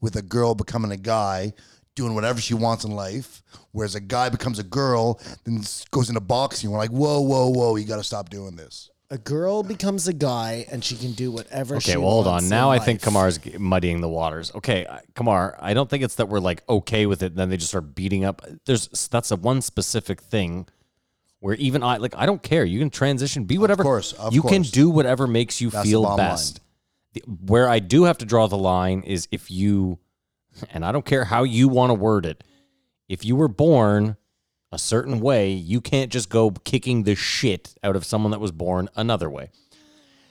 with a girl becoming a guy, doing whatever she wants in life, whereas a guy becomes a girl, then s- goes into boxing. We're like, whoa, whoa, whoa, you got to stop doing this.
A girl becomes a guy and she can do whatever she
Okay, well, hold
wants
on.
in
Now I think
life.
Kamar's g- muddying the waters. Okay, I- Kamar, I don't think it's that we're like okay with it, and then they just start beating up. There's that's a one specific thing where even I like I don't care. You can transition, be whatever.
course, of
you can
course.
do whatever makes you
That's the
feel
bottom line.
best. The- Where I do have to draw the line is if you, and I don't care how you want to word it, if you were born a certain way, you can't just go kicking the shit out of someone that was born another way.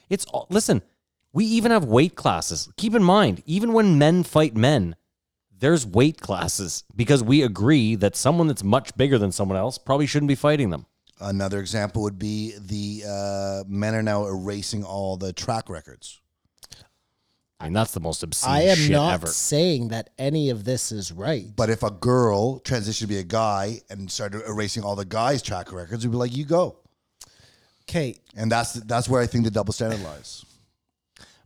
It's all, listen, we even have weight classes. Keep in mind, even when men fight men, there's weight classes because we agree that someone that's much bigger than someone else probably shouldn't be fighting them.
Another example would be the uh, men are now erasing all the track records.
I mean, that's the most obscene
I am
shit
not
ever.
saying that any of this is right.
But if a girl transitioned to be a guy and started erasing all the guys' track records, we'd be like, you go.
Okay,
And that's that's where I think the double standard lies.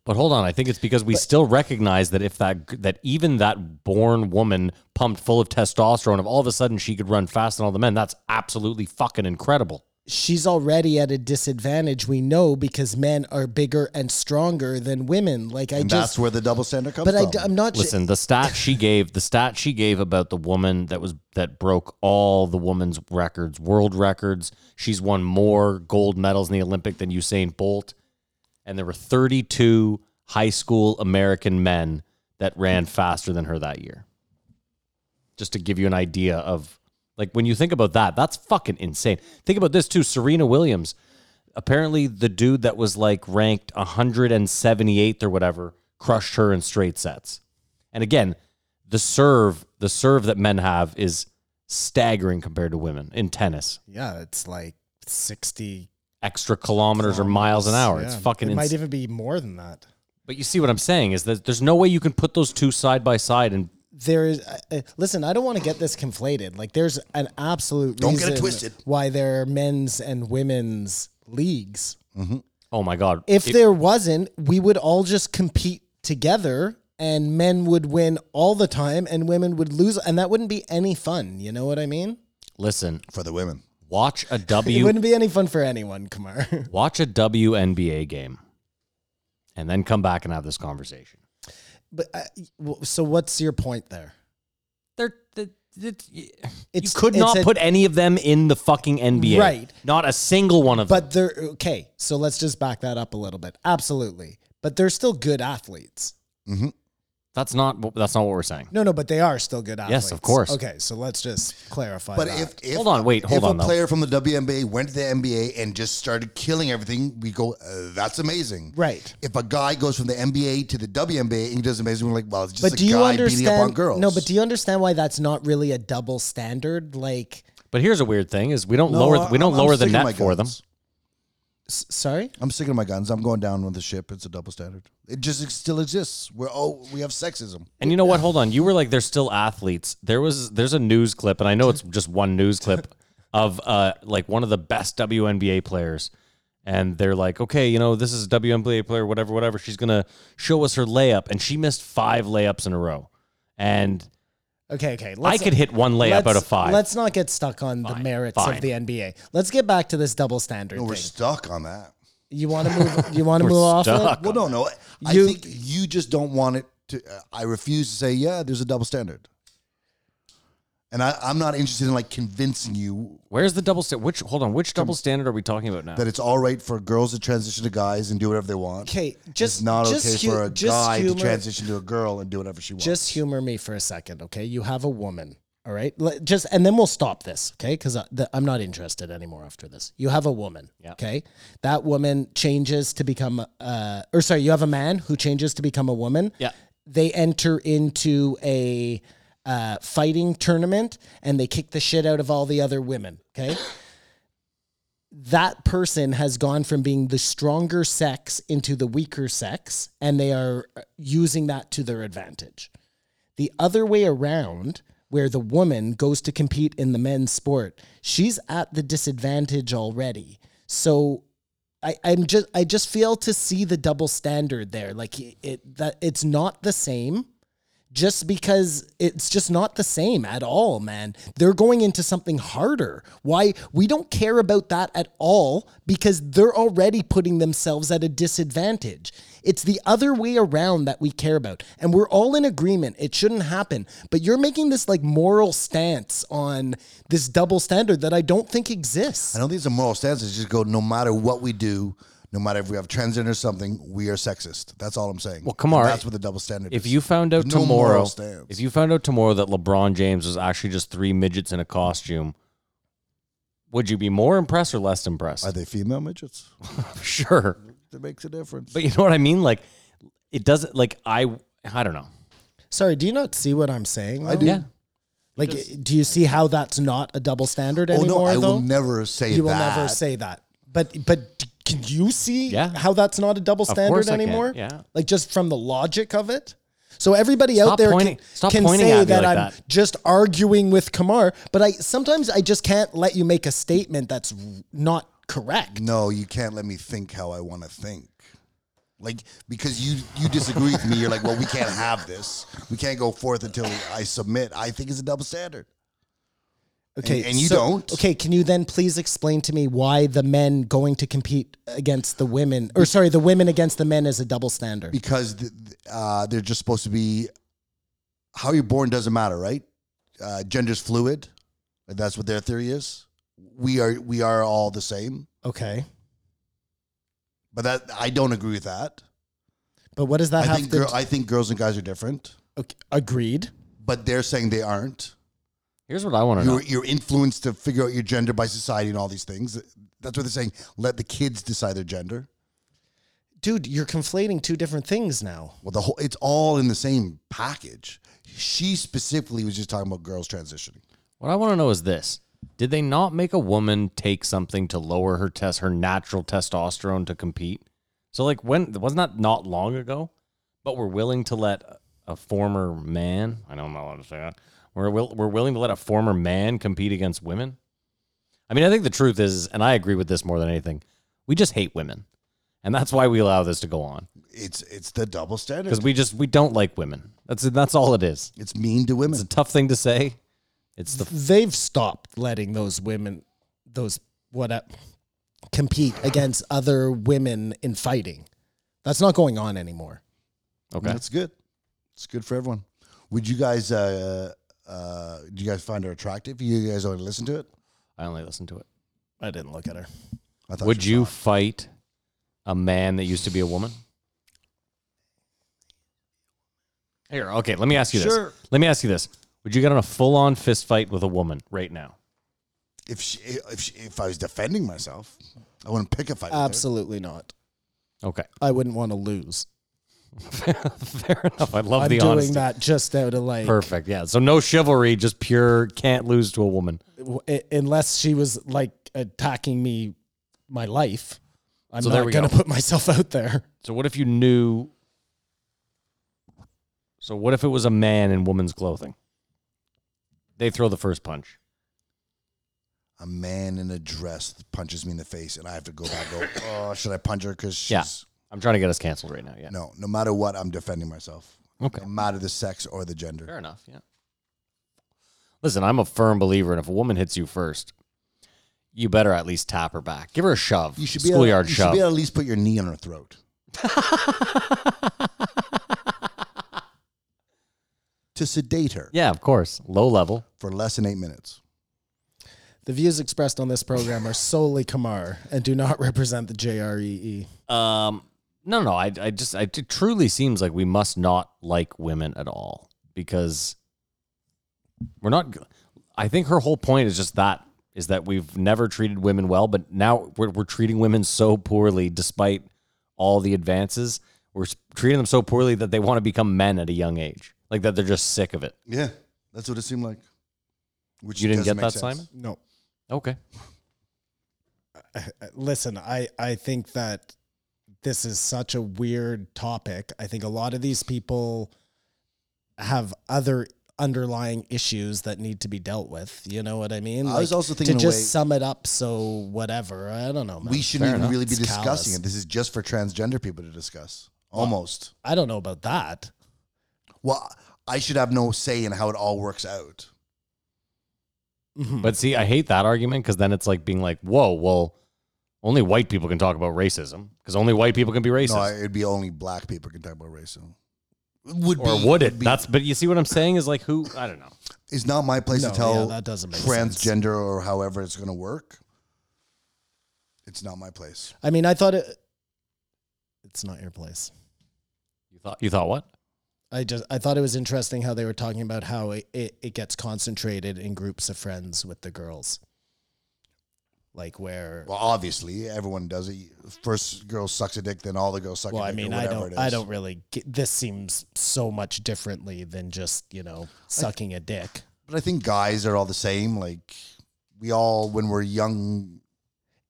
But hold on, I think it's because we still recognize that if that g- that even that born woman pumped full of testosterone, if all of a sudden she could run faster than all the men, that's absolutely fucking incredible.
she's already at a disadvantage. We know because men are bigger and stronger than women. Like I
And
just,
that's where the double standard comes
but I,
from.
am not. Listen,
Listen, the stat she gave, the stat she gave about the woman that was that broke all the women's records, world records. She's won more gold medals in the Olympic than Usain Bolt, and there were 32 high school American men that ran faster than her that year. Just to give you an idea of like when you think about that, that's fucking insane. Think about this too, Serena Williams apparently the dude that was like ranked 178th or whatever crushed her in straight sets. And again, the serve, the serve that men have is staggering compared to women in tennis.
yeah, it's like sixty
Extra kilometers or miles an hour. It's
Yeah.
fucking
It might
ins-
even be more than that.
But you see what I'm saying is that there's no way you can put those two side by side and
There is. Uh, uh, listen, I don't want to get this conflated. Like, there's an absolute
Don't get
reason
it twisted.
why there are men's and women's leagues.
oh my god.
If
It-
there wasn't, we would all just compete together and men would win all the time and women would lose and that wouldn't be any fun, you know what I mean?
Listen,
for the women.
watch a
it
W
wouldn't be any fun for anyone, Kumar.
watch a WNBA game and then come back and have this conversation.
but uh, w- so what's your point there?
They're, the it's, you
It's-
could
it's
not
a-
put any of them in the fucking NBA.
Right.
Not a single one of them.
But they're okay. So let's just back that up a little bit. Absolutely. But they're still good athletes.
That's not wh- that's not what we're saying.
No, no, but they are still good athletes.
Yes, of course.
Okay, so let's just clarify.
But
that.
if, if
Hold on, wait, hold
if
on,
a
though.
player from the WNBA went to the NBA and just started killing everything, we go, uh, that's amazing.
Right.
If a guy goes from the NBA to the WNBA and he does amazing, we're like, well, it's just
but
a
do you
guy beating up on
understand?
girls.
No, but do you understand why that's not really a double standard? Like,
But here's a weird thing: is we don't lower we don't lower the net for them.
s- sorry,
I'm sticking to my guns. I'm going down with the ship. It's a double standard. It just ex- still exists. We're oh, we have sexism.
And you know what? Hold on. You were like, they're still athletes. There was there's a news clip, and I know it's just one news clip of uh like one of the best WNBA players. And they're like, okay, you know, this is a WNBA player, whatever, whatever. She's gonna show us her layup, and she missed five layups in a row. And
okay, okay.
I could hit one layup
let's-
out of five.
Let's not get stuck on the merits
fine.
of the NBA. Let's get back to this double standard
We're
thing.
stuck on that.
you want to move? You want to move off?
stuck.
It?
Well, no, no. I
You-
think you just don't want it to. Uh, I refuse to say, yeah, there's a double standard. And I, I'm not interested in like convincing you
Where's the double standard? Which hold on, which double standard are we talking about now?
that it's all right for girls to transition to guys and do whatever they want.
Okay,
it's
just
not
just
okay
hu-
for a
just
guy
humor,
to transition to a girl and do whatever she wants.
Just humor me for a second, okay? You have a woman, all right? Let- Just and then we'll stop this, okay? Because I'm not interested anymore after this. You have a woman, okay? That woman changes to become, uh, or sorry, you have a man who changes to become a woman.
Yeah.
They enter into a uh, fighting tournament and they kick the shit out of all the other women, okay? that person has gone from being the stronger sex into the weaker sex, and they are uh, using that to their advantage. The other way around, where the woman goes to compete in the men's sport, she's at the disadvantage already. So I, I'm just I just fail to see the double standard there. Like it, it that it's not the same just because it's just not the same at all, man. They're going into something harder. Why we don't care about that at all because they're already putting themselves at a disadvantage. It's the other way around that we care about. And we're all in agreement. It shouldn't happen. But you're making this like moral stance on this double standard that I don't think exists.
I don't think it's a moral stance. It's just go no matter what we do, no matter if we have transgender or something, we are sexist. That's all I'm saying.
Well, Kamar,
And that's what the double standard
If
is.
you found out
There's no moral
tomorrow,
stance.
if you found out tomorrow that LeBron James was actually just three midgets in a costume, would you be more impressed or less impressed?
are they female midgets?
sure,
That makes a difference.
but you know what I mean. Like, it doesn't. Like, I, I don't know.
Sorry, do you not see what I'm saying?
I
though?
do.
Yeah,
Like do you see how that's not a double standard
oh
anymore
no, I
though?
will never say
you will
that.
never say that. But but d- can you see
Yeah.
how that's not a double
course
standard
I can,
anymore?
yeah.
Like just from the logic of it. So everybody out
Stop
there
pointing-
can,
stop
can
pointing
say
at me
that
like
I'm
that.
just arguing with Kamar, but I sometimes I just can't let you make a statement that's not correct.
No, you can't let me think how I want to think. Like because you you disagree with me, you're like, well, we can't have this. We can't go forth until I submit. I think it's a double standard.
Okay,
and you
so-
don't.
Okay, can you then please explain to me why the men going to compete against the women, or sorry, the women against the men is a double standard?
because th- th- uh, they're just supposed to be how you're born doesn't matter, right? Uh, gender's fluid. Like, That's what their theory is. We are we are all the same,
okay,
but that I don't agree with that.
but what does that
I
have
think
to?
girl, I think girls and guys are different,
okay, agreed.
but they're saying they aren't.
here's what I want to know.
You're, you're influenced to figure out your gender by society and all these things. That's what they're saying. Let the kids decide their gender.
dude, you're conflating two different things now.
Well, the whole it's all in the same package. She specifically was just talking about girls transitioning.
What I want to know is this: Did they not make a woman take something to lower her test, her natural testosterone, to compete? So, like, when wasn't that not long ago? But we're willing to let a former man. I know I'm not allowed to say that. We're will, we're willing to let a former man compete against women. I mean, I think the truth is, and I agree with this more than anything. We just hate women, and that's why we allow this to go on
It's it's the double standard.
because we just we don't like women. That's that's all it is.
It's mean to women.
It's a tough thing to say. It's the
They've stopped letting those women, those what up, compete against other women in fighting. That's not going on anymore.
okay.
That's good. It's good for everyone. Would you guys? Uh, uh, do you guys find her attractive? You guys only listen to it.
I only listen to it.
I didn't look at her.
I thought
Would
she was
you fight a man that used to be a woman? Here, okay. Let me ask you this.
Sure.
Let me ask you this. Would you get in a full-on fist fight with a woman right now?
hot. If she, if she, if I was defending myself, I wouldn't pick a fight.
Uh,
with her.
Absolutely not.
Okay,
I wouldn't want to lose.
fair enough. I love
I'm
the
doing
honesty.
that just out of like,
Perfect. Yeah. So no chivalry, just pure can't lose to a woman.
w- i- unless she was like attacking me, my life. I'm
So there
not
we
going to
go.
put myself out there.
So what if you knew? So what if it was a man in woman's clothing? They throw the first punch.
A man in a dress punches me in the face, and I have to go back. and Go. Oh, should I punch her? Because she's
Yeah. I'm trying to get us canceled right now. Yeah.
no. No matter what, I'm defending myself.
Okay.
No matter the sex or the gender.
Fair enough. Yeah. Listen, I'm a firm believer, and if a woman hits you first, you better at least tap her back. Give her a shove.
You should be
schoolyard
able, You should
shove.
be able to at least put your knee on her throat. to sedate her
yeah, of course. Low level.
for less than eight minutes.
The views expressed on this program are solely Kamar and do not represent the E JREE.
Um, no, no. I, I just, I, it truly seems like we must not like women at all because we're not. g- I think her whole point is just that is that we've never treated women well, but now we're, we're treating women so poorly despite all the advances. We're s- treating them so poorly that they want to become men at a young age, like that they're just sick of it.
Yeah, that's what it seemed like. Which
You didn't
doesn't
get
make
that,
sense.
Simon?
No.
Okay,
Uh, Listen, I, I think that this is such a weird topic. I think a lot of these people have other underlying issues that need to be dealt with. You know what I mean?
I was also
to
thinking
just
in a way-
sum it up so whatever. I don't know. Man.
We shouldn't even really be
It's
discussing
callous.
it. This is just for transgender people to discuss. Almost.
I don't know about that.
Well, I should have no say in how it all works out.
but see, I hate that argument because then it's like being like, "Whoa, well, only white people can talk about racism because only white people can be racist."
No, I- it'd be only black people can talk about racism. Would
or
be,
would it?
be-
That's but you see what I'm saying is like who I don't know.
it's not my place
No,
to tell
yeah, that doesn't make
transgender
sense.
or however it's going to work. It's not my place.
I mean, I thought it. It's not your place.
You thought you thought what?
I just I thought it was interesting how they were talking about how it, it, it gets concentrated in groups of friends with the girls. Like where
Well, obviously, everyone does it. First girl sucks a dick, then all the girls suck
well,
a
I
dick.
mean
or
I
whatever it
don't
is.
I don't really get, this seems so much differently than just, you know, sucking a dick.
But I think guys are all the same. Like we all, when we're young,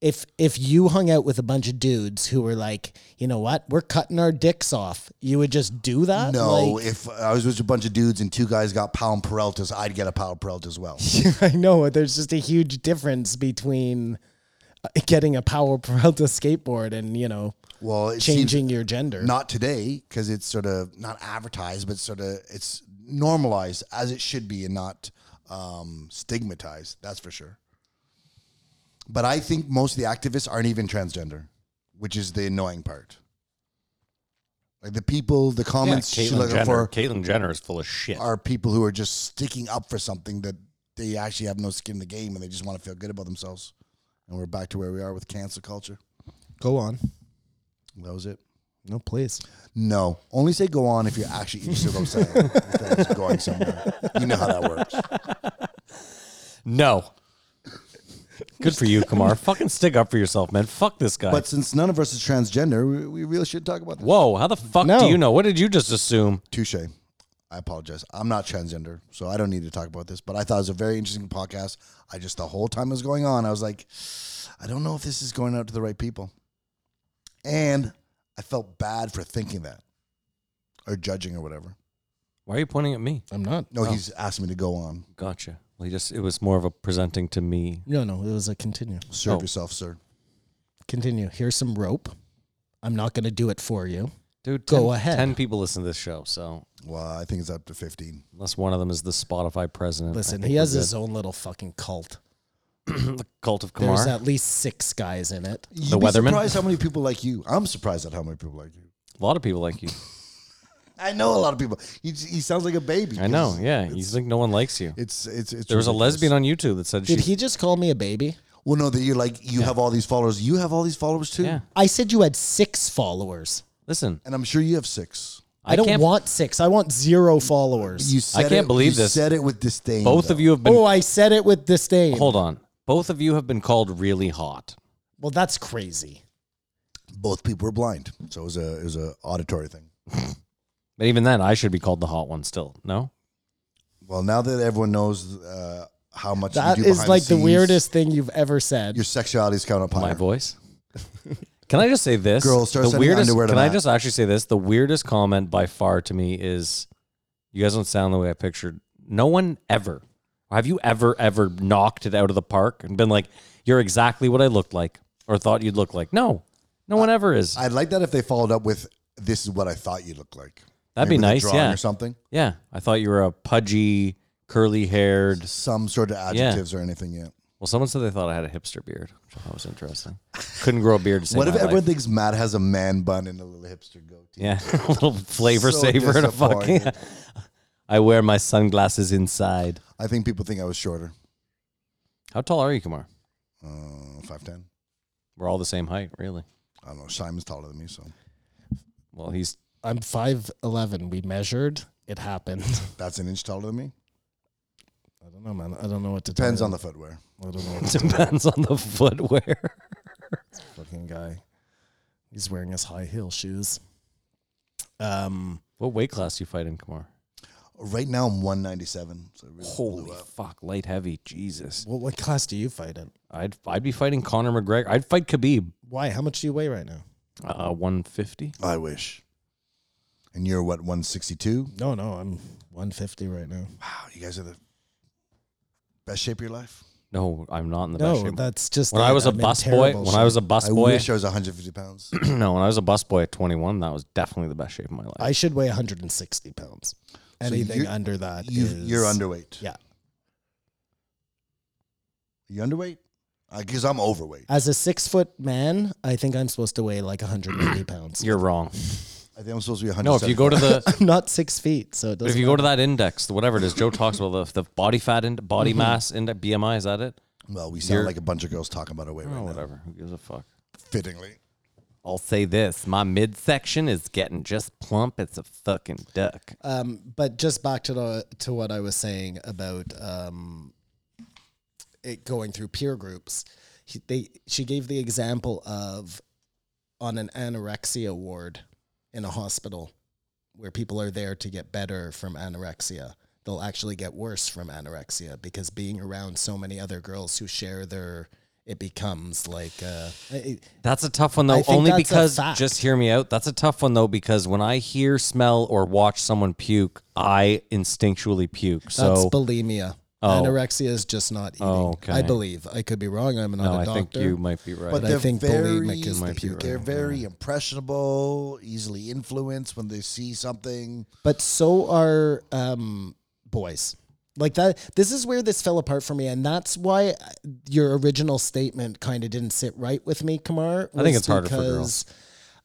If if you hung out with a bunch of dudes who were like, you know what, we're cutting our dicks off, you would just do that?
no.
Uh, Like-
if I was with a bunch of dudes and two guys got pound Peraltas, I'd get a pound Peralta as well.
I know. There's just a huge difference between uh, getting a Power Peralta skateboard and, you know,
Well, it seems-
changing your gender.
Not today, because it's sort of not advertised, but sort of it's normalized as it should be and not um, stigmatized. That's for sure. But I think most of the activists aren't even transgender, which is the annoying part. Like the people, the comments she's
Caitlyn
looking
Jenner.
for
Caitlyn Jenner is full of shit.
are people who are just sticking up for something that they actually have no skin in the game and they just want to feel good about themselves. And we're back to where we are with cancel culture.
Go on.
That was it.
No, please.
No, only say go on if you're actually interested in what I'm saying. If that is going somewhere. You know how that works.
no. Good for you, Kamar. Fucking stick up for yourself, man. Fuck this guy.
But since none of us is transgender, we, we really should talk about that.
Whoa, how the fuck
No.
do you know? What did you just assume?
Touche. I apologize. I'm not transgender, so I don't need to talk about this. But I thought it was a very interesting podcast. I just the whole time it was going on, I was like, I don't know if this is going out to the right people. And I felt bad for thinking that or judging or whatever.
Why are you pointing at me?
I'm not.
No, he's asked me to go on.
Gotcha. Well, he just it was more of a presenting to me.
No, no. It was a continue.
Serve
Oh.
yourself, sir.
Continue. Here's some rope. I'm not going to do it for you.
Dude,
Go
10
ahead.
Ten people listen to this show, so
Well, I think it's up to 15.
unless one of them is the Spotify president, I
Listen,
think
he has
we're
his own little fucking cult.
good. the cult of
There's
Kamar.
at least six guys in it.
You'd
The
be
weatherman?
surprised how many people like you. I'm surprised at how many people like you.
A lot of people like you.
I know a lot of people. He, he sounds like a baby.
I know.
It's-
Yeah, you think no one likes you?
It's it's it's.
There was a
ridiculous.
lesbian on YouTube that said
Did
she.
he just call me a baby?
Well, no, that you like you have all these followers. You have all these followers too.
Yeah.
I said you had six followers.
Listen,
And I'm sure you have six.
I,
I
don't
can't-
want six. I want zero followers.
You said
can't
it-
believe
you
this.
Said it with disdain.
both of
though.
you have been.
oh, I said it with disdain.
hold on. Both of you have been called really hot.
Well, that's crazy.
Both people were blind, so it was a it was a auditory thing.
But even then, I should be called the hot one still. No.
Well, now that everyone knows uh, how much
That
you do
is
behind
like the,
scenes,
weirdest thing you've ever said.
Your sexuality is coming up
my
higher.
voice. Can I just say this?
Girls, start
the
sending
weirdest.
underwear to
can I
Matt.
just actually say this? The weirdest comment by far to me is, "You guys don't sound the way I pictured." No one ever. Have you ever ever knocked it out of the park and been like, "You're exactly what I looked like," or thought you'd look like? No, no one ever is.
I'd like that if they followed up with, "This is what I thought you looked like."
That'd be
Maybe the
nice,
drawing
yeah.
or something.
yeah, I thought you were a pudgy, curly-haired.
Some sort of
Yeah.
adjectives or anything. Yeah.
Well, someone said they thought I had a hipster beard, which I thought was interesting. Couldn't grow a beard. To save
What if
my life.
everyone thinks Matt has a man bun and a little hipster goatee?
Yeah, a little flavor
So
saver and a fucking.
disappointed.
I wear my sunglasses inside.
I think people think I was shorter.
How tall are you, Kumar?
Uh, Five ten.
We're all the same height, really.
I don't know. Simon's taller than me, so
Well, he's
I'm 5'11. We measured. It happened.
that's an inch taller than me.
I don't know, man. I don't know what to tell
Depends
you.
on the footwear.
I don't know what to
depends on the footwear.
fucking guy. He's wearing his high heel shoes. Um,
What weight class do you fight in, Kumar?
Right now I'm 197. So it really
Holy fuck, light heavy, Jesus!
what, what class do you fight in?
I'd I'd be fighting Conor McGregor. I'd fight Khabib.
Why? How much do you weigh right now?
Uh, one fifty.
I wish. And you're what 162?
No, no, I'm 150 right now.
Wow, you guys are the best shape of your life.
No, I'm not in the best
No,
shape.
that's just
when
that
I was a
I'm in
busboy,
terrible
when
shape.
I was a
I
busboy,
wish I was 150 pounds.
no, when I was a busboy at 21, that was definitely the best shape of my life.
I should weigh 160 pounds. Anything
you're-
under that
you,
is-
you're underweight.
Yeah,
You underweight? Because I'm overweight.
as a six foot man, I think I'm supposed to weigh like 180 pounds.
You're wrong.
I think I'm supposed to be 100.
No, if you go to the
I'm not six feet, so it
But
doesn't.
if you go to that index, whatever it is, Joe talks about the, the body fat and body mass index, BMI, is that it?
well, we sound like a bunch of girls talking about our weight
Oh,
right now.
whatever. Who gives a fuck?
Fittingly.
I'll say this my midsection is getting just plump. It's a fucking duck.
um, but just back to the to what I was saying about um, it going through peer groups. He, they she gave the example of on an anorexia ward in a hospital where people are there to get better from anorexia. They'll actually get worse from anorexia because being around so many other girls who share their it becomes like uh, it,
That's a tough one
I
though.
think
Only
that's a
because
fact.
just hear me out. That's a tough one though because when I hear, smell, or watch someone puke, I instinctually puke.
That's
So
bulimia.
Oh.
Anorexia is just not eating.
Oh, okay.
I believe. I could be wrong. I'm not
no,
a
I
doctor.
think you might be right.
But I
they're
think
very,
bulimic is the puke.
they're very impressionable, easily influenced when they see something.
but so are um, boys. Like that. This is where this fell apart for me, and that's why your original statement kind of didn't sit right with me, Kamar.
I think
was
it's harder for girls.
because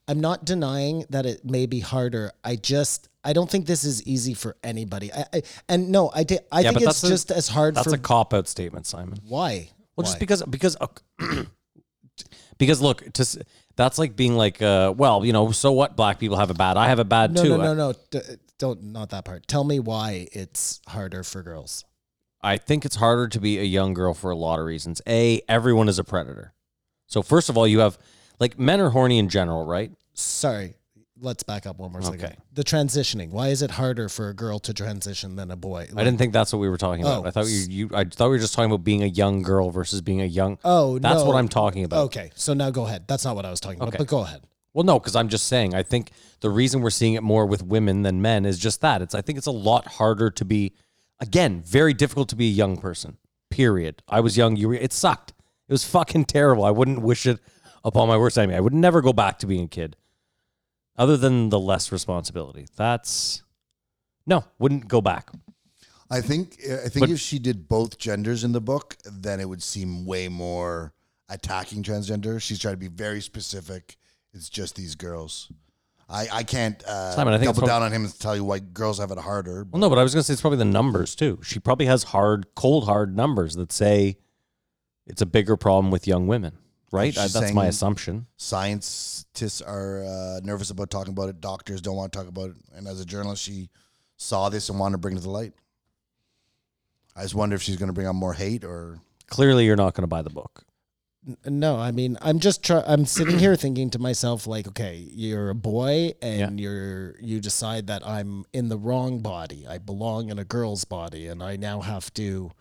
I'm not denying that it may be harder. I just. I don't think this is easy for anybody. I, I and no, I did. I
Yeah,
think
but
it's
that's a-
just as hard
That's
for
a cop out statement, Simon.
why.
Well,
Why?
just because because uh, because look, to, s- that's like being like, uh, well, you know, so what? Black people have a bad. I have a bad
No,
too.
no, no, no. D- don't not that part. Tell me why it's harder for girls.
I think it's harder to be a young girl for a lot of reasons. A, everyone is a predator. So first of all, you have like men are horny in general, right?
Sorry, let's back up one more second.
Okay.
The transitioning. Why is it harder for a girl to transition than a boy?
I didn't think that's what we were talking about.
Oh.
I thought you, you I thought we were just talking about being a young girl versus being a young.
Oh,
that's
no.
what I'm talking about.
Okay, so now go ahead. That's not what I was talking about.
Okay.
But go ahead.
Well, no, because I'm just saying. I think the reason we're seeing it more with women than men is just that. It's I think it's a lot harder to be, again, very difficult to be a young person. Period. I was young. You were, it sucked. It was fucking terrible. I wouldn't wish it upon my worst enemy. I would never go back to being a kid. Other than the less responsibility, that's no, wouldn't go back.
I think I think if she did both genders in the book, then it would seem way more attacking transgender. She's trying to be very specific. It's just these girls. I, I can't uh,
Simon, I think it's
double
prob-
down on him and tell you why girls have it harder.
Well, no, but I was gonna say it's probably the numbers too. She probably has hard, cold, hard numbers that say it's a bigger problem with young women, right?
She's
I, that's my
saying-
assumption.
Scientists are uh, nervous about talking about it. Doctors don't want to talk about it. And as a journalist, she saw this and wanted to bring it to light. I just wonder if she's going to bring on more hate or
Clearly, you're not gonna buy the book.
No, I mean, I'm just try- I'm sitting here thinking to myself like, okay, you're a boy and you're you decide that I'm in the wrong body. I belong in a girl's body and I now have to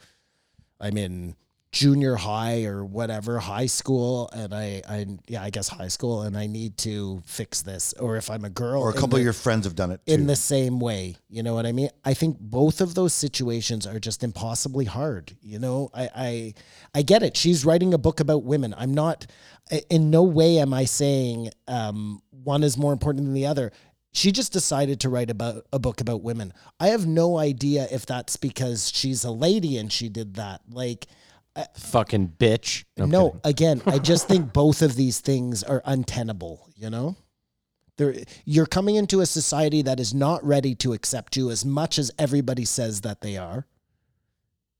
I'm in junior high or whatever, high school and I I yeah, I guess high school and I need to fix this or if I'm a girl
or a
in
couple
the-
of your friends have done it. Too.
in the same way. You know what I mean? I think both of those situations are just impossibly hard. You know, I I, I get it. She's writing a book about women. I'm not. i- In no way am I saying um, one is more important than the other. She just decided to write about a book about women. I have no idea if that's because she's a lady and she did that. Like,
Fucking bitch. No, I'm
no,
kidding.
again, I just think both of these things are untenable, you know? There, you're coming into a society that is not ready to accept you as much as everybody says that they are.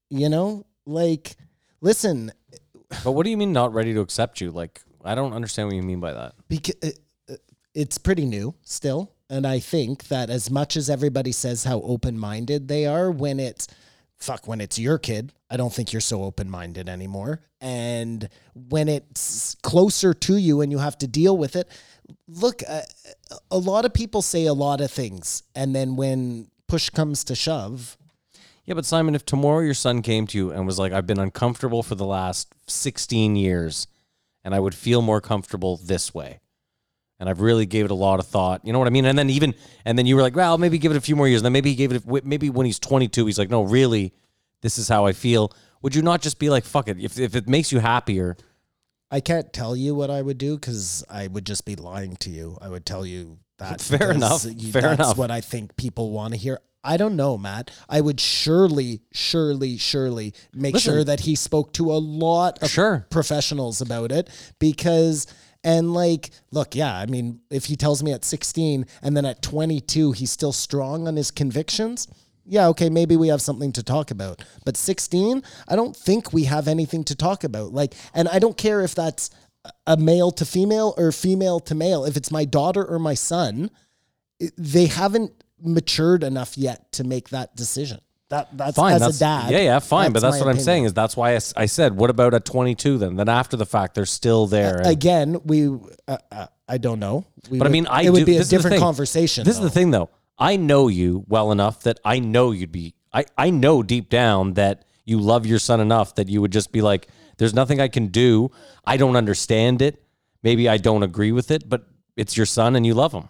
You know? Like, listen,
But what do you mean not ready to accept you? Like, I don't understand what you mean by that.
because uh, it's pretty new still and i think that as much as everybody says how open-minded they are when it's fuck when it's your kid i don't think you're so open-minded anymore and when it's closer to you and you have to deal with it look uh, a lot of people say a lot of things and then when push comes to shove
Yeah, but Simon, if tomorrow your son came to you and was like, I've been uncomfortable for the last 16 years and I would feel more comfortable this way. And I've really gave it a lot of thought. You know what I mean? And then even, and then you were like, well, maybe give it a few more years. And then maybe he gave it, a, maybe when he's 22, he's like, no, really, this is how I feel. Would you not just be like, fuck it? If, if it makes you happier,
i can't tell you what i would do because i would just be lying to you i would tell you that
Fair
because
enough. Fair
that's
enough.
what what I think people want to hear. I don't know, Matt. I would surely, surely, surely make
Listen.
sure that he spoke to a lot of
Sure.
professionals about it because and like look yeah i mean if he tells me at 16 and then at 22 he's still strong on his convictions yeah okay maybe we have something to talk about but 16 i don't think we have anything to talk about like and i don't care if that's a male to female or female to male if it's my daughter or my son they haven't matured enough yet to make that decision. That that's
fine.
as
that's,
a dad.
Yeah, yeah, fine. but that's
my
what I'm
opinion.
saying is that's why I, s- I said, what about at 22 then? Then after the fact, they're still there. and-
Again, we uh, uh, I don't know. We
But I
would-
mean, I
it would
do-
be a
this is the
different
thing.
conversation.
This is the
though.
thing, though. I know you well enough that I know you'd be. I, I know deep down that you love your son enough that you would just be like, "There's nothing I can do. I don't understand it. Maybe I don't agree with it, but it's your son and you love him.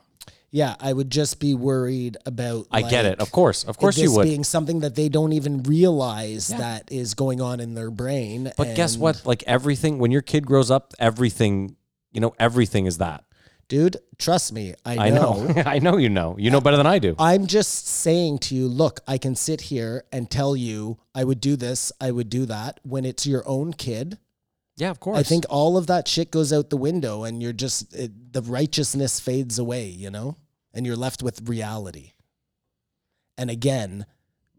Yeah, I would just be worried about.
I get
like,
it. Of course, of course you
this
would.
being something that they don't even realize that is going on in their brain.
but guess
and-
what? Like everything, when your kid grows up, everything, you know, everything is that.
dude? Trust me,
I know. I know you know. You know better than I do.
I'm just saying to you, look, I can sit here and tell you I would do this, I would do that when it's your own kid.
yeah, of course.
I think all of that shit goes out the window and you're just, it, the righteousness fades away, you know? And you're left with reality. And again,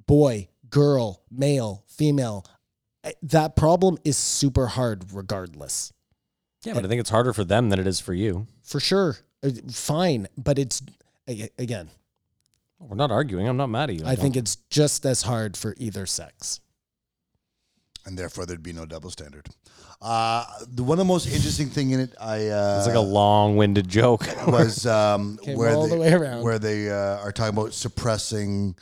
boy, girl, male, female, eh, that problem is super hard regardless.
Yeah, but I think it's harder for them than it is for you.
For sure. Uh, Fine. But it's, a- again,
We're not arguing. I'm not mad at you.
I
don't-
think it's just as hard for either sex.
and therefore there'd be no double standard. Uh, the one of the most interesting thing in it, I uh,
it's like a long-winded joke.
was um,
Came
where
all
they,
the way around.
where they uh, are talking about suppressing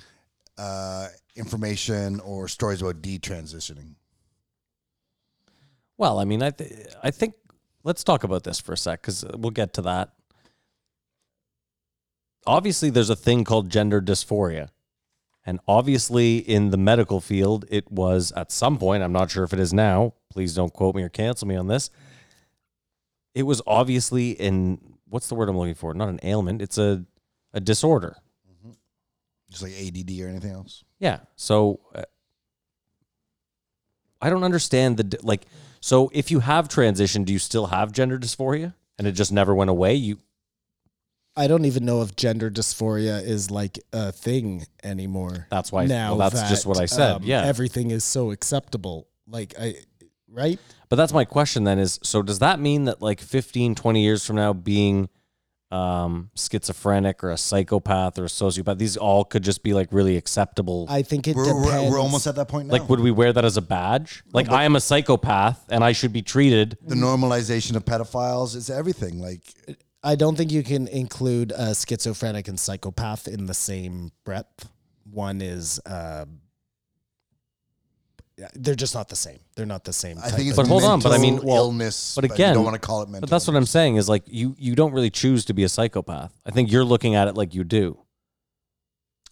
uh, information or stories about detransitioning.
Well, I mean, I th- I think let's talk about this for a sec because we'll get to that. Obviously, there's a thing called gender dysphoria, and obviously, in the medical field, it was at some point. I'm not sure if it is now. Please don't quote me or cancel me on this. It was obviously in what's the word I'm looking for? Not an ailment. It's a a disorder.
Just like ADD or anything else.
Yeah. So uh, I don't understand the di- like. So if you have transition, do you still have gender dysphoria? And it just never went away. You
I don't even know if gender dysphoria is like a thing anymore. um,
That's why- well, that's just what I said, yeah.
everything is so acceptable. Like I, right?
But that's my question then is so does that mean that like 15, 20 years from now being um schizophrenic or a psychopath or a sociopath, these all could just be like really acceptable.
I think it
We're,
depends.
we're, we're almost at that point now.
like would we wear that as a badge? Like I am a psychopath and I should be treated
the normalization of pedophiles is everything. Like
I don't think you can include uh, schizophrenic and psychopath in the same breath. One is, uh, yeah, they're just not the same. They're not the same.
I
type
think it's
of-
But hold on, but I
mental
mean, well,
illness.
but
you
again-
don't want to call it mental.
But that's what I'm saying is like you you don't really choose to be a psychopath. I think you're looking at it like you do.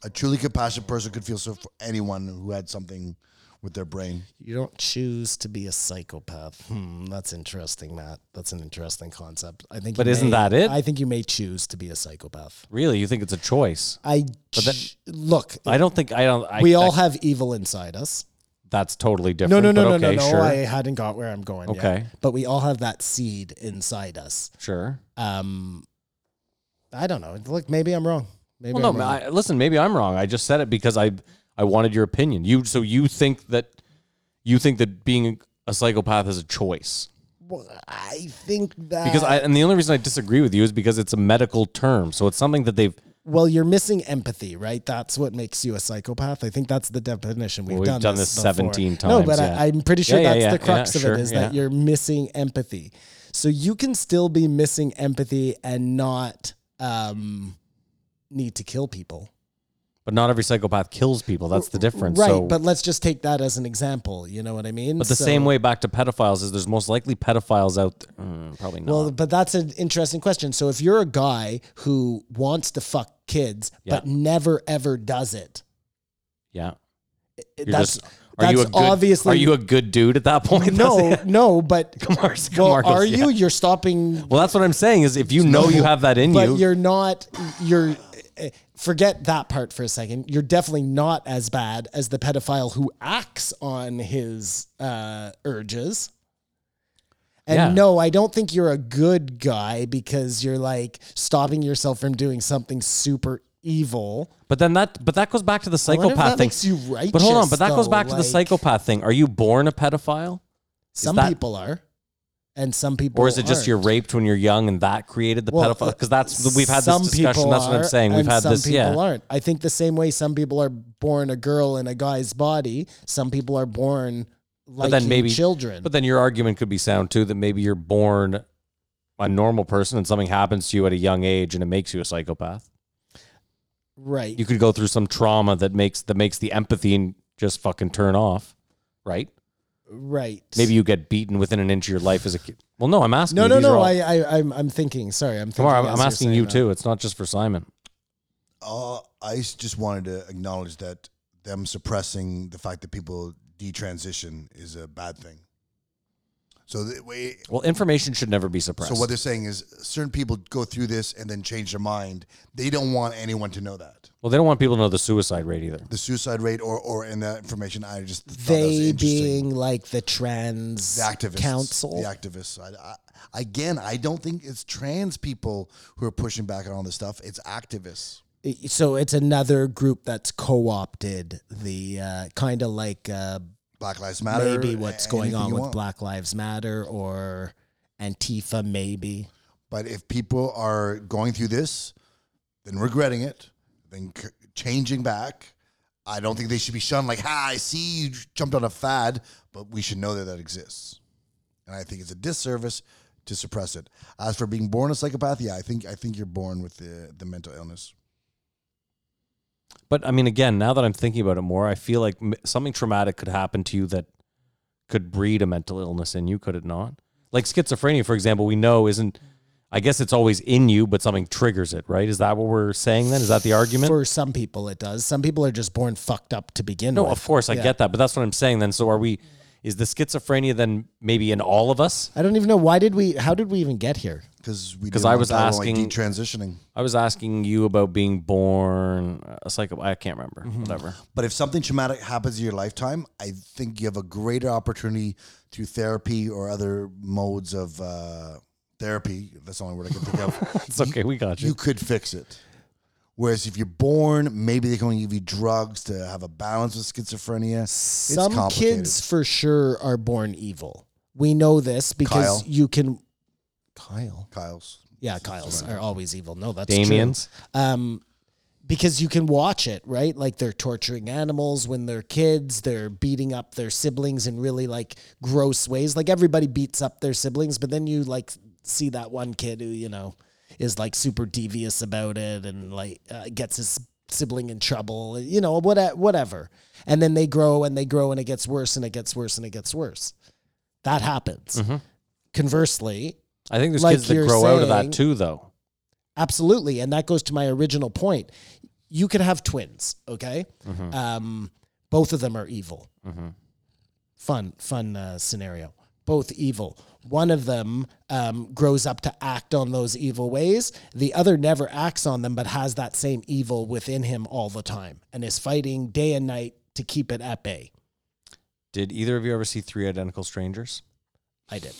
a truly compassionate person could feel so for anyone who had something with their brain.
you don't choose to be a psychopath. Hmm, that's interesting, Matt. That's an interesting concept. I think.
But
you
isn't
may-
that it?
I think you may choose to be a psychopath.
Really, you think it's a choice?
I
that-
ch- look.
I don't think I don't. I,
we all
I-
have evil inside us.
that's totally
No,
different.
no, no,
but
no,
okay,
no, no.
Sure,
I hadn't got where I'm going. yet.
Okay.
But we all have that seed inside us.
sure.
Um, I don't know. Look, maybe I'm wrong. Maybe
Well,
I'm
no,
wrong.
I, listen. Maybe I'm wrong. I just said it because I I wanted your opinion. You so you think that you think that being a psychopath is a choice
Well, I think that
because I and the only reason I disagree with you is because it's a medical term. So it's something that they've
well, you're missing empathy, right? That's what makes you a psychopath. I think that's the definition. We've,
Well, we've
done,
done
this
this
before.
17
No,
times,
but
yeah.
I, I'm pretty sure
Yeah, yeah,
that's
yeah,
the crux
yeah,
of
sure,
it is that
yeah.
you're missing empathy. So you can still be missing empathy and not um, need to kill people.
but not every psychopath kills people. That's the difference.
Right,
So-
but let's just take that as an example. You know what I mean?
But the
So-
same way back to pedophiles is there's most likely pedophiles out there. Mm, probably not.
Well, but that's an interesting question. So if you're a guy who wants to fuck kids but
Yeah.
never ever does it,
yeah. You're
that's
just, are you a
that's
good,
obviously
Are you a good dude at that point?
no,
That's-
no, but
Camar's-
well,
Camar's,
are
yeah.
you? You're stopping,
Well, that's what I'm saying is if you know you have that in
but
you,
you're not. You're eh, forget that part for a second. You're definitely not as bad as the pedophile who acts on his uh, urges. And
Yeah.
no, I don't think you're a good guy because you're like stopping yourself from doing something super evil.
but then that but that goes back to the
I wonder if
psychopath
that
thing.
makes you righteous.
but hold on, but that goes
though,
back to the
like,
psychopath thing. Are you born a pedophile?
Some
that-
people are, and some people.
Or is it just
aren't.
you're raped when you're young and that created the
Well,
pedophile? Because
uh,
that's we've had
some
this discussion.
people
That's what I'm
are,
saying. We've
and
had
some
this.
people
Yeah,
aren't. I think the same way some people are born a girl in a guy's body, some people are born
but
like
then maybe
children.
But then your argument could be sound too that maybe you're born a normal person and something happens to you at a young age and it makes you a psychopath.
right.
You could go through some trauma that makes that makes the empathy and just fucking turn off, right?
right.
Maybe you get beaten within an inch of your life as a kid. Well, no, I'm asking.
No,
you.
no,
These are
no.
all-
I, I, I'm, I'm thinking. Sorry, I'm thinking.
Kamar, I'm,
as
I'm
you're
asking
saying
you
that.
too. It's not just for Simon.
Uh, I s- just wanted to acknowledge that them suppressing the fact that people detransition is a bad thing. So the way,
Well, information should never be suppressed.
so what they're saying is certain people go through this and then change their mind. They don't want anyone to know that.
well, they don't want people to know the suicide rate either.
The suicide rate or or in that information, I just thought that was
They
interesting.
being like the trans
the activists,
council.
the activists. I, I, again, I don't think it's trans people who are pushing back on all this stuff. It's activists.
So it's another group that's co-opted the uh, kind of like. Uh,
Black Lives Matter.
maybe what's
a-
going
anything
on
you
with
want.
Black Lives Matter or Antifa, maybe.
But if people are going through this, then regretting it, then c- changing back, I don't think they should be shunned. Like, ha, I see you jumped on a fad, but we should know that that exists. And I think it's a disservice to suppress it. As for being born a psychopath, yeah, I think I think you're born with the the mental illness.
But I mean, again, now that I'm thinking about it more, I feel like m- something traumatic could happen to you that could breed a mental illness in you, could it not? Like schizophrenia, for example, we know isn't. I guess it's always in you, but something triggers it, right? Is that what we're saying then? Is that the argument?
For some people, it does. Some people are just born fucked up to begin
no,
with.
of course, I
Yeah.
get that, but that's what I'm saying then. So are we. Is the schizophrenia then maybe in all of us?
I don't even know why did we. How did we even get here?
because we
'Cause
didn't
I
want
was
to talk about, like,
asking-
detransitioning.
I was asking you about being born a psycho. I can't remember.
Mm-hmm.
Whatever.
But if something traumatic happens in your lifetime, I think you have a greater opportunity through therapy or other modes of uh, therapy. That's the only word I can think of.
It's okay. We got you.
you could fix it. Whereas if you're born, maybe they can only give you drugs to have a balance with schizophrenia. it's
Some
complicated.
kids for sure are born evil. We know this because
Kyle.
you can. Kyle.
Kyle's.
Yeah, Kyle's are always evil. No, that's true.
Damien's.
um, because you can watch it, right? Like they're torturing animals when they're kids, they're beating up their siblings in really like gross ways. Like everybody beats up their siblings, but then you like see that one kid who, you know, is like super devious about it and like uh, gets his sibling in trouble, you know, what, whatever. And then they grow and they grow and it gets worse and it gets worse and it gets worse. That happens. Conversely,
I think there's
Like
kids that
you're
grow out of that
saying-
too, though.
Absolutely. And that goes to my original point. You could have twins, okay?
Mm-hmm.
Um, both of them are evil. Fun, fun uh, scenario. Both evil. One of them um, grows up to act on those evil ways. The other never acts on them, but has that same evil within him all the time and is fighting day and night to keep it at bay.
Did either of you ever see Three Identical Strangers?
I did.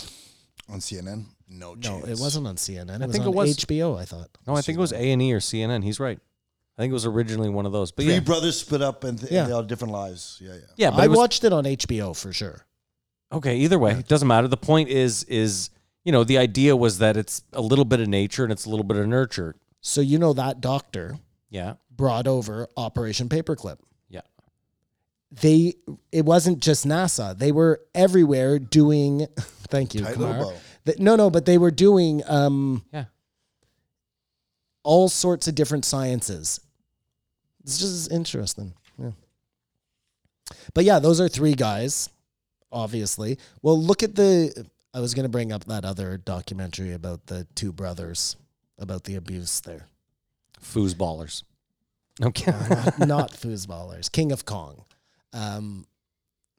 on CNN. No,
No,
chance.
it wasn't on CNN. It
I
was
think
on
it was-
HBO, I thought.
No, I think it was A and E or CNN. He's right. I think it was originally one of those. But
Three
yeah,
brothers split up and, th-
Yeah.
and they all different lives. Yeah, yeah.
yeah. But
I
it was,
watched it on HBO for sure.
Okay, either way, it doesn't matter. The point is is you know, the idea was that it's a little bit of nature and it's a little bit of nurture.
So, you know, that doctor
Yeah.
brought over Operation Paperclip.
Yeah.
They it wasn't just NASA. They were everywhere doing thank you,
Tight
Kumar.
elbow.
Th- no, no, but they were doing um
Yeah.
all sorts of different sciences. It's just interesting. Yeah. But yeah, those are three guys, obviously. Well, look at the I was gonna bring up that other documentary about the two brothers, about the abuse there.
Foosballers. Okay.
not, not foosballers. King of Kong. Um,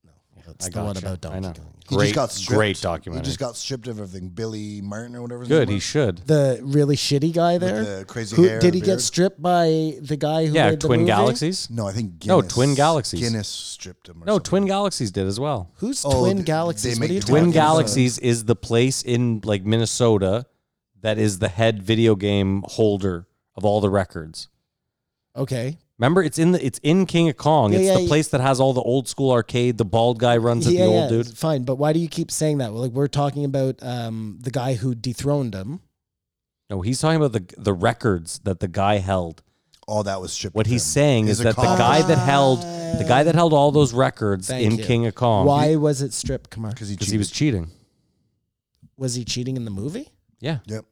no, that's
I
the one
gotcha.
about
I
Donkey
know.
Kong.
He
Great-
just got stripped.
great documentary.
He just got stripped of everything. Billy Martin or whatever. his
Good,
name
he
was.
should.
The really shitty guy there.
the crazy
Who-
hair
did he
and
get
beard.
stripped by the guy who?
Yeah,
made the
Twin
movie?
Galaxies?
No, I think
No,
Guinness.
Twin Galaxies.
Guinness stripped him. Or
No,
something.
Twin Galaxies did as well.
Who's
Oh,
Twin
they- they
Galaxies? What
make
are you
Twin
Twin
talking about?
Galaxies is the place in like Minnesota that is the head video game holder of all the records.
Okay.
Remember, it's in the it's in King of Kong.
Yeah,
it's
yeah,
the
yeah.
place that has all the old school arcade. The bald guy runs at
Yeah,
the old
yeah,
dude.
fine. But why do you keep saying that? Well, Like we're talking about um, the guy who dethroned him.
No, he's talking about the the records that the guy held.
All that was stripped.
What
of
he's
him.
saying
He's
is
a
that the
con-
guy that held the guy that held all those records
Thank
in
you.
King of Kong.
Why was it stripped? Come on.
because he,
Because he was
cheated.
cheating.
Was he cheating in the movie?
Yeah.
Yep.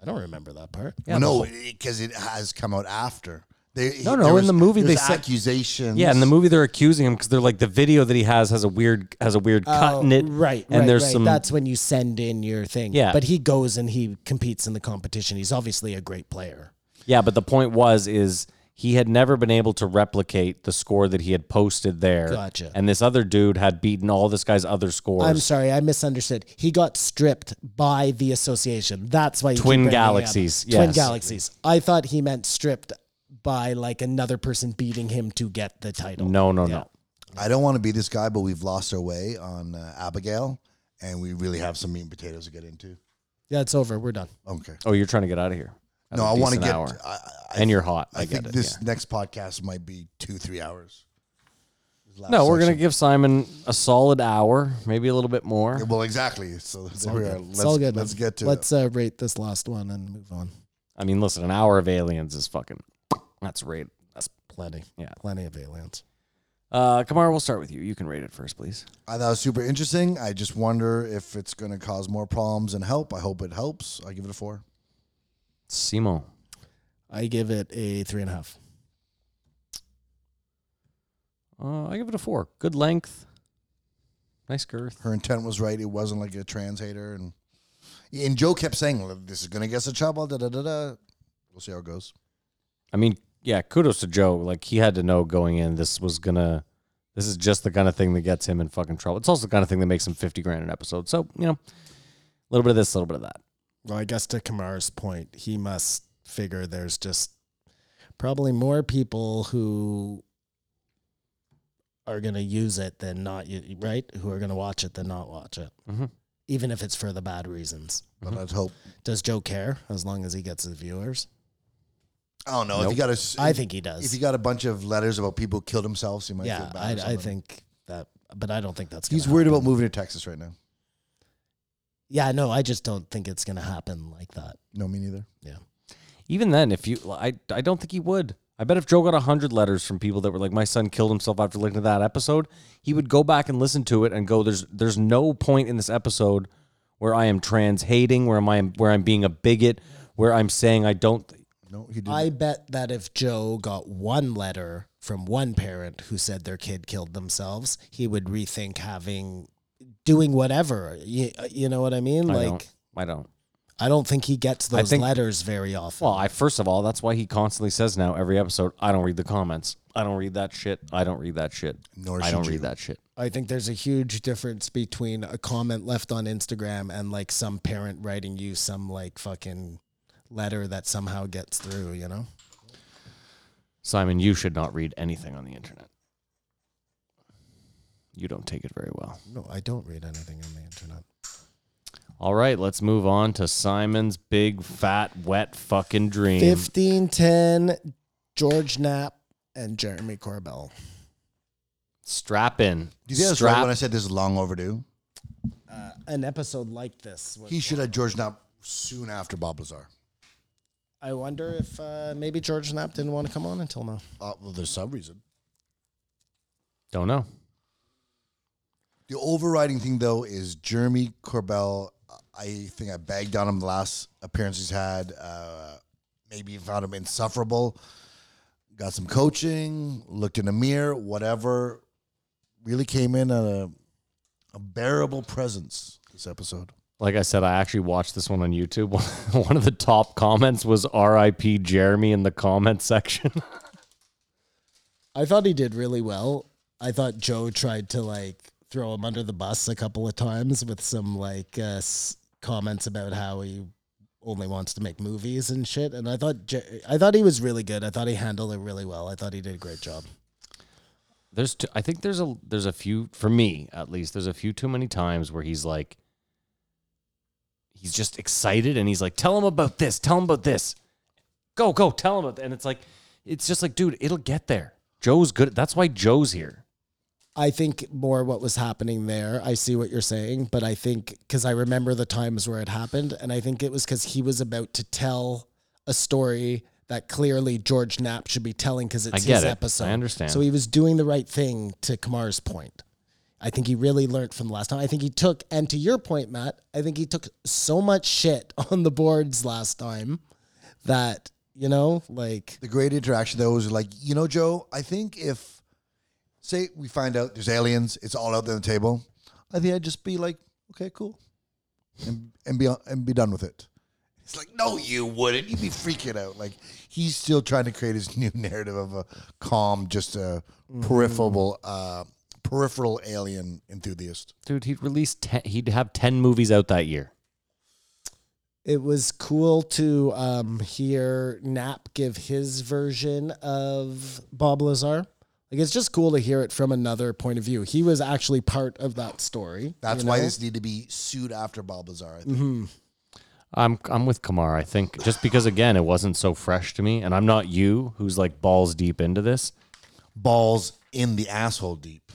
I don't remember that part.
Yeah,
no,
the-
because it has come out after. They, he-
No, no,
there
in
was-
the movie
there
they
was
said-
accusations.
Yeah, in the movie they're accusing him because they're like the video that he has has a weird has a weird cut in
Oh,
it.
Right,
And
right,
there's
right.
some
That's when you send in your thing.
Yeah.
But he goes and he competes in the competition. He's obviously a great player.
Yeah, but the point was is he had never been able to replicate the score that he had posted there.
Gotcha.
And this other dude had beaten all this guy's other scores.
I'm sorry, I misunderstood. He got stripped by the association. That's why you keep
Twin
bringing it up.
Galaxies,
Twin
yes.
galaxies. I thought he meant stripped by like another person beating him to get the title.
No, no,
Yeah.
no.
I don't want to be this guy, but we've lost our way on uh, Abigail, and we really have some meat and potatoes to get into.
Yeah, it's over. We're done.
Okay.
Oh, you're trying to get out of here.
no, I want to get.
Hour.
I, I,
and you're hot. I,
I,
get
think
it.
this
yeah.
next podcast might be two, three hours.
No, we're gonna give Simon a solid hour, maybe a little bit more.
Well, exactly. So there we are. Let's,
it's all good.
Let's
man.
get to
Let's uh, rate this last one and move on.
I mean, listen, an hour of aliens is fucking. That's right. That's
Plenty.
Yeah.
Plenty of aliens.
uh, Kamara. We'll start with you. You can rate it first, please.
I thought it was super interesting. I just wonder if it's going to cause more problems and help. I hope it helps. I give it a four.
Simo.
I give it a three and a half.
Uh, I give it a four. Good length. Nice girth.
Her intent was right. It wasn't like a trans hater, and and Joe kept saying, "Well, "This is going to get us in trouble." Da da da da. We'll see how it goes.
I mean, yeah, kudos to Joe. Like he had to know going in this was gonna this is just the kind of thing that gets him in fucking trouble. It's also the kind of thing that makes him fifty grand an episode. So, you know, a little bit of this, a little bit of that.
Well, I guess to Kamar's point, he must figure there's just probably more people who are going to use it than not, u- right? Who are going to watch it than not watch it,
Mm-hmm.
Mhm.
even if it's for the bad reasons.
But I'd hope.
Does Joe care as long as he gets his viewers?
I don't know. If you got a, s-
I think he
if
does.
you got a bunch of letters about people who killed themselves, you might
yeah,
feel bad.
I,
or
I
something.
think that, but I don't think that's.
he's
gonna
worried
happen.
about moving to Texas right now.
Yeah, no, I just don't think it's going to happen like that.
No, me neither.
Even then, if you, I, I don't think he would. I bet if Joe got 100 letters from people that were like, my son killed himself after listening to that episode, he would go back and listen to it and go, there's, there's no point in this episode where I am trans hating, where, am I, where I'm being a bigot, where I'm saying I don't.
No, he didn't.
I bet that if Joe got one letter from one parent who said their kid killed themselves, he would rethink having doing whatever. You, you know what I mean?
I
like
don't. I don't.
I don't think he gets
I
those
think-
letters very often.
Well, I first of all, that's why he constantly says now every episode, I don't read the comments. I don't read that shit. I don't read that shit.
Nor
I don't
should
read
you.
that shit.
I think there's a huge difference between a comment left on Instagram and like some parent writing you some like fucking letter that somehow gets through, you know?
Simon, you should not read anything on the internet. You don't take it very well.
No, I don't read anything on the internet.
All right, let's move on to Simon's big, fat, wet fucking dream.
1510 George Knapp and Jeremy Corbell.
Strap in.
Do you think I was right
Strap-
when I said this is long overdue?
an episode like this. would-
He should have George Knapp soon after Bob Lazar.
I wonder if uh, maybe George Knapp didn't want to come on until now.
Uh, well, there's some reason.
don't know.
The overriding thing, though, is Jeremy Corbell. I think I bagged on him the last appearance he's had. Uh, maybe found him insufferable. Got some coaching, looked in the mirror, whatever. Really came in at a, a bearable presence this episode.
Like I said, I actually watched this one on YouTube. One of the top comments was RIP Jeremy in the comment section.
I thought he did really well. I thought Joe tried to like throw him under the bus a couple of times with some like uh, s- comments about how he only wants to make movies and shit. And I thought Je- I thought he was really good. I thought he handled it really well. I thought he did a great job.
there's t I think there's a there's a few for me at least there's a few too many times where he's like he's just excited and he's like tell him about this tell him about this go go tell him about th-" and it's like it's just like dude it'll get there Joe's good that's why Joe's here
I think more what was happening there. I see what you're saying, but I think because I remember the times where it happened, and I think it was because he was about to tell a story that clearly George Knapp should be telling because it's
I get
his
it.
episode.
I understand.
So he was doing the right thing to Kamar's point. I think he really learned from the last time. I think he took, and to your point, Matt, I think he took so much shit on the boards last time that, you know, like,
The great interaction, though, was like, you know, Joe, I think if, say, we find out there's aliens, it's all out there on the table, I think I'd just be like, okay, cool. And, and, be, and be done with it. It's like, no, you wouldn't. You'd be freaking out. Like, he's still trying to create his new narrative of a calm, just a
Mm-hmm.
peripheral, uh, peripheral alien enthusiast.
dude he'd release 10 he'd have 10 movies out that year
it was cool to um, hear Knapp give his version of Bob Lazar. Like it's just cool to hear it from another point of view. He was actually part of that story.
That's
you
why
know? Mm-hmm.
this need to be sued after Bob Lazar. I think.
I'm I'm with Kamar. I think just because again it wasn't so fresh to me, and I'm not you who's like balls deep into this.
Balls in the asshole deep.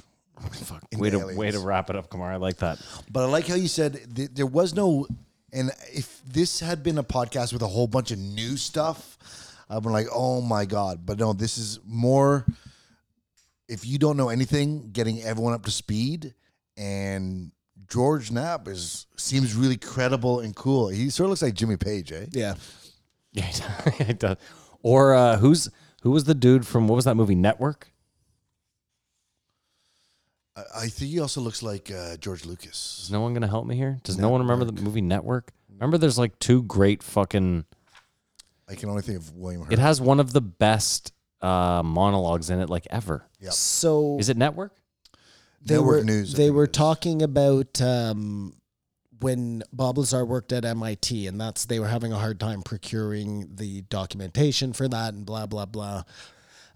Fuck,
In
way to
Aliens.
way to wrap it up, Kamar. I like that.
But I like how you said th- there was no, and if this had been a podcast with a whole bunch of new stuff, I've been like, oh my god. But no, this is more. If you don't know anything, getting everyone up to speed, and George Knapp is seems really credible and cool. He sort of looks like Jimmy Page, eh?
Yeah.
Yeah, it does. Or uh, who's who was the dude from what was that movie Network?
I- I think he also looks like uh, George Lucas.
Is no one gonna help me here? Does no one remember the movie Network? Remember, there's like two great fucking.
I can only think of William Hurt.
It has one of the best uh, monologues in it, like ever.
Yep.
So
Is it Network?
they
Network
were
News, I
they
think
were
it is.
talking about um, when Boblazar worked at MIT, and that's they were having a hard time procuring the documentation for that, and blah blah blah.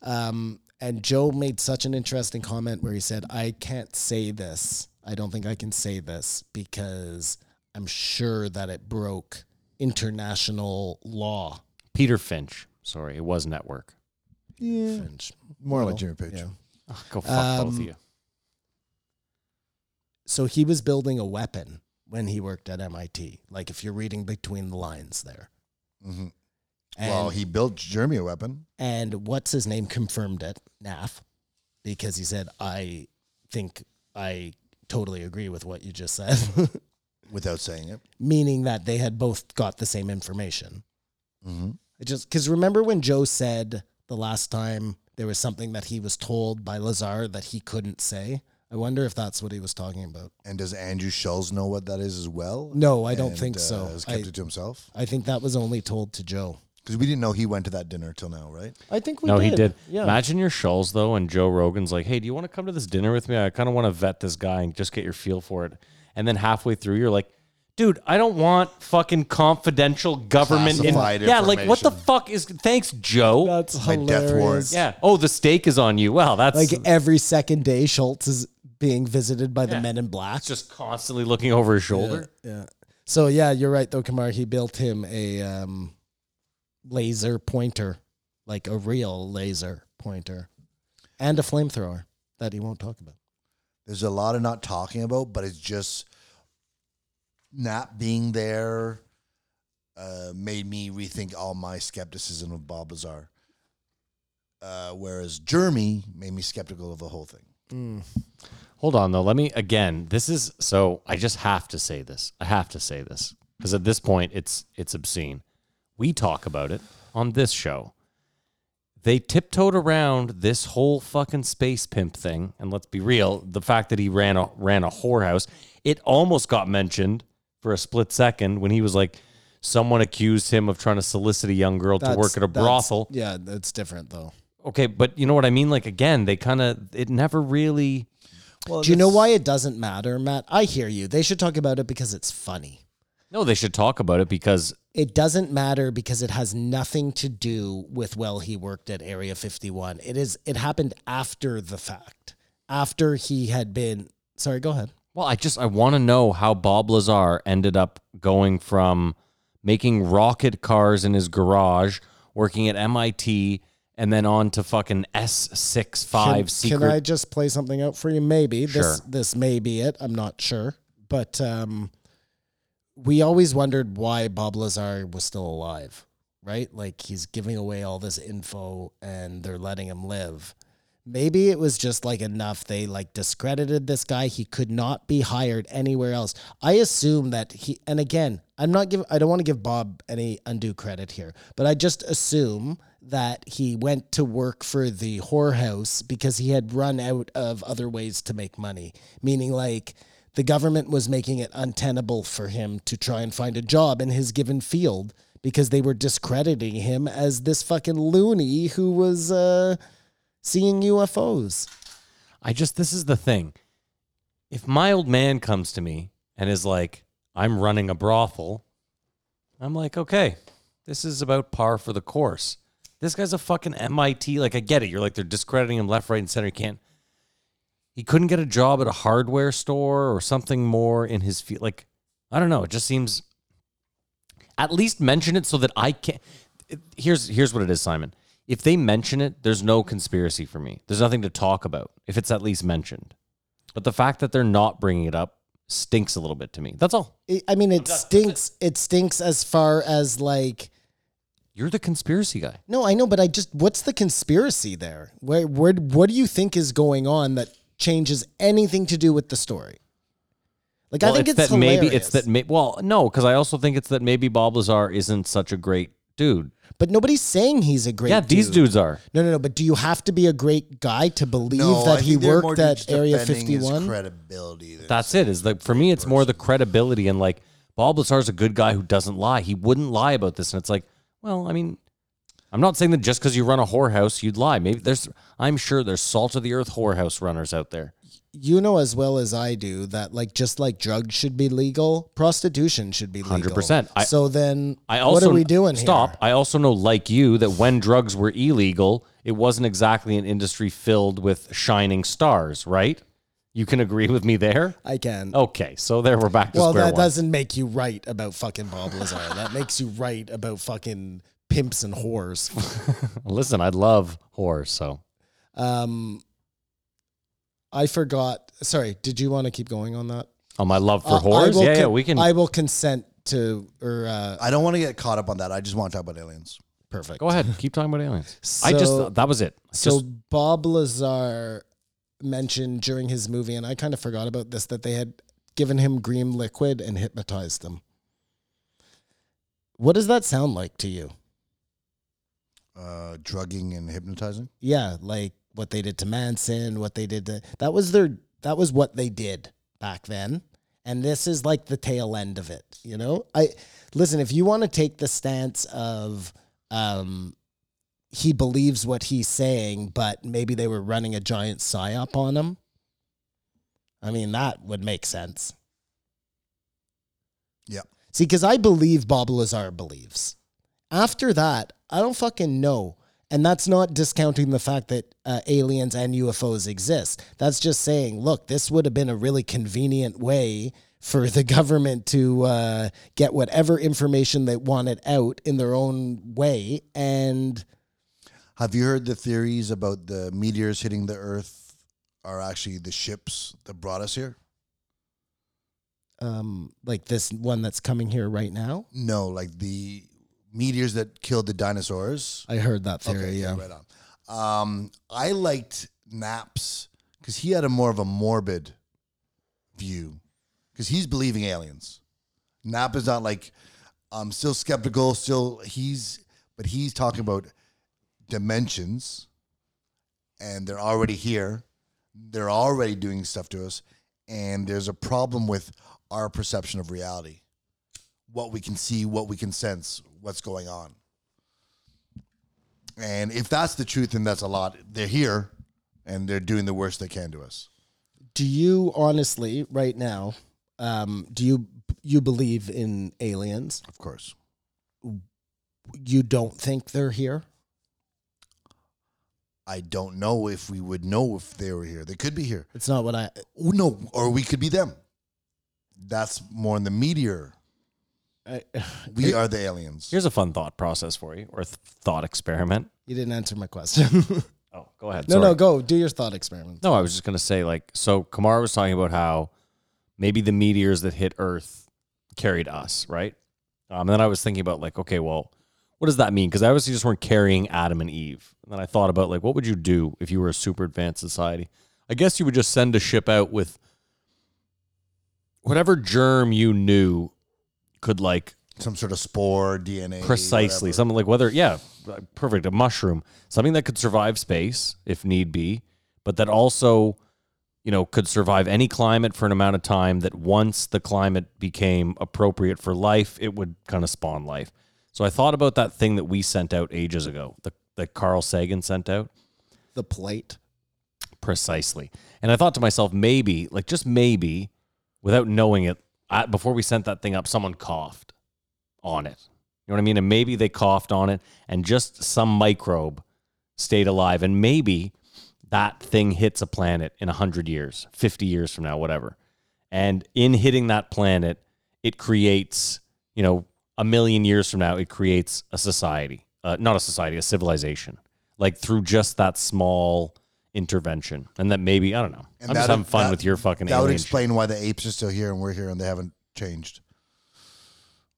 Um, and Joe made such an interesting comment where he said, "I can't say this. I don't think I can say this because I'm sure that it broke international law."
Peter Finch. Sorry, it was Network.
Yeah,
Finch.
more like Jimmy Page.
Yeah.
Oh, go fuck both of
Um,
you.
so he was building a weapon when he worked at MIT. Like if you're reading between the lines there.
Mhm.
And,
well, he built Jeremy a weapon.
and what's his name confirmed it, Naff, because he said, I think I totally agree with what you just said,
without saying it.
meaning that they had both got the same information.
Mm-hmm.
It just because remember when Joe said the last time there was something that he was told by Lazar that he couldn't say? I wonder if that's what he was talking about.
And does Andrew Schulz know what that is as well?
No, I don't
And,
think
uh,
so.
Has
I-
kept it to himself
I think that was only told to Joe.
because we didn't know he went to that dinner till now, right?
I think we
No, he did.
Yeah.
Imagine your Schulz though, and Joe Rogan's like, "Hey, do you want to come to this dinner with me? I kind of want to vet this guy and just get your feel for it." And then halfway through, you're like, "Dude, I don't want fucking confidential government in-
Classified
Yeah, like what the
information.
fuck is? Thanks, Joe.
That's
My
hilarious.
death warrant.
yeah. Oh, the steak is on you. Wow, that's
Like every second day, Schultz is being visited by the men in black.
just constantly looking over his shoulder.
so yeah, you're right though, Kamar. He built him a um, laser pointer, like a real laser pointer, and a flamethrower that he won't talk about.
There's a lot of not talking about, but it's just not being there uh, made me rethink all my skepticism of Bob Lazar. Uh, whereas Jeremy made me skeptical of the whole thing.
Hold on though. Let me again. This is so. I just have to say this. I have to say this because at this point, it's it's obscene. We talk about it on this show. They tiptoed around this whole fucking space pimp thing, and let's be real: the fact that he ran a ran a whorehouse, it almost got mentioned for a split second when he was like, someone accused him of trying to solicit a young girl to work at a brothel.
Yeah, that's different though.
Okay, but you know what I mean? Like again, they kind of it never really.
Do you know why it doesn't matter, Matt? I hear you. They should talk about it because it's funny.
No, they should talk about it because
it doesn't matter because it has nothing to do with well he worked at area 51 it is it happened after the fact after he had been sorry go ahead
well, I just I want to know how Bob Lazar ended up going from making rocket cars in his garage, working at MIT, and then on to fucking S six five secret.
can i just play something out for you maybe this
Sure.
this may be it i'm not sure but um we always wondered why bob lazar was still alive right like he's giving away all this info and they're letting him live maybe it was just like enough they like discredited this guy he could not be hired anywhere else i assume that he and again i'm not giving i don't want to give bob any undue credit here but i just assume that he went to work for the whorehouse because he had run out of other ways to make money meaning like the government was making it untenable for him to try and find a job in his given field because they were discrediting him as this fucking loony who was uh seeing UFOs.
I just this is the thing. If my old man comes to me and is like, "I'm running a brothel," I'm like, "Okay, this is about par for the course." This guy's a fucking MIT. Like, I get it. You're like they're discrediting him left, right, and center. He can't. He couldn't get a job at a hardware store or something more in his field. Like, I don't know. It just seems. At least mention it so that I can. it- Here's here's what it is, Simon. If they mention it, there's no conspiracy for me. There's nothing to talk about if it's at least mentioned. But the fact that they're not bringing it up stinks a little bit to me. That's all.
I- I mean, it stinks. It stinks as far as like.
You're the conspiracy guy.
No, I know, but I just what's the conspiracy there? Where, where what do you think is going on that changes anything to do with the story? Like I
Well,
think it's,
that maybe
hilarious.
it's that may, well no because I also think it's that maybe Bob Lazar isn't such a great dude.
but nobody's saying he's a great.
yeah, these
dude.
dudes are.
No, no, no. But do you have to be a great guy to believe
I
that he
think they're more
worked at
just
Area
defending
Fifty
his
One?
Credibility. than-
That's it. Is like for me, it's more the credibility and like Bob Lazar's a good guy who doesn't lie. He wouldn't lie about this, and it's like, well, I mean, I'm not saying that just because you run a whorehouse, you'd lie. Maybe there's, I'm sure there's salt of the earth whorehouse runners out there.
you know as well as I do that like just like drugs should be legal, prostitution should be legal.
100%. I-
so then
I also
what are we doing
stop.
here?
I also know, like you, that when drugs were illegal, it wasn't exactly an industry filled with shining stars, right? You can agree with me there.
I can.
Okay, so there we're back to
well,
Oh, square
that
one.
doesn't make you right about fucking Bob Lazar. that makes you right about fucking pimps and whores.
Listen, I love whores, so
Um, I forgot. Sorry, did you want to keep going on that?
oh, my love for
Uh, I
whores.
will
Yeah, yeah,
con-
we can.
I will consent to or uh,
I don't want to get caught up on that. I just want to talk about aliens.
perfect.
Go ahead, keep talking about aliens. I just
So-
that was it.
So
Just-
Bob Lazar mentioned during his movie, and I kind of forgot about this, that they had given him green liquid and hypnotized him. What does that sound like to you?
Uh, drugging and hypnotizing.
Yeah, like what they did to Manson, what they did to that was their that was what they did back then. And this is like the tail end of it, you know? I listen, if you want to take the stance of um he believes what he's saying, but maybe they were running a giant psyop on him. I mean, that would make sense.
Yeah.
See, because I believe Bob Lazar believes. After that, I don't fucking know. And that's not discounting the fact that uh, aliens and UFOs exist. That's just saying, look, this would have been a really convenient way for the government to uh, get whatever information they wanted out in their own way. And
Have you heard the theories about the meteors hitting the Earth are actually the ships that brought us here?
um, like this one that's coming here right now.
No, like the meteors that killed the dinosaurs.
I heard that theory. yeah.
right on. Um, I liked Naps because he had a more of a morbid view because he's believing aliens. Nap is not like I'm still skeptical, still he's but he's talking about dimensions and they're already here. They're already doing stuff to us and there's a problem with our perception of reality. What we can see, what we can sense, what's going on. And if that's the truth, then that's a lot. They're here and they're doing the worst they can to us.
Do you honestly, right now, um, do you you believe in aliens?
Of course.
You don't think they're here?
I don't know if we would know if they were here. They could be here.
It's not what I.
Oh, no, or we could be them. That's more in the meteor.
I
We are the aliens.
here's a fun thought process for you, or th- thought experiment.
you didn't answer my question.
Oh, go ahead.
no,
sorry.
no, go do your thought experiment.
No, I was just gonna say like so. Kamara was talking about how maybe the meteors that hit Earth carried us, right? Um, and then I was thinking about like, okay, well, what does that mean? Because I obviously just weren't carrying Adam and Eve. And then I thought about like, what would you do if you were a super advanced society? I guess you would just send a ship out with whatever germ you knew could like
Some sort of spore, DNA.
precisely
whatever.
something like whether yeah perfect a mushroom something that could survive space if need be but that also you know could survive any climate for an amount of time that once the climate became appropriate for life it would kind of spawn life so i thought about that thing that we sent out ages ago the, that carl sagan sent out
The plate.
precisely and i thought to myself maybe like just maybe without knowing it I, before we sent that thing up someone coughed on it you know what i mean and maybe they coughed on it and just some microbe stayed alive and maybe that thing hits a planet in 100 years 50 years from now whatever and in hitting that planet it creates you know a million years from now it creates a society uh, not a society a civilization like through just that small intervention and that maybe i don't know i'm just
that-
having fun
that-
with your fucking
That would
alien shit.
explain why the apes are still here and we're here and they haven't changed.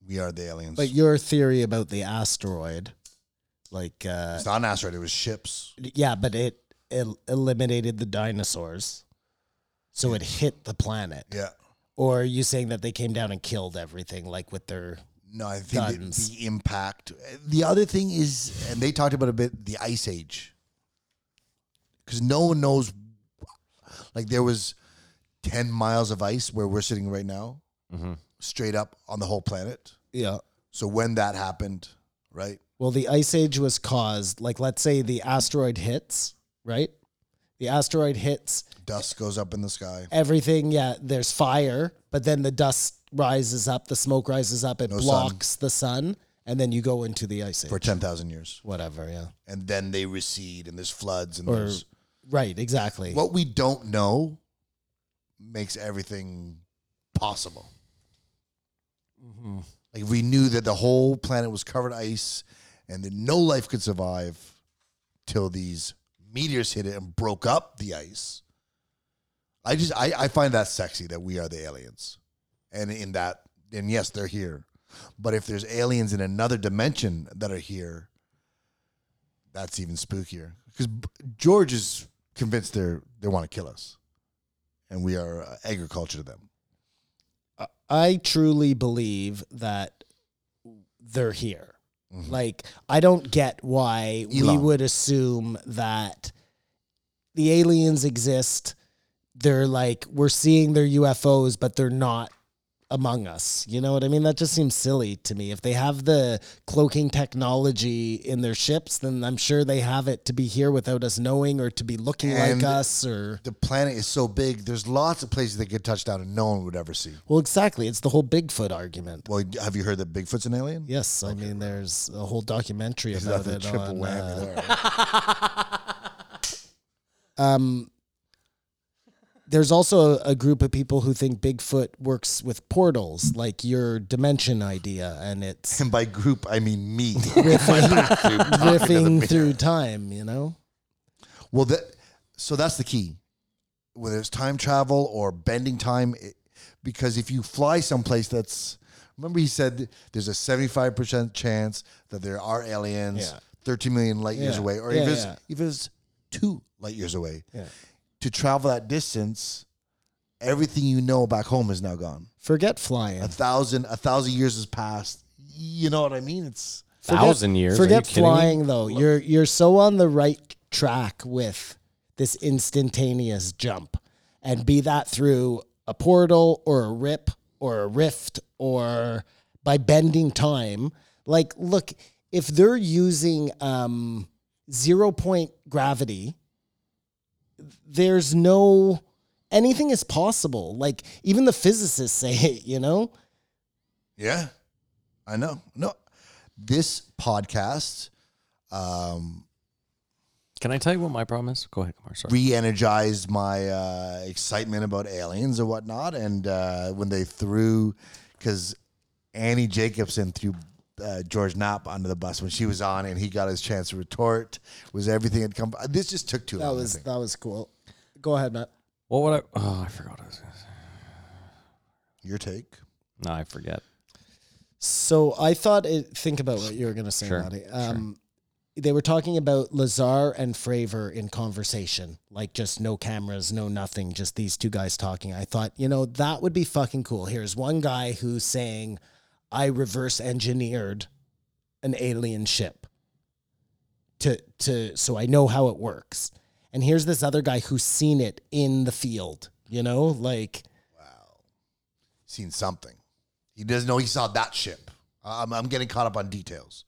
We are the aliens.
But your theory about the asteroid, like, uh,
it's not an asteroid, it was ships.
yeah, but it, it eliminated the dinosaurs, so it hit the planet.
Yeah.
Or are you saying that they came down and killed everything, like with their
No, I think the,
Guns.
the impact. The other thing is, and they talked about a bit the ice age, because no one knows. Like there was ten miles of ice where we're sitting right now,
Mm-hmm.
straight up on the whole planet.
yeah
So when that happened, right?
Well, the ice age was caused, like, let's say the asteroid hits, right? The asteroid hits
Dust goes up in the sky.
everything. Yeah, there's fire, but then the dust rises up, the smoke rises up, it blocks the sun, and then you go into the ice age.
for 10,000 years.
Whatever, yeah.
And then they recede and there's floods and
Or-
there's
Right, exactly.
what we don't know makes everything possible. Like if we knew that the whole planet was covered ice and that no life could survive till these meteors hit it and broke up the ice. I just I, I find that sexy that we are the aliens. And in that and yes, they're here. But if there's aliens in another dimension that are here, that's even spookier because George is convinced they're they want to kill us, and we are uh, agriculture to them.
I truly believe that they're here. Like, I don't get why we
Mm-hmm. Elon.
would assume that the aliens exist. They're like, we're seeing their UFOs, but they're not among us. You know what I mean? That just seems silly to me. If they have the cloaking technology in their ships, then I'm sure they have it to be here without us knowing or to be looking
And-
like us or.
The planet is so big. There's lots of places they could touch down, and no one would ever see.
Well, exactly. It's the whole Bigfoot argument.
Well, have you heard that Bigfoot's an alien?
Yes, I mean there's a whole documentary about
that's
it.
a triple
on, uh,
whammy. there, right?
um, there's also a, a group of people who think Bigfoot works with portals, like your dimension idea, and it's
and by group, I mean me.
riffing through time. You know,
well, that so that's the key. Whether it's time travel or bending time, it, because if you fly someplace that's remember he said there's a 75% chance that there are aliens
Yeah.
13 million light years
Yeah.
away or
Yeah,
if it's
yeah.
if it's 2 light years away
Yeah.
to travel that distance everything you know back home is now gone
forget
a
flying,
thousand a thousand years has passed you know what i mean it's
Forget-
Thousand years. Are you
Forget
kidding me?
flying though. You're you're so on the right track with this instantaneous jump, and be that through a portal or a rip or a rift or by bending time. Like, look, if they're using um, zero point gravity, there's no anything is possible. Like even the physicists say it, you know.
Yeah, I know. No, this podcast um,
Can I tell you what my problem is? Go ahead, Kamar. Sorry.
re-energized my uh, excitement about aliens and whatnot. And uh, when they threw, because Annie Jacobson threw uh, George Knapp under the bus when she was on, and he got his chance to retort. Was everything had come? This just took too
That
long. I
was
think.
that was cool. Go ahead, Matt.
what would I? Oh, I forgot. What I was gonna say.
your take.
No, I forget.
So I thought it. Think about what you were going to say,
Sure,
Maddie. Um, They were talking about Lazar and Fravor in conversation, like just no cameras, no nothing, just these two guys talking. I thought, you know, that would be fucking cool. Here's one guy who's saying, "I reverse engineered an alien ship to to so I know how it works." And here's this other guy who's seen it in the field. You know, like
Seen something. He doesn't know he saw that ship. I- I'm, I'm getting caught up on details.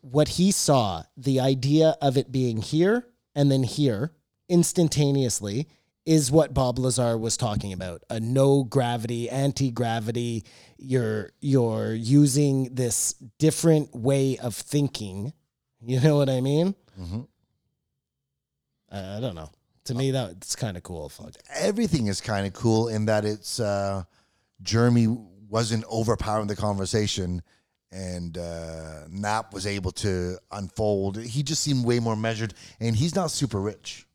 what he saw, the idea of it being here and then here instantaneously is what Bob Lazar was talking about. A no gravity, anti-gravity, you're you're using this different way of thinking. You know what I mean? Uh, I don't know. To me that's kind of cool. Fuck.
everything is kind of cool in that it's uh, Jeremy wasn't overpowering the conversation, and uh, Knapp was able to unfold. He just seemed way more measured, and he's not super rich.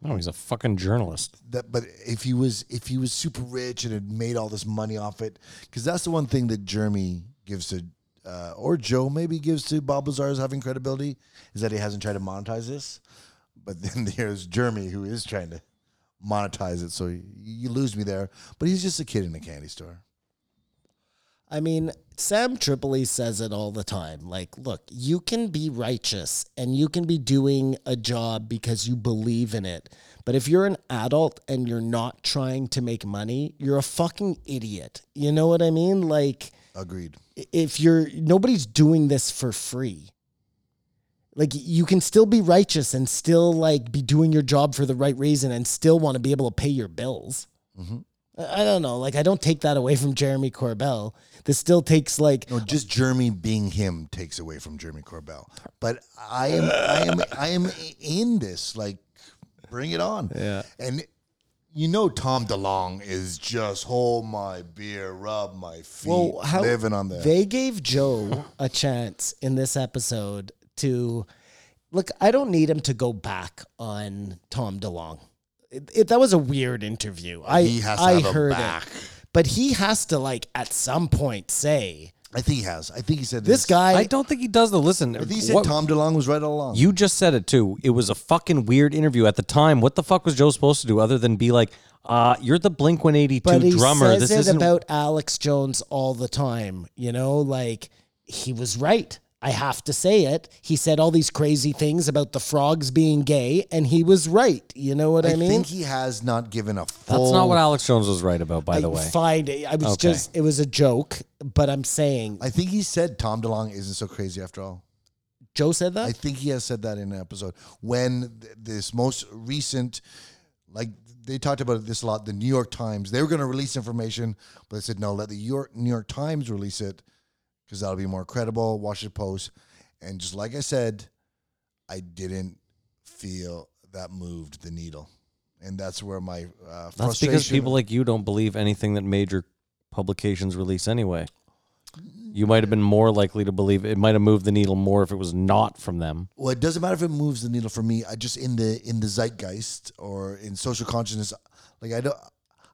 No, he's a fucking journalist.
That, but if he was, if he was super rich and had made all this money off it, because that's the one thing that Jeremy gives to, uh, or Joe maybe gives to Bob Lazar as having credibility, is that he hasn't tried to monetize this. But then there's Jeremy who is trying to monetize it. So you, you lose me there. But he's just a kid in a candy store.
I mean, Sam Tripoli says it all the time. Like, look, you can be righteous and you can be doing a job because you believe in it. But if you're an adult and you're not trying to make money, you're a fucking idiot. You know what I mean? Like,
Agreed.
if you're nobody's doing this for free. Like you can still be righteous and still like be doing your job for the right reason and still want to be able to pay your bills. I I don't know. Like I don't take that away from Jeremy Corbell. This still takes like
No, just Jeremy being him takes away from Jeremy Corbell. But I am, I am, I am in this. Like, bring it on. Yeah. And you know, Tom DeLong is just hold my beer, rub my feet, living on that.
They gave Joe a chance in this episode to look. I don't need him to go back on Tom DeLong. It, it, that was a weird interview. I
He has to
I
have him
heard
back.
it, but he has to like at some point say
I think he has. I think he said
this guy.
I don't think he does the listen.
I think he said
what-
Tom DeLong was right all along.
You just said it too. It was a fucking weird interview at the time. What the fuck was Joe supposed to do other than be like, uh, you're the Blink 182
but he
drummer.
says
This
it
isn't
about Alex Jones all the time. You know, like he was right. I have to say it. He said all these crazy things about the frogs being gay, and he was right. You know what I,
I
mean?
think he has not given a
That's
full.
not what Alex Jones was right about, by the
I
way.
find it. I was
Okay.
just it was a joke, but I'm saying
I think he said Tom DeLong isn't so crazy after all.
Joe said that.
I think he has said that in an episode when th- this most recent, like they talked about this a lot. The New York Times they were going to release information, but they said no, let the York, New York Times release it because that'll be more credible. Washington Post, and just like I said, I didn't feel that moved the needle, and that's where my uh, frustration.
That's because people like you don't believe anything that major publications release anyway. You might have been more likely to believe it might have moved the needle more if it was not from them.
well, it doesn't matter if it moves the needle for me. I just in the in the zeitgeist or in social consciousness, like I don't.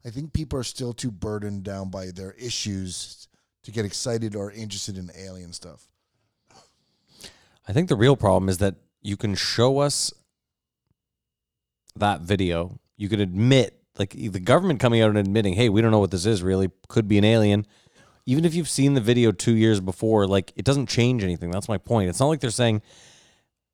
I think people are still too burdened down by their issues to get excited or interested in alien stuff.
I think the real problem is that you can show us that video. You can admit, like e, the government coming out and admitting, hey, we don't know what this is really, could be an alien. Even if you've seen the video two years before, like it doesn't change anything. That's my point. It's not like they're saying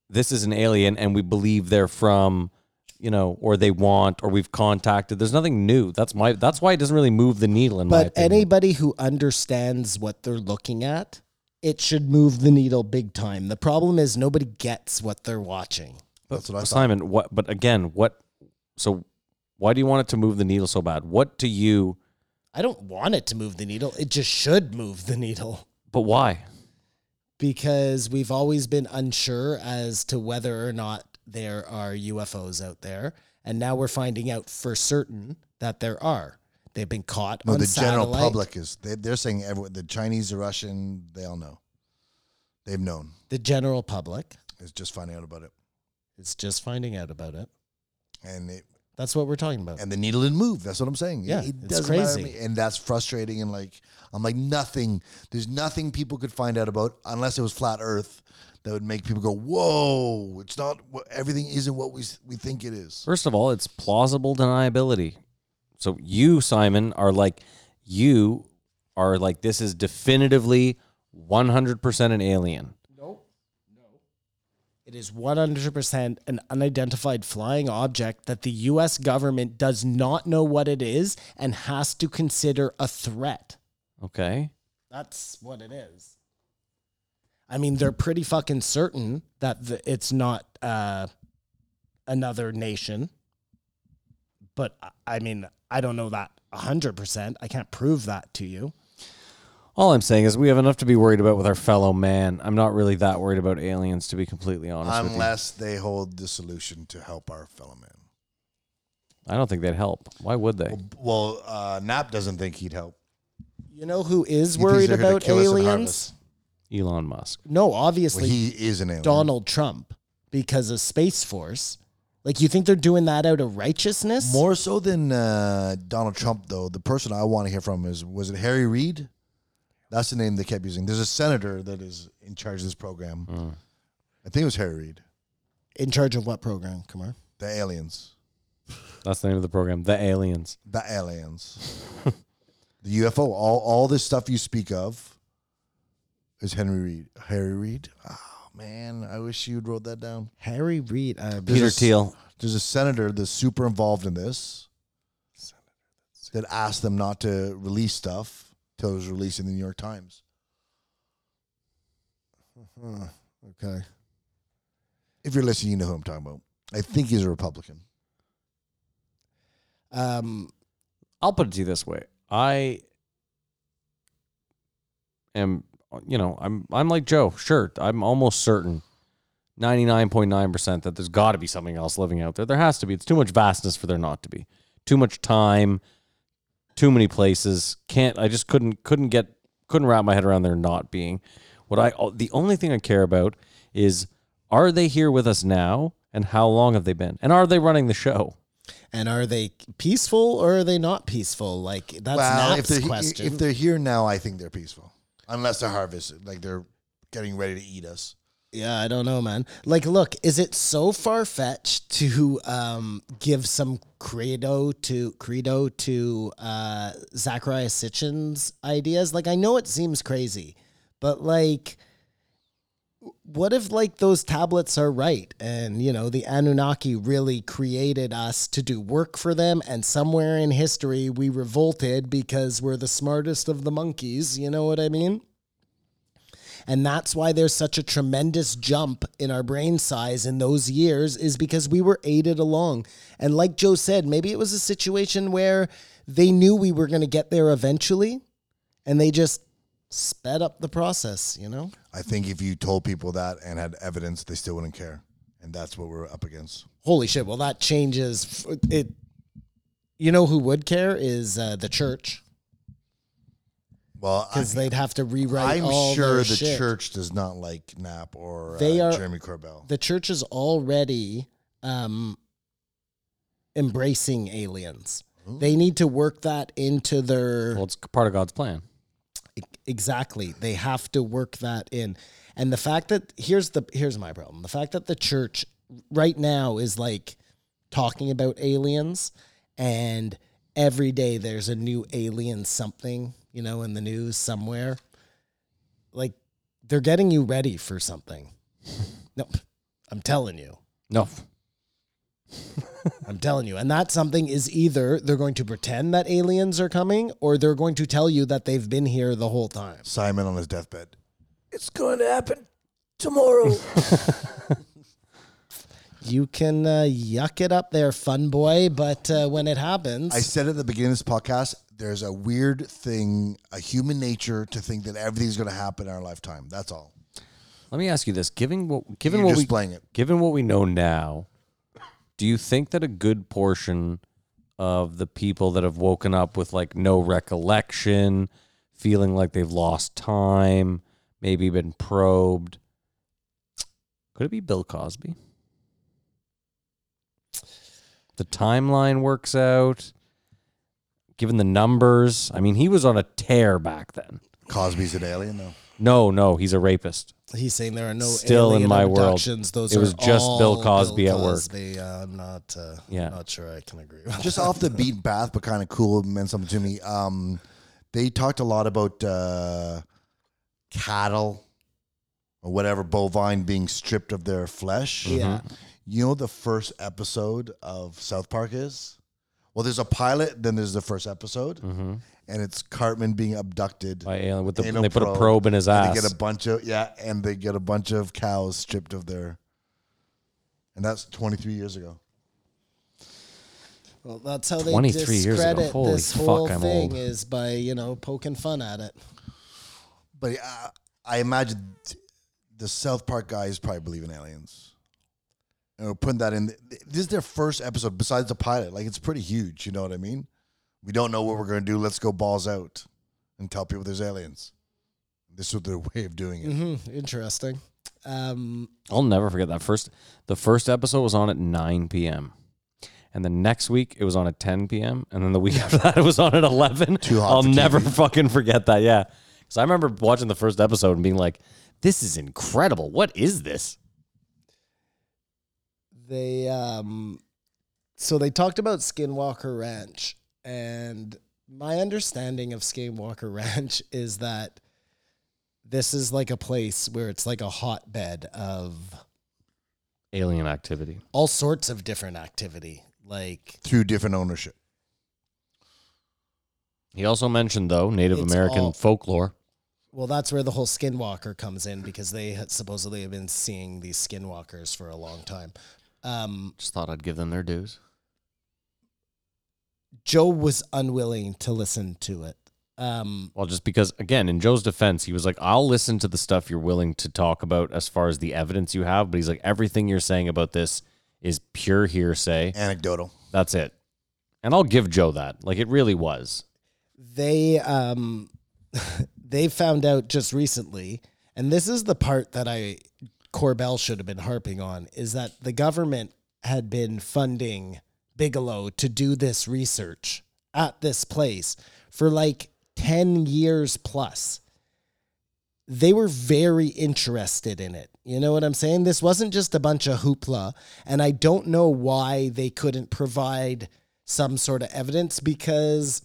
this is an alien and we believe they're from, you know, or they want, or we've contacted. There's nothing new. That's my. That's why it doesn't really move the needle in my
but
opinion.
anybody who understands what they're looking at, it should move the needle big time. The problem is nobody gets what they're watching.
That's what I thought.
Simon, what? But again, what? So, why do you want it to move the needle so bad? What do you?
I don't want it to move the needle. It just should move the needle
But why?
because we've always been unsure as to whether or not there are UFOs out there, and now we're finding out for certain that there are. They've been caught
No,
on
the general
satellite.
public is they, they're saying everyone, the Chinese, the Russian, they all know. They've known.
The general public.
It's just finding out about it,
It's just finding out about it.
and it
That's what we're talking about.
and the needle didn't move. That's what I'm saying.
Yeah,
it, it
it's
doesn't matter to
crazy.
me. and that's frustrating. And like, I'm like, nothing. There's nothing people could find out about unless it was flat Earth that would make people go, "Whoa, it's not. wha- Everything isn't what we s- we think it is."
First of all, it's plausible deniability. So you, Simon, are like you are like this is definitively 100% an alien.
It is 100% an unidentified flying object that the US government does not know what it is and has to consider a threat.
Okay.
That's what it is. I mean, they're pretty fucking certain that the, it's not uh, another nation. But I- I mean, I don't know that 100%. I can't prove that to you.
All I'm saying is we have enough to be worried about with our fellow man. I'm not really that worried about aliens to be completely honest with you.
Unless they hold the solution to help our fellow man.
I don't think they'd help. Why would they?
Well, uh, Nap doesn't think he'd help.
You know who is
He thinks
worried
they're gonna
about
kill us and harm
aliens?
us.
Elon Musk.
No,
Well,
obviously.
he is an alien.
Donald Trump because of Space Force. Like, you think they're doing that out of righteousness?
More so than uh, Donald Trump, though, the person I want to hear from is was it Harry Reid? That's the name they kept using. There's a senator that is in charge of this program. I think it was Harry Reid.
in charge of what program, Kumar?
The aliens.
That's the name of the program. The aliens.
The aliens. the UFO. All all this stuff you speak of is Henry Reid. Harry Reid. Oh man, I wish you'd wrote that down.
Harry Reid. Uh,
There's
Peter
a s-
Thiel.
There's a senator that's super involved in this that asked them not to release stuff till it was released in the New York Times.
okay.
If you're listening, you know who I'm talking about. I think he's a Republican.
Um,
I'll put it to you this way. I am you know, I'm I'm like Joe. Sure, I'm almost certain 99.9% that there's got to be something else living out there. There has to be. It's too much vastness for there not to be. Too much time, too many places. Can't I just couldn't couldn't get couldn't wrap my head around there not being. What I the only thing I care about is are they here with us now and how long have they been? And are they running the show?
and are they peaceful or are they not peaceful? Like that's
well, if
Nap's
they're
question.
if they're here now, I think they're peaceful, unless they're harvested, like they're getting ready to eat us.
Yeah, I don't know, man. Like, look, is it so far fetched to um, give some credo to credo to uh, Zachariah Sitchin's ideas? Like, I know it seems crazy, but like, what if like those tablets are right, and you know the Anunnaki really created us to do work for them, and somewhere in history we revolted because we're the smartest of the monkeys. You know what I mean? And that's why there's such a tremendous jump in our brain size in those years, is because we were aided along. And like Joe said, maybe it was a situation where they knew we were going to get there eventually and they just sped up the process, you know?
I think if you told people that and had evidence, they still wouldn't care, and that's what we're up against.
Holy shit. Well, that changes f- it. You know who would care is uh, the church
Well, I,
because they'd have to rewrite.
I'm
all
sure
their
the
shit.
church does not like Knapp or
They
uh,
are-
Jeremy Corbell.
the church is already um, embracing aliens. They need to work that into their e-,
Well, it's part of God's plan.
exactly. They have to work that in. And the fact that here's the here's my problem. The fact that the church right now is like talking about aliens and every day there's a new alien something, you know, in the news somewhere. Like they're getting you ready for something. no, I'm telling you.
No.
I'm telling you. And that something is either they're going to pretend that aliens are coming or they're going to tell you that they've been here the whole time.
Simon on his deathbed.
You can uh, yuck it up there, fun boy, but uh, when it happens,
I said at the beginning of this podcast, there's a weird thing, a human nature to think that everything's going to happen in our lifetime. That's all.
Let me ask you this: given what given
You're
what
just
we
playing it.
given what we know now, do you think that a good portion of the people that have woken up with like no recollection, feeling like they've lost time, maybe been probed, could it be Bill Cosby? The timeline works out. Given the numbers, I mean, he was on a tear back then.
Cosby's an alien, though.
No, no, he's a rapist.
he's saying there are no
Still in
alien
my world.
abductions. Those
It
are
was just
all
Bill Cosby at work.
Cosby. Uh, I'm not, uh,
Yeah.
not sure I can agree. With
Just
that.
off the beat path, but kind of cool, meant something to me. Um, they talked a lot about uh, cattle or whatever, bovine being stripped of their flesh.
Mm-hmm.
yeah,
You know the first episode of South Park is? Well, there's a pilot, then there's the first episode, and it's Cartman being abducted.
Mm-hmm. By alien with the
Anal
they put a probe in his
and
ass.
They get a bunch of yeah, and they get a bunch of cows stripped of their. And that's 23 years ago.
well, that's how they
23 years ago.
discredit
Holy
this
fuck,
whole
I'm
thing
old.
is by you know poking fun at it.
But uh, I imagine the South Park guys probably believe in aliens. And we're putting that in. This is their first episode besides the pilot. Like it's pretty huge. You know what I mean? We don't know what we're gonna do. Let's go balls out and tell people there's aliens. This is their way of doing it.
hmm Interesting. Um,
I'll never forget that first. The first episode was on at 9 p.m. And the next week it was on at 10 p.m. And then the week after that it was on at 11.
Too hot
I'll
for
never
TV.
fucking forget that. Yeah, because I remember watching the first episode and being like, "This is incredible. What is this?"
they um so they talked about Skinwalker Ranch and my understanding of Skinwalker Ranch is that this is like a place where it's like a hotbed of
Alien activity.
all sorts of different activity like
Through different ownership.
He also mentioned though Native
It's
American
all-
folklore.
Well, that's where the whole skinwalker comes in because they had- supposedly have been seeing these skinwalkers for a long time. Um,
Just thought I'd give them their dues.
Joe was unwilling to listen to it. Um,
Well, just because, again, in Joe's defense, he was like, I'll listen to the stuff you're willing to talk about as far as the evidence you have. But he's like, everything you're saying about this is pure hearsay.
Anecdotal.
That's it. And I'll give Joe that. Like, it really was.
they um, they found out just recently, and this is the part that I Corbell should have been harping on is that the government had been funding Bigelow to do this research at this place for like ten years plus. they were very interested in it. You know what I'm saying? This wasn't just a bunch of hoopla. And I don't know why they couldn't provide some sort of evidence because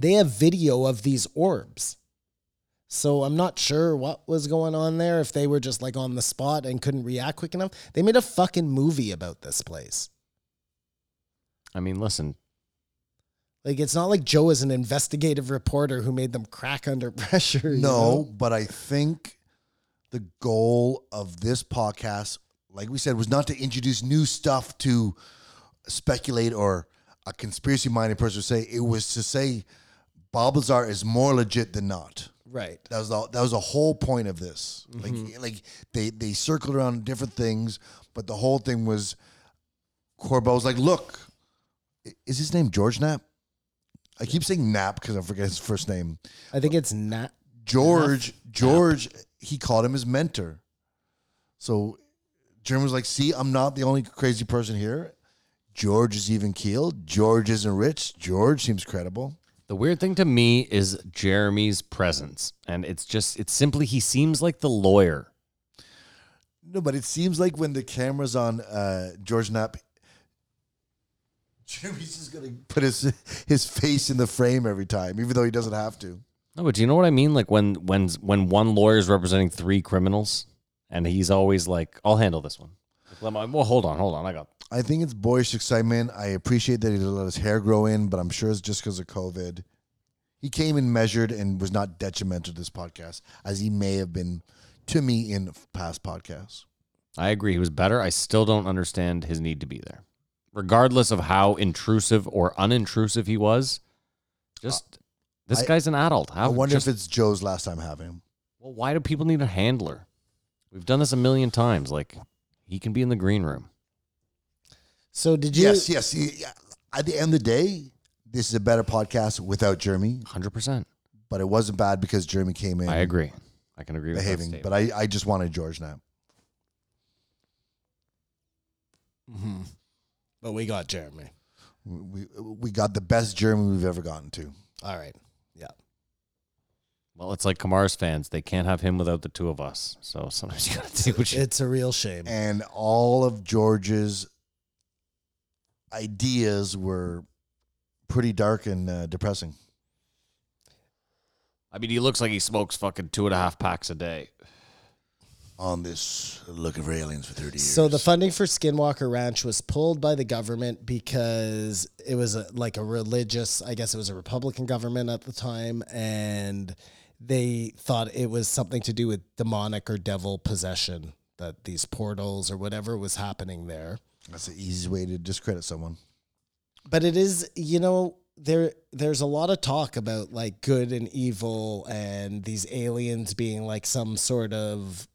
they have video of these orbs. So I'm not sure what was going on there, if they were just like on the spot and couldn't react quick enough. They made a fucking movie about this place.
I mean, listen,
Like, it's not like Joe is an investigative reporter who made them crack under pressure. you
No,
know?
but I think the goal of this podcast, like we said, was not to introduce new stuff to speculate or a conspiracy minded person would say. It was to say Balbazar is more legit than not.
Right.
That was the that was the whole point of this.
Mm-hmm.
Like like they they circled around different things, but the whole thing was Corbo was like, look, i- is his name George Knapp? I keep saying Knapp because I forget his first name.
I think it's not.
George, George, he called him his mentor. So Jim was like, see, I'm not the only crazy person here. George is even keeled. George isn't rich. George seems credible.
The weird thing to me is Jeremy's presence. And it's just, it's simply, he seems like the lawyer.
No, but it seems like when the camera's on uh, George Knapp, Jimmy's just gonna put his his face in the frame every time, even though he doesn't have to.
No, but do you know what I mean? Like when, when, when one lawyer is representing three criminals and he's always like, I'll handle this one. Like, let my- well, hold on, hold on. I got,
I think it's boyish excitement. I appreciate that he let his hair grow in, but I'm sure it's just because of COVID. He came in measured and was not detrimental to this podcast, as he may have been to me in past podcasts.
I agree. He was better. I still don't understand his need to be there. Regardless of how intrusive or unintrusive he was, just, this
I-
guy's an adult.
I
How,
wonder
just-
if it's Joe's last time having him.
well, why do people need a handler? We've done this a million times. Like, he can be in the green room.
So did you?
yes, yes. he- at the end of the day, this is a better podcast without Jeremy.
100%.
but it wasn't bad because Jeremy came in.
I agree. I can agree
Behaving,
with that
but I, I just wanted George now. Mm-hmm.
But we got Jeremy.
We we got the best Jeremy we've ever gotten to.
All right. Yeah.
well, it's like Kamara's fans. They can't have him without the two of us. So sometimes you got to do what you
It's a real shame.
And all of George's ideas were pretty dark and uh, depressing.
I mean, he looks like he smokes fucking two and a half packs a day.
On this looking for aliens for thirty years.
So the funding for Skinwalker Ranch was pulled by the government because it was a, like a religious, I guess it was a Republican government at the time, and they thought it was something to do with demonic or devil possession that these portals or whatever was happening there.
that's the easiest way to discredit someone.
but it is you know there there's a lot of talk about like good and evil and these aliens being like some sort of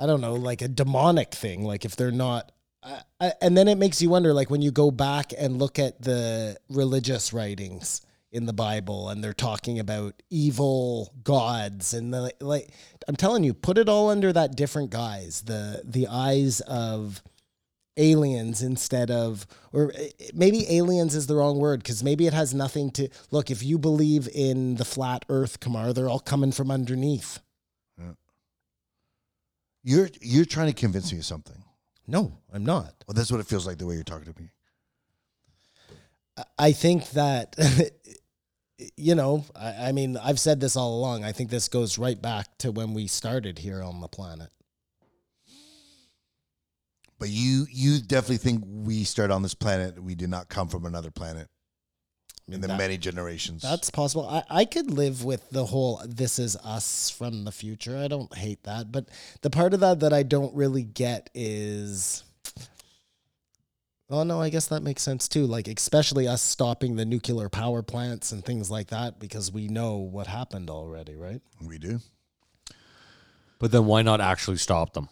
i don't know like a demonic thing like if they're not I, I, and then it makes you wonder like when you go back and look at the religious writings in the bible and they're talking about evil gods and the, like i'm telling you put it all under that different guise the the eyes of aliens instead of or eh, maybe aliens is the wrong word because maybe it has nothing to look if you believe in the flat earth kamar they're all coming from underneath
You're you're trying to convince me of something.
no i'm not
Well, that's what it feels like the way you're talking to me.
I- i think that you know I, I mean i've said this all along i think this goes right back to when we started here on the planet
But you you definitely think we started on this planet. We did not come from another planet. in the many generations.
That's possible. I, I could live with the whole this is us from the future. I don't hate that. But the part of that that I don't really get is. Oh, no, I guess that makes sense too. Like, especially us stopping the nuclear power plants and things like that because we know what happened already, right?
we do.
But then why not actually stop them?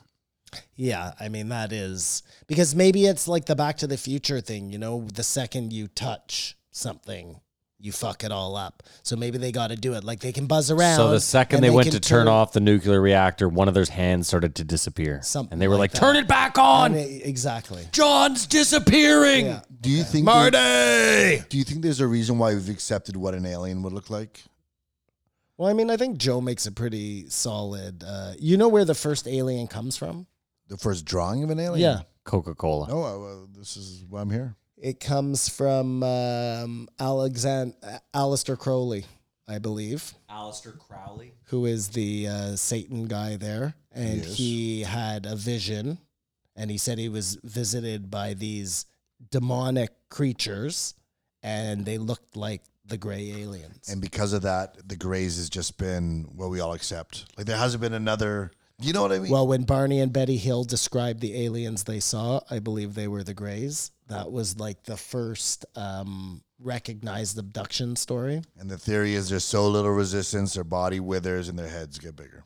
Yeah, I mean that is because maybe it's like the Back to the Future thing, you know, the second you touch something, you fuck it all up. So maybe they got to do it. Like they can buzz around.
So the second
and
they, went
can
to turn off the nuclear reactor, one of their hands started to disappear.
Something
and they were
like
like,
that.
"Turn it back
I
on!
mean, Exactly.
John's disappearing."
Do you think
Marty!
Do you think there's a reason why we've accepted what an alien would look like?
Well, I mean, I think Joe makes a pretty solid. Uh, you know where the first alien comes from?
The first drawing of an alien.
Coca Cola.
No, uh, well, this is why I'm here.
It comes from um, Alexand- uh, Alistair Crowley, I believe.
Alistair Crowley.
who is the uh, Satan guy there, and
Yes.
he had a vision, and he said he was visited by these demonic creatures, and they looked like the gray aliens.
And because of that, the Greys has just been what we all accept. Like there hasn't been another. You know what I mean?
well, when Barney and Betty Hill described the aliens they saw, I believe they were the Greys. That was like the first um, recognized abduction story.
and the theory is there's so little resistance, their body withers and their heads get bigger.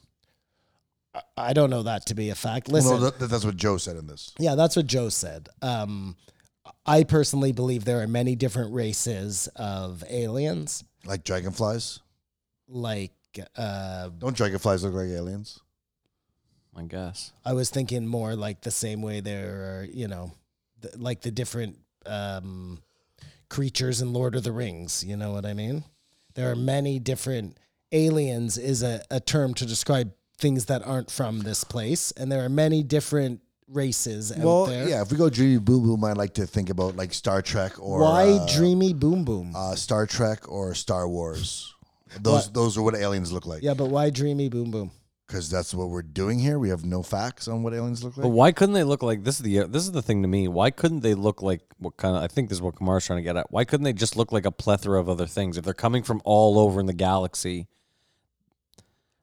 I- I don't know that to be a fact. Listen,
Well, no, that, that's what Joe said in this.
Yeah, that's what Joe said. Um, I personally believe there are many different races of aliens,
Like dragonflies.
like. Uh,
Don't dragonflies look like aliens?
I guess.
I was thinking more like the same way there are, you know, th- like the different um, creatures in Lord of the Rings. You know what I mean? There are many different aliens is a, a term to describe things that aren't from this place, and there are many different races out
well,
there.
yeah. If we go dreamy boo boo, I like to think about like Star Trek or
Why
uh,
dreamy boom boom?
uh, Star Trek or Star Wars. Those those are what aliens look like.
yeah, but why dreamy boom boom?
because that's what we're doing here. We have no facts on what aliens look like.
But why couldn't they look like this? Is the this is the thing to me. Why couldn't they look like what kind of? I think this is what Kamar's trying to get at. Why couldn't they just look like a plethora of other things if they're coming from all over in the galaxy?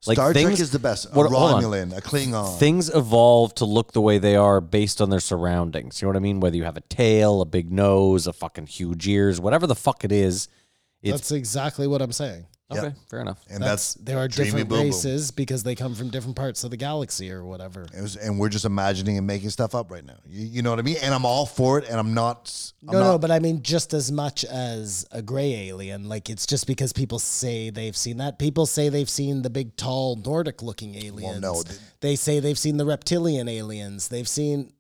like
Star Trek
things-
is the best.
What-
a
hold on.
Romulan, a
Uh.
Klingon.
Things evolve to look the way they are based on their surroundings. You know what I mean? Whether you have a tail, a big nose, a fucking huge ears, whatever the fuck it is. It's-
That's exactly what I'm saying.
Okay, fair enough.
and
That's,
that's,
there are
Dreamy
different
Boo Boo.
races because they come from different parts of the galaxy or whatever.
It was, and we're just imagining and making stuff up right now. You, you know what I mean? And I'm all for it. And I'm not. I'm
no,
not
no, but I mean just as much as a gray alien. Like it's just because people say they've seen that. People say they've seen the big, tall, Nordic-looking aliens.
no, th-
they say they've seen the reptilian aliens. They've seen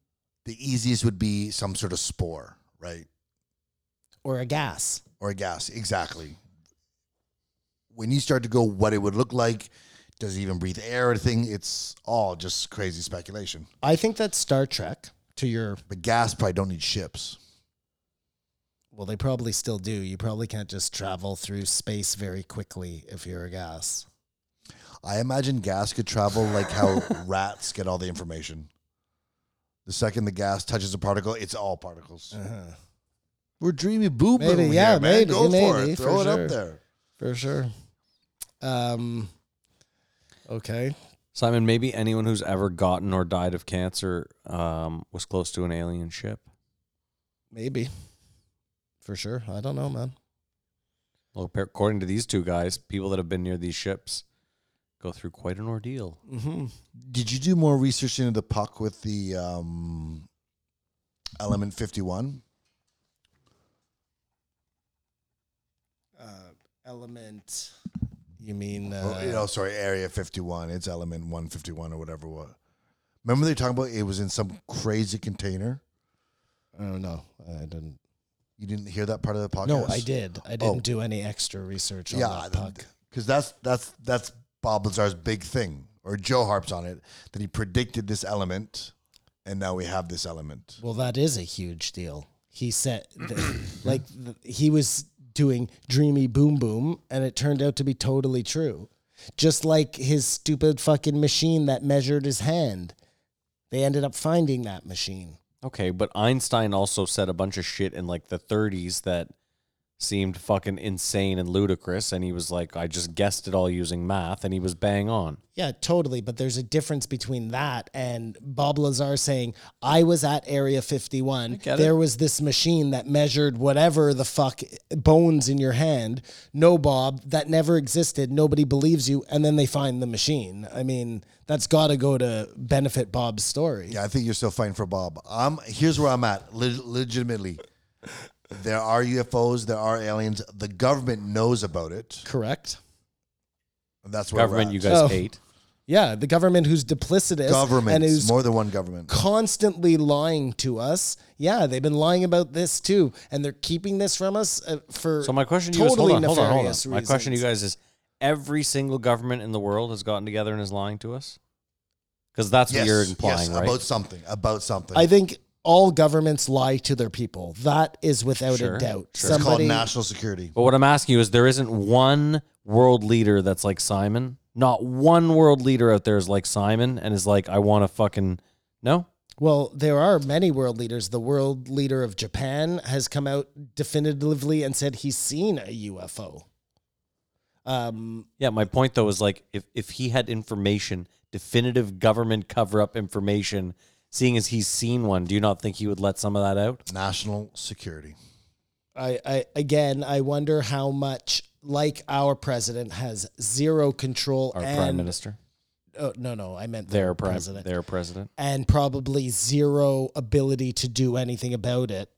the easiest would be some sort of spore, right?
or a gas.
Or a gas. Exactly. When you start to go, what it would look like, does it even breathe air? or Thing. It's all just crazy speculation.
I think that Star Trek. To your
But gas probably don't need ships.
well, they probably still do. You probably can't just travel through space very quickly if you're a gas.
I imagine gas could travel like how rats get all the information. The second the gas touches a particle, it's all particles. Uh-huh. We're dreamy boo boo.
Maybe,
here,
yeah,
Uh, man.
maybe,
Go for
maybe,
it. Throw
for
it
sure.
up there.
For sure. Um. Okay.
Simon, maybe anyone who's ever gotten or died of cancer um, was close to an alien ship.
Maybe. For sure. I don't know, man.
Well, appa- according to these two guys, people that have been near these ships go through quite an ordeal.
Mm-hmm. Did you do more research into the puck with the um, element fifty one?
Uh, Element. You mean uh,
oh, you know, sorry, area fifty one. It's element one fifty one or whatever. What? Remember they were talking about it was in some crazy container.
I don't know. I didn't.
You didn't hear that part of the podcast?
No, I did. I didn't
Oh.
do any extra research on
yeah,
that puck.
because that's that's that's Bob Lazar's big thing, or Joe harps on it that he predicted this element, and now we have this element.
Well, that is a huge deal. He said, th- like, th- he was doing dreamy boom boom, and it turned out to be totally true. Just like his stupid fucking machine that measured his hand. They ended up finding that machine.
Okay, but Einstein also said a bunch of shit in like the 30s that seemed fucking insane and ludicrous. And he was like, I just guessed it all using math, and he was bang on.
Yeah, totally. But there's a difference between that and Bob Lazar saying, I was at Area 51.
get it.
There was this machine that measured whatever the fuck bones in your hand. No, Bob, that never existed. Nobody believes you. And then they find the machine. I mean, that's got to go to benefit Bob's story.
Yeah, I think you're still fighting for Bob. I'm here's where I'm at. Le- legitimately, there are UFOs, there are aliens. The government knows about it.
Correct?
And that's where
Government,
we're
you
at.
guys
Oh.
hate.
Yeah, the government who's duplicitous and
governments,
who's
more than one government.
constantly lying to us. Yeah, they've been lying about this too, and they're keeping this from us uh, for
So my question to you
totally
is, hold on, hold on, hold on.
nefarious
My question to you
reasons.
guys is, every single government in the world has gotten together and is lying to us? Because that's
Yes,
what you're implying,
yes,
right?
about something, about something.
I think all governments lie to their people. That is without
Sure,
a doubt.
it's
sure.
called
Somebody,
national security.
But what I'm asking you is there isn't one world leader that's like Simon. Not one world leader out there is like Simon and is like, I want to fucking. No?
well, there are many world leaders. The world leader of Japan has come out definitively and said he's seen a UFO. Um,
Yeah, my point though is like, if, if he had information, definitive government cover up information, seeing as he's seen one, do you not think he would let some of that out?
National security.
I, I again, I wonder how much, like our president, has zero control
Our
and
prime minister,
oh, no, no, I meant
their
their
prime,
president,
their president.
and probably zero ability to do anything about it.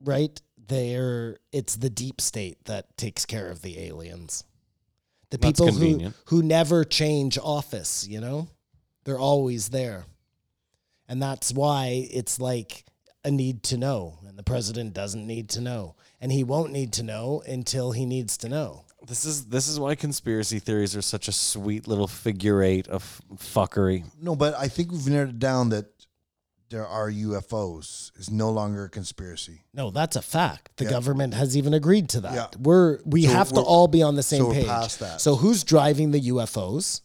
Right? They're it's the deep state that takes care of the aliens, the
That's
people
convenient.
who who never change office. You know, they're always there, and that's why it's like a need to know, and the president doesn't need to know, and he won't need to know until he needs to know.
This is this is why conspiracy theories are such a sweet little figure eight of fuckery.
No, but I think we've narrowed it down that there are UFOs. It's no longer a conspiracy.
No, that's a fact. The
Yeah.
government has even agreed to that.
Yeah.
We're we
So
have to
we're-
all be on the same
we're
page.
past that.
So who's driving the UFOs?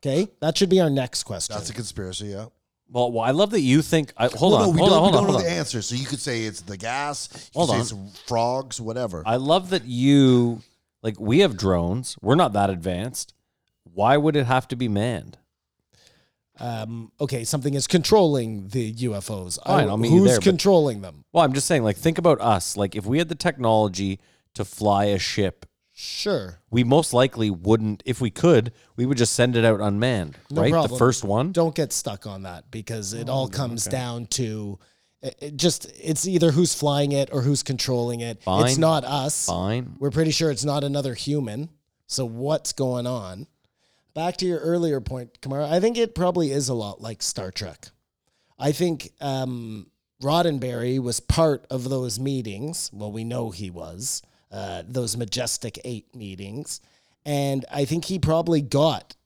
Okay, that should be our next question.
That's a conspiracy, yeah.
Well, well, I love that you think. I, hold
Well,
on,
no, we
hold
don't, we
on, hold
don't
on,
know
hold on.
the answer. So you could say it's the gas. You
Hold
could
on.
say it's frogs, whatever.
I love that you like. We have drones. We're not that advanced. Why would it have to be manned?
um, okay, something is controlling the UFOs.
Fine,
I,
I'll meet you
who's
there, but-
controlling them?
Well, I'm just saying. Like, think about us. Like, if we had the technology to fly a ship,
Sure,
we most likely wouldn't. If we could, we would just send it out unmanned,
no
right?
problem.
The first one.
Don't get stuck on that because it
Oh,
all comes down to. It it just it's either who's flying it or who's controlling it. It's
Fine.
not us.
Fine.
We're pretty sure it's not another human. So what's going on? Back to your earlier point, Kamara. I think it probably is a lot like Star Trek. I think um, Roddenberry was part of those meetings. Well, we know he was uh, those majestic eight meetings, and I think he probably got.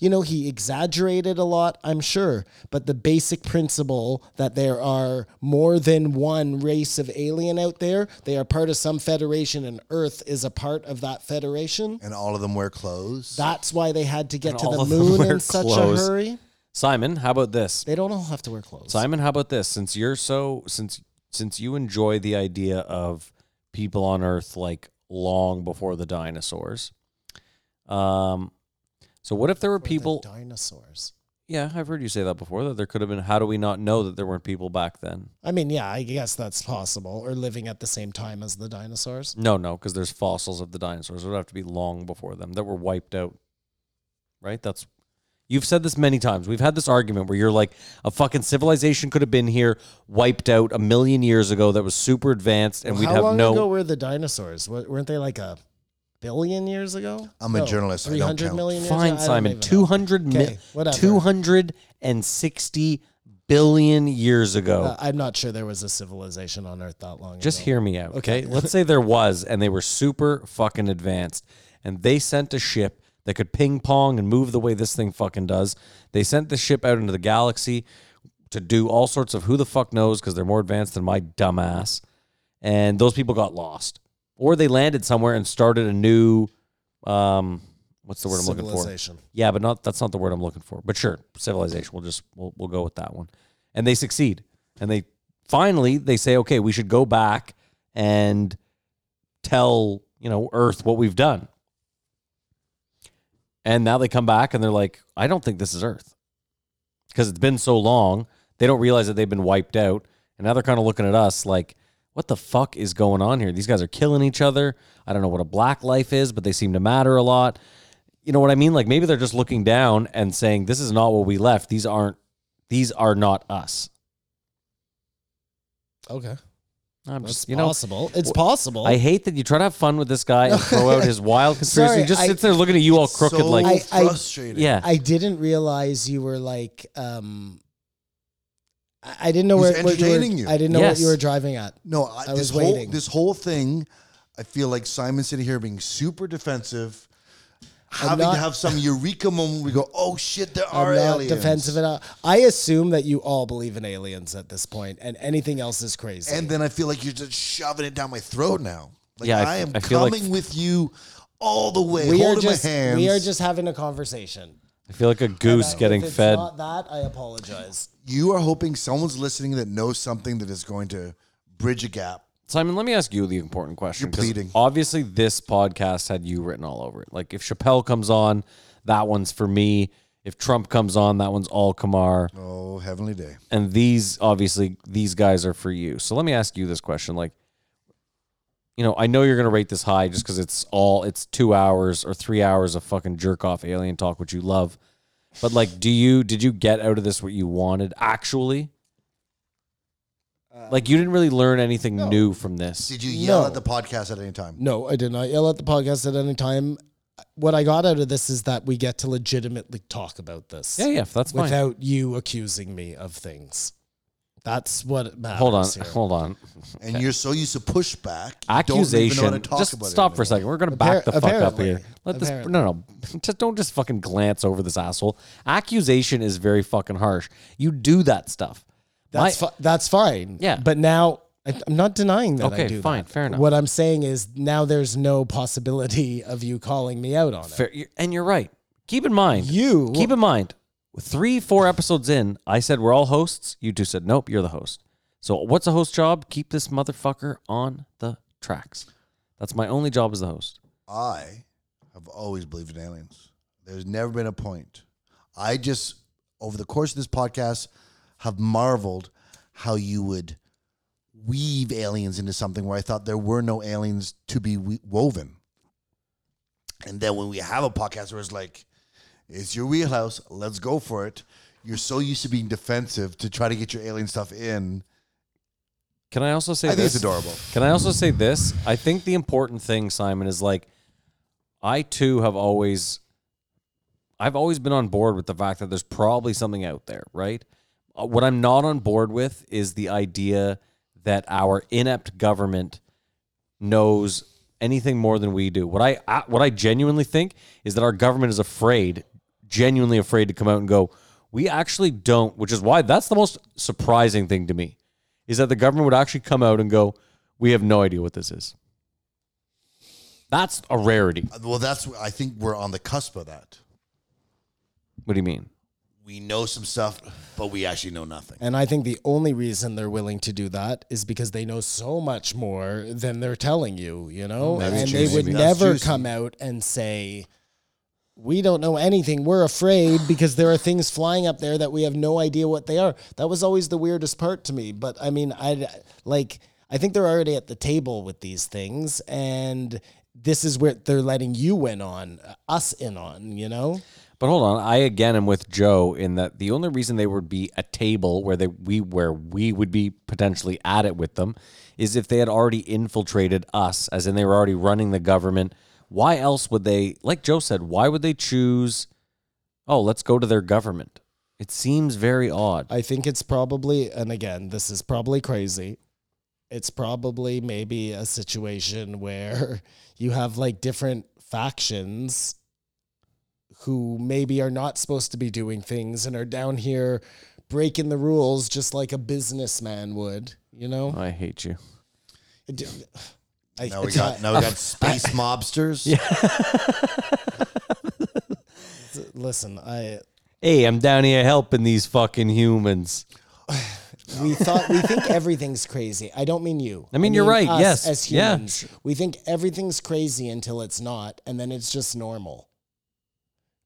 You know, he exaggerated a lot, I'm sure, but the basic principle that there are more than one race of alien out there, they are part of some federation, and Earth is a part of that federation.
and all of them wear clothes.
That's why they had to get
And
to
all
the
of them
moon
wear
in such
clothes.
a hurry.
Simon, how about this?
They don't all have to wear clothes.
Simon, how about this? Since you're so since since you enjoy the idea of people on Earth like long before the dinosaurs, um, so what if there were
Or the
people?
dinosaurs.
Yeah, I've heard you say that before. That there could have been. How do we not know that there weren't people back then?
I mean, yeah, I guess that's possible. Or living at the same time as the dinosaurs.
No, no, because there's fossils of the dinosaurs. It would have to be long before them that were wiped out. Right? That's you've said this many times. We've had this argument where you're like, a fucking civilization could have been here, wiped out a million years ago that was super advanced, and Mm, we'd
How
have
long
no
ago were the dinosaurs? Wa- Weren't they like a billion years ago?
I'm a journalist. I don't
300
count.
million years ago? I
Fine,
don't
Simon.
even know.
200 mi-
Okay, whatever.
260 billion years ago.
Uh, I'm not sure there was a civilization on Earth that long
Just
ago.
hear me out, okay? Let's say there was and they were super fucking advanced and they sent a ship that could ping pong and move the way this thing fucking does. They sent the ship out into the galaxy to do all sorts of who the fuck knows because they're more advanced than my dumbass. And those people got lost. Or they landed somewhere and started a new um what's the word I'm looking for?
Civilization.
Yeah, but not that's not the word I'm looking for. But sure, civilization. We'll just we'll we'll go with that one. And they succeed. And they finally they say, okay, we should go back and tell you know Earth what we've done. And now they come back and they're like, I don't think this is Earth because it's been so long. They don't realize that they've been wiped out, and now they're kind of looking at us like, what the fuck is going on here? These guys are killing each other. I don't know what a black life is, but they seem to matter a lot. You know what I mean? Like maybe they're just looking down and saying, this is not what we left. These aren't. These are not us.
Okay.
I'm
It's
just, you know,
possible. It's possible.
I hate that you try to have fun with this guy and throw out his wild conspiracy.
Sorry,
he just
I-
sits there looking at you all crooked,
so
like,
I- I-
frustrating.
yeah.
I didn't realize you were like um I I didn't know
He's
where, what you, were,
entertaining you.
I didn't know
Yes.
what you were driving at.
No, I,
I
this
was
whole
waiting.
this whole thing, I feel like Simon's sitting here being super defensive, having
not-
to have some eureka moment. We go, oh shit, there are
I'm not
aliens.
defensive at all. I assume that you all believe in aliens at this point, and anything else is crazy.
And then I feel like you're just shoving it down my throat now. Like
Yeah, I
I,
f-
am
I feel like-
coming with you all the way,
we are
holding
just
my hands.
we are just having a conversation.
I feel like a goose
If
getting
it's
fed.
Not that I apologize.
you are hoping someone's listening that knows something that is going to bridge a gap.
Simon, let me ask you the important question.
You're
'cause
pleading.
Obviously, this podcast had you written all over it. Like, if Chappelle comes on, that one's for me. If Trump comes on, that one's all Kamar.
Oh, heavenly day.
and these obviously these guys are for you. So let me ask you this question: like, you know, I know you're gonna rate this high just because it's all it's two hours or three hours of fucking jerk off alien talk, which you love. But like, do you did you get out of this what you wanted actually? Like you didn't really learn anything new from this.
Did you yell
No.
at the podcast at any time?
No, I did not yell at the podcast at any time. What I got out of this is that we get to legitimately talk about this
yeah, yeah, that's fine.
without you accusing me of things. That's what matters.
hold on,
here.
hold on.
And you're so used to pushback. you don't even know
Accusation.
how to talk
just
about it
stop for a
anymore.
second. We're gonna
Appar-
back the fuck up
apparently.
here. Let this.
Apparently.
No, no. Just don't just fucking glance over this asshole. Accusation is very fucking harsh. You do that stuff.
That's
My-
fi- that's fine.
Yeah.
But now I- I'm not denying that. I
Okay,
do
fine,
that.
fair enough.
What I'm saying is now there's no possibility of you calling me out on it.
fair. you- And you're right. Keep in mind.
You-
keep in mind. Three, four episodes in, I said we're all hosts. You two said nope. You're the host. So what's a host job? Keep this motherfucker on the tracks. That's my only job as the host.
I have always believed in aliens. There's never been a point. I just, over the course of this podcast, have marveled how you would weave aliens into something where I thought there were no aliens to be we- woven. And then when we have a podcast where it's like, it's your wheelhouse, let's go for it. You're so used to being defensive to try to get your alien stuff in.
Can I also say
I think
this?
it's adorable.
Can I also say this? I think the important thing, Simon, is like I too have always I've always been on board with the fact that there's probably something out there, right? Uh, What I'm not on board with is the idea that our inept government knows anything more than we do. What I, I what I genuinely think is that our government is afraid, genuinely afraid to come out and go, we actually don't, which is why that's the most surprising thing to me is that the government would actually come out and go, we have no idea what this is. That's a rarity.
Well, that's, I think we're on the cusp of that.
What do you mean?
We know some stuff, but we actually know nothing.
And I think the only reason they're willing to do that is because they know so much more than they're telling you, you know?
That's
and
juicy.
they would
That's
never
juicy.
come out and say, we don't know anything. We're afraid because there are things flying up there that we have no idea what they are. That was always the weirdest part to me. But I mean, I like, I think they're already at the table with these things. And this is where they're letting you in on, us in on, you know?
But hold on, I again am with Joe in that the only reason they would be a table where they we where we would be potentially at it with them is if they had already infiltrated us, as in they were already running the government. Why else would they, like Joe said, why would they choose? Oh, let's go to their government. It seems very odd.
I think it's probably, and again, this is probably crazy. It's probably maybe a situation where you have like different factions who maybe are not supposed to be doing things and are down here breaking the rules just like a businessman would, you know?
I hate you.
D- I-
Uh, Now we got now we got space mobsters.
Listen, I
Hey, I'm down here helping these fucking humans.
We thought we think everything's crazy. I don't mean you.
I mean, you're right.
us
Yes.
as
Yeah.
humans, we think everything's crazy until it's not, and then it's just normal.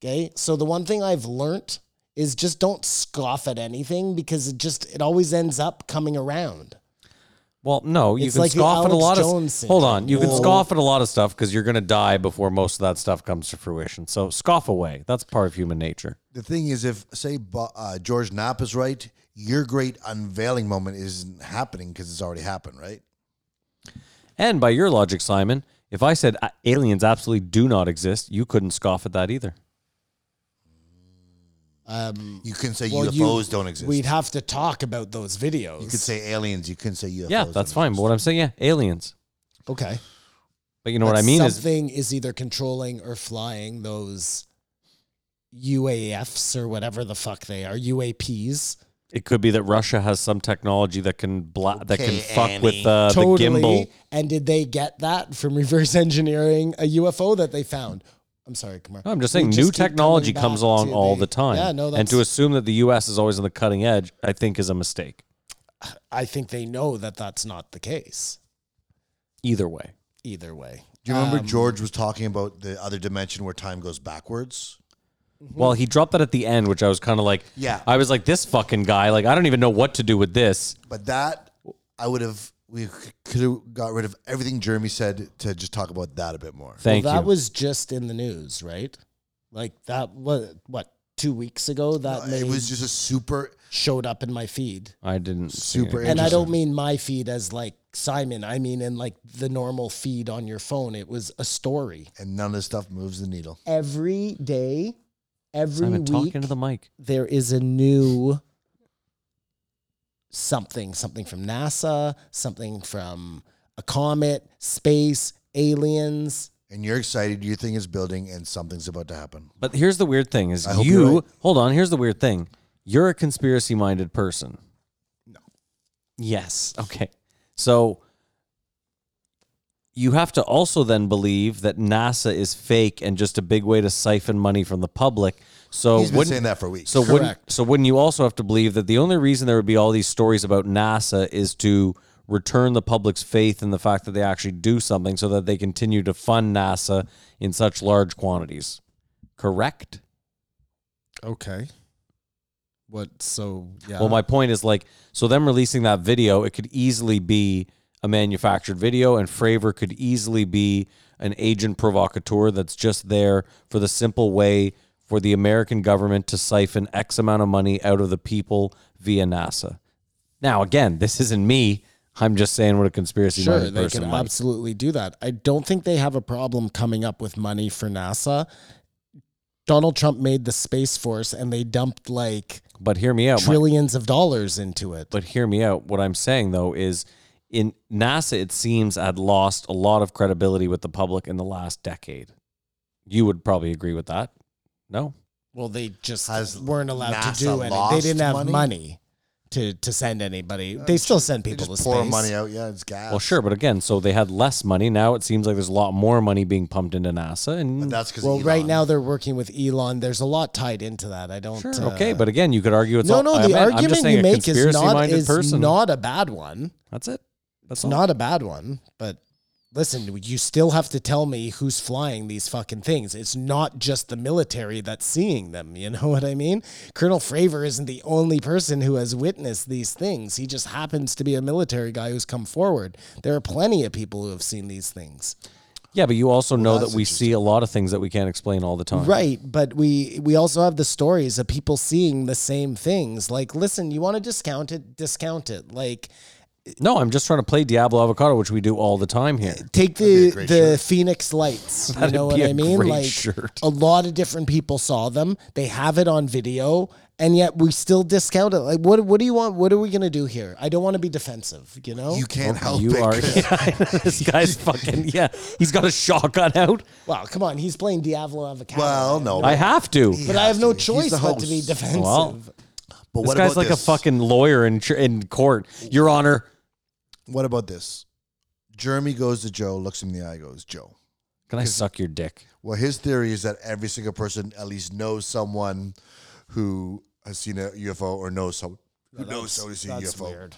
Okay. So the one thing I've learnt is just don't scoff at anything because it just it always ends up coming around.
Well, no, you
It's
can
like the
scoff at a
Alex
lot
Jones
of.
syndrome.
Hold on, you can
Whoa.
scoff at a lot of stuff because you're gonna die before most of that stuff comes to fruition. So scoff away. That's part of human nature.
The thing is, if say Bo- uh, George Knapp is right, your great unveiling moment isn't happening because it's already happened, right?
And by your logic, Simon, if I said uh, aliens absolutely do not exist, you couldn't scoff at that either.
Um,
You can say
well, you-
UFOs don't exist.
We'd have to talk about those videos.
you could say aliens. You couldn't say UFOs.
yeah, that's
don't
fine. But what I'm saying, yeah, aliens.
okay.
But you know what
But
I mean is
something is either controlling or flying those UAFs or whatever the fuck they are, UAPs.
it could be that Russia has some technology that can bla- that can
Okay,
fuck with
Annie.
uh, the gimbal.
And did they get that from reverse engineering a UFO that they found? I'm sorry, Kumar.
No, I'm just
We
saying new
just keep
technology
coming
comes
back
along
to
all the, time.
Yeah, no, that's,
and to assume that the U.S. is always on the cutting edge, I think, is a mistake.
I think they know that that's not the case
Either way,
either way.
Do you remember
Um,
George was talking about the other dimension where time goes backwards?
well, he dropped that at the end, which I was kind of like,
Yeah.
I was like, this fucking guy, like, I don't even know what to do with this.
But that I would have we could have got rid of everything Jeremy said to just talk about that a bit more.
Thank
well, that
you.
was just in the news, right? Like that was what two weeks ago that
it
name
was just a super
showed up in my feed.
I didn't see
Super
it.
and I don't mean my feed as like Simon. I mean in like the normal feed on your phone. It was a story
and none of this stuff moves the needle.
every day, every
Simon
week.
talking to the mic.
there is a new something, something from NASA, something from a comet, space, aliens.
And you're excited, your thing is building, and something's about to happen.
But here's the weird thing: is
I hope
you
you're right.
hold on. Here's the weird thing: you're a conspiracy-minded person. No. Yes. Okay. So you have to also then believe that NASA is fake and just a big way to siphon money from the public. So
He's been
wouldn't-
saying that for weeks.
So wouldn't,
Correct.
so wouldn't you also have to believe that the only reason there would be all these stories about NASA is to return the public's faith in the fact that they actually do something so that they continue to fund NASA in such large quantities? Correct?
Okay. What? So yeah.
Well, my point is like, so them releasing that video, it could easily be a manufactured video, and Fravor could easily be an agent provocateur that's just there for the simple way for the American government to siphon X amount of money out of the people via NASA. Now, again, this isn't me. I'm just saying what a conspiracy
Sure,
minded
they
person
can
might.
absolutely do that. I don't think they have a problem coming up with money for NASA. Donald Trump made the Space Force and they dumped like
But hear me out. my-
trillions of dollars into it.
But hear me out. What I'm saying though is in NASA it seems had lost a lot of credibility with the public in the last decade. You would probably agree with that. No.
Well, they just
Has
weren't allowed to
NASA
do it. They
lost
didn't have money,
money? Uh,
to, to send anybody. they still send
They
people to
just pour
space.
money out. Yeah, it's gas.
Well, sure, but again, so they had less money. Now it seems like there's a lot more money being pumped into NASA
But
and
that's because
Well, right now they're working with Elon. There's a lot tied into that. I don't.
Sure,
uh,
okay, but again, you could argue it's
no,
all,
no.
I
The
meant- I'm just
argument
saying
you
a
make is not
conspiracy-minded
is
person.
not a bad one.
That's it. That's
It's
all.
not a bad one, but listen, you still have to tell me who's flying these fucking things. It's not just the military that's seeing them. You know what I mean? Colonel Fravor isn't the only person who has witnessed these things. He just happens to be a military guy who's come forward. There are plenty of people who have seen these things.
Yeah, but you also know that we see a lot of things that we can't explain all the time.
Right, but we we also have the stories of people seeing the same things. Like, listen, you want to discount it, discount it. Like,
No, I'm just trying to play Diablo Avocado, which we do all the time here.
take the the Phoenix Lights. You
That'd
know what
be a
I mean?
great
Like
shirt.
a lot of different people saw them. They have it on video, and yet we still discount it. Like, what what do you want? What are we gonna do here? I don't want to be defensive. You know?
you can't help
You
it.
are
'cause
yeah, I know. this guy's fucking yeah. He's got a shotgun out.
well, come on. He's playing Diablo Avocado.
Well, no.
I have to.
He
but I have
has
no
to. He's
choice
the
but to be
host.
defensive.
Well,
But
this
what
guy's
about
like
this?
a fucking lawyer in tr- in court. Your Honor,
What about this? Jeremy goes to Joe, looks him in the eye, goes, Joe.
can I suck your dick?
Well, his theory is that every single person at least knows someone who has seen a UFO or knows some, Who knows? So to see a
That's
UFO.
weird.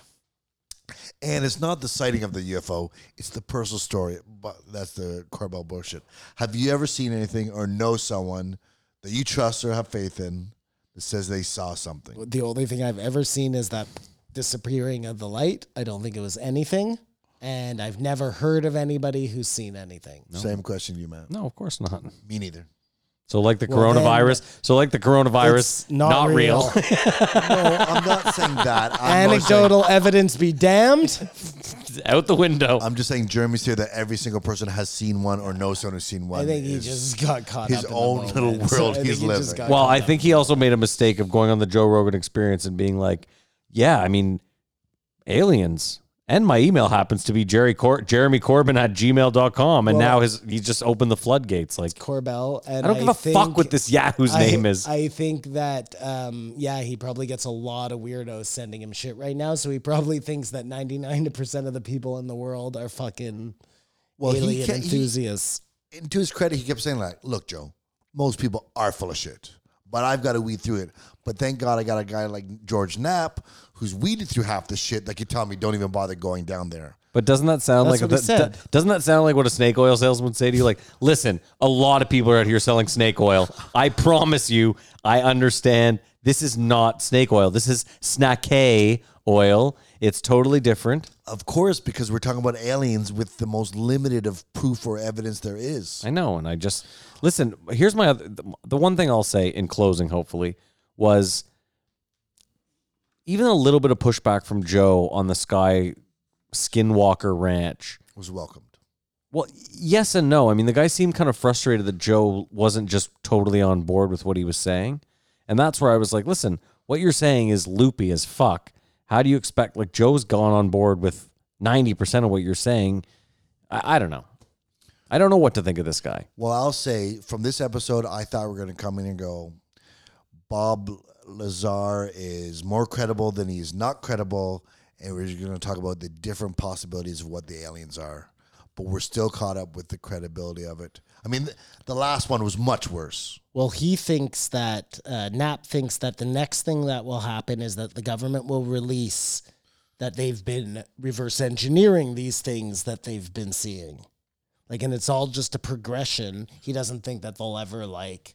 And it's not the sighting of the UFO; it's the personal story. But that's the Corbell bullshit. Have you ever seen anything or know someone that you trust or have faith in that says they saw something?
The only thing I've ever seen is that disappearing of the light. I don't think it was anything. And I've never heard of anybody who's seen anything.
Same question to you, Matt.
No, of course not.
Me neither.
So like the
Well, then,
coronavirus. so like the coronavirus,
it's not
not, real.
real.
No, I'm not saying that. I'm more saying-
Anecdotal evidence be damned.
Out the window.
I'm just saying Jeremy's here that every single person has seen one or knows someone who's seen one.
I think he
is-
just got caught up
his
in the
own
moment.
little
So I
world
think
he's
he just
living.
got
well,
caught
I
up.
think he also made a mistake of going on the Joe Rogan experience and being like, yeah, I mean, aliens. And my email happens to be Jerry Cor- Jeremy Corbyn at gmail.com. And
Well,
now his he just opened the floodgates. Like,
Corbell. And
I don't give a
think,
fuck what this Yahoo's
I-
name is.
I think that, um, yeah, he probably gets a lot of weirdos sending him shit right now. So he probably thinks that 99% of the people in the world are fucking
well, he
alien
can't- he-
enthusiasts.
and to his credit, he kept saying like, "Look, Joe, most people are full of shit, but I've got to weed through it. But thank God I got a guy like George Knapp who's weeded through half the shit that could tell me don't even bother going down there."
But doesn't that sound
That's
like
what he
that-
said.
that- doesn't that sound like what a snake oil salesman would say to you? Like, listen, a lot of people are out here selling snake oil. I promise you, I understand. This is not snake oil. This is snack oil. It's totally different.
Of course, because we're talking about aliens with the most limited of proof or evidence there is.
I know, and I just listen. Here's my other, the- the one thing I'll say in closing. Hopefully, was even a little bit of pushback from Joe on the Sky Skinwalker Ranch.
Was welcomed.
Well, yes and no. I mean, the guy seemed kind of frustrated that Joe wasn't just totally on board with what he was saying. And that's where I was like, listen, what you're saying is loopy as fuck. How do you expect, like, Joe's gone on board with 90% of what you're saying? I, I don't know. I don't know what to think of this guy.
Well, I'll say from this episode, I thought we are going to come in and go, Bob Lazar is more credible than he is not credible. And we're going to talk about the different possibilities of what the aliens are. But we're still caught up with the credibility of it. I mean, th- the last one was much worse.
Well, he thinks that uh, Knapp thinks that the next thing that will happen is that the government will release that they've been reverse engineering these things that they've been seeing. Like, and it's all just a progression. He doesn't think that they'll ever like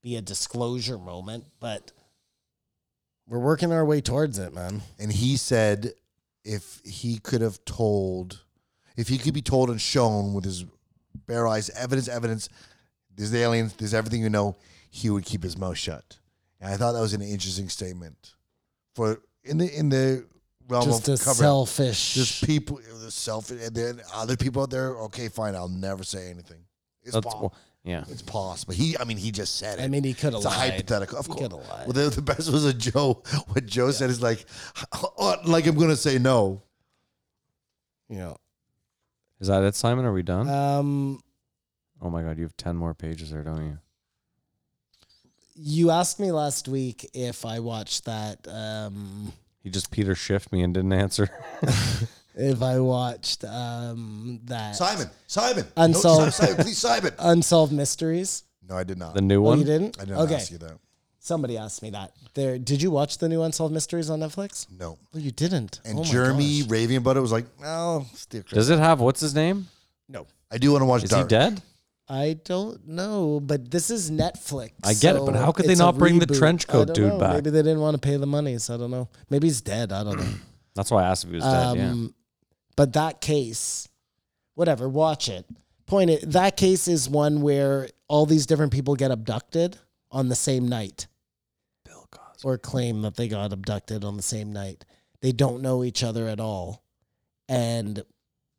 be a disclosure moment, but we're working our way towards it, man.
And he said if he could have told, if he could be told and shown with his bare eyes, evidence, evidence, there's the aliens, there's everything you know, he would keep his mouth shut. And I thought that was an interesting statement for in the in the realm
Just a
of cover.
selfish.
just people, the self, and then other people out there. Okay, fine, I'll never say anything. It's
That's,
Paul.
well, yeah.
It's Paul's, but he. I mean, he just said it.
I mean, he could have
It's a
lied.
hypothetical, of
He
course.
coulda lied.
Well, the, the best was a Joe. What Joe said is like, oh, like I'm gonna say no.
You
Is that it, Simon? Are we done?
know. Um,
oh my God, you have 10 more pages there, don't you?
you asked me last week if I watched that. Um,
He just Peter Schiff me and didn't answer.
if I watched um, that
Simon, Simon,
Unsolved.
No, Simon, Simon, please, Simon.
Unsolved Mysteries.
No, I did not.
the new
Oh,
one?
you didn't?
I did not
okay.
ask you that.
Somebody asked me that. There, did you watch the new Unsolved Mysteries on Netflix?
No.
Well, you didn't.
And
Oh my
Jeremy
gosh.
raving about it was like, "Oh, no, stay clear.
Does it have, what's his name?
I do want to watch
Is
Dark.
he dead?
I don't know, but this is Netflix.
I get it,
so
but how could they
it's a
not bring the
reboot.
trench coat
I don't
dude
know.
back?
Maybe they didn't want to pay the money, so I don't know. Maybe he's dead. I don't know.
That's why I asked if he was dead. Yeah.
Um, But that case, whatever, watch it. Point it. That case is one where all these different people get abducted on the same night. Bill Cosby. Or claim that they got abducted on the same night. They don't know each other at all. And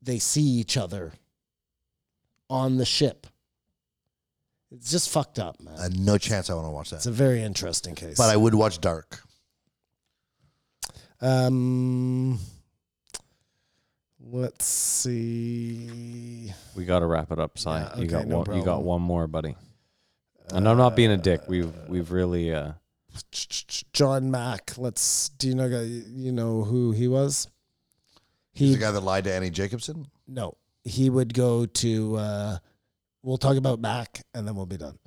they see each other on the ship. It's just fucked up, man.
Uh, no chance I want to watch
it's
that.
a very interesting case.
But I would watch Dark.
Um, let's see.
We got to wrap it up, Si.
Yeah,
you
okay,
got
no
one, you got
problem.
one more, buddy. And I'm not being a dick. We've we've really uh,
Ch- ch- ch- John Mack. Let's. Do you know? You know who he was?
He's
He
the guy that lied to Annie Jacobson.
no. He would go to. Uh, we'll talk about Mack, and then we'll be done.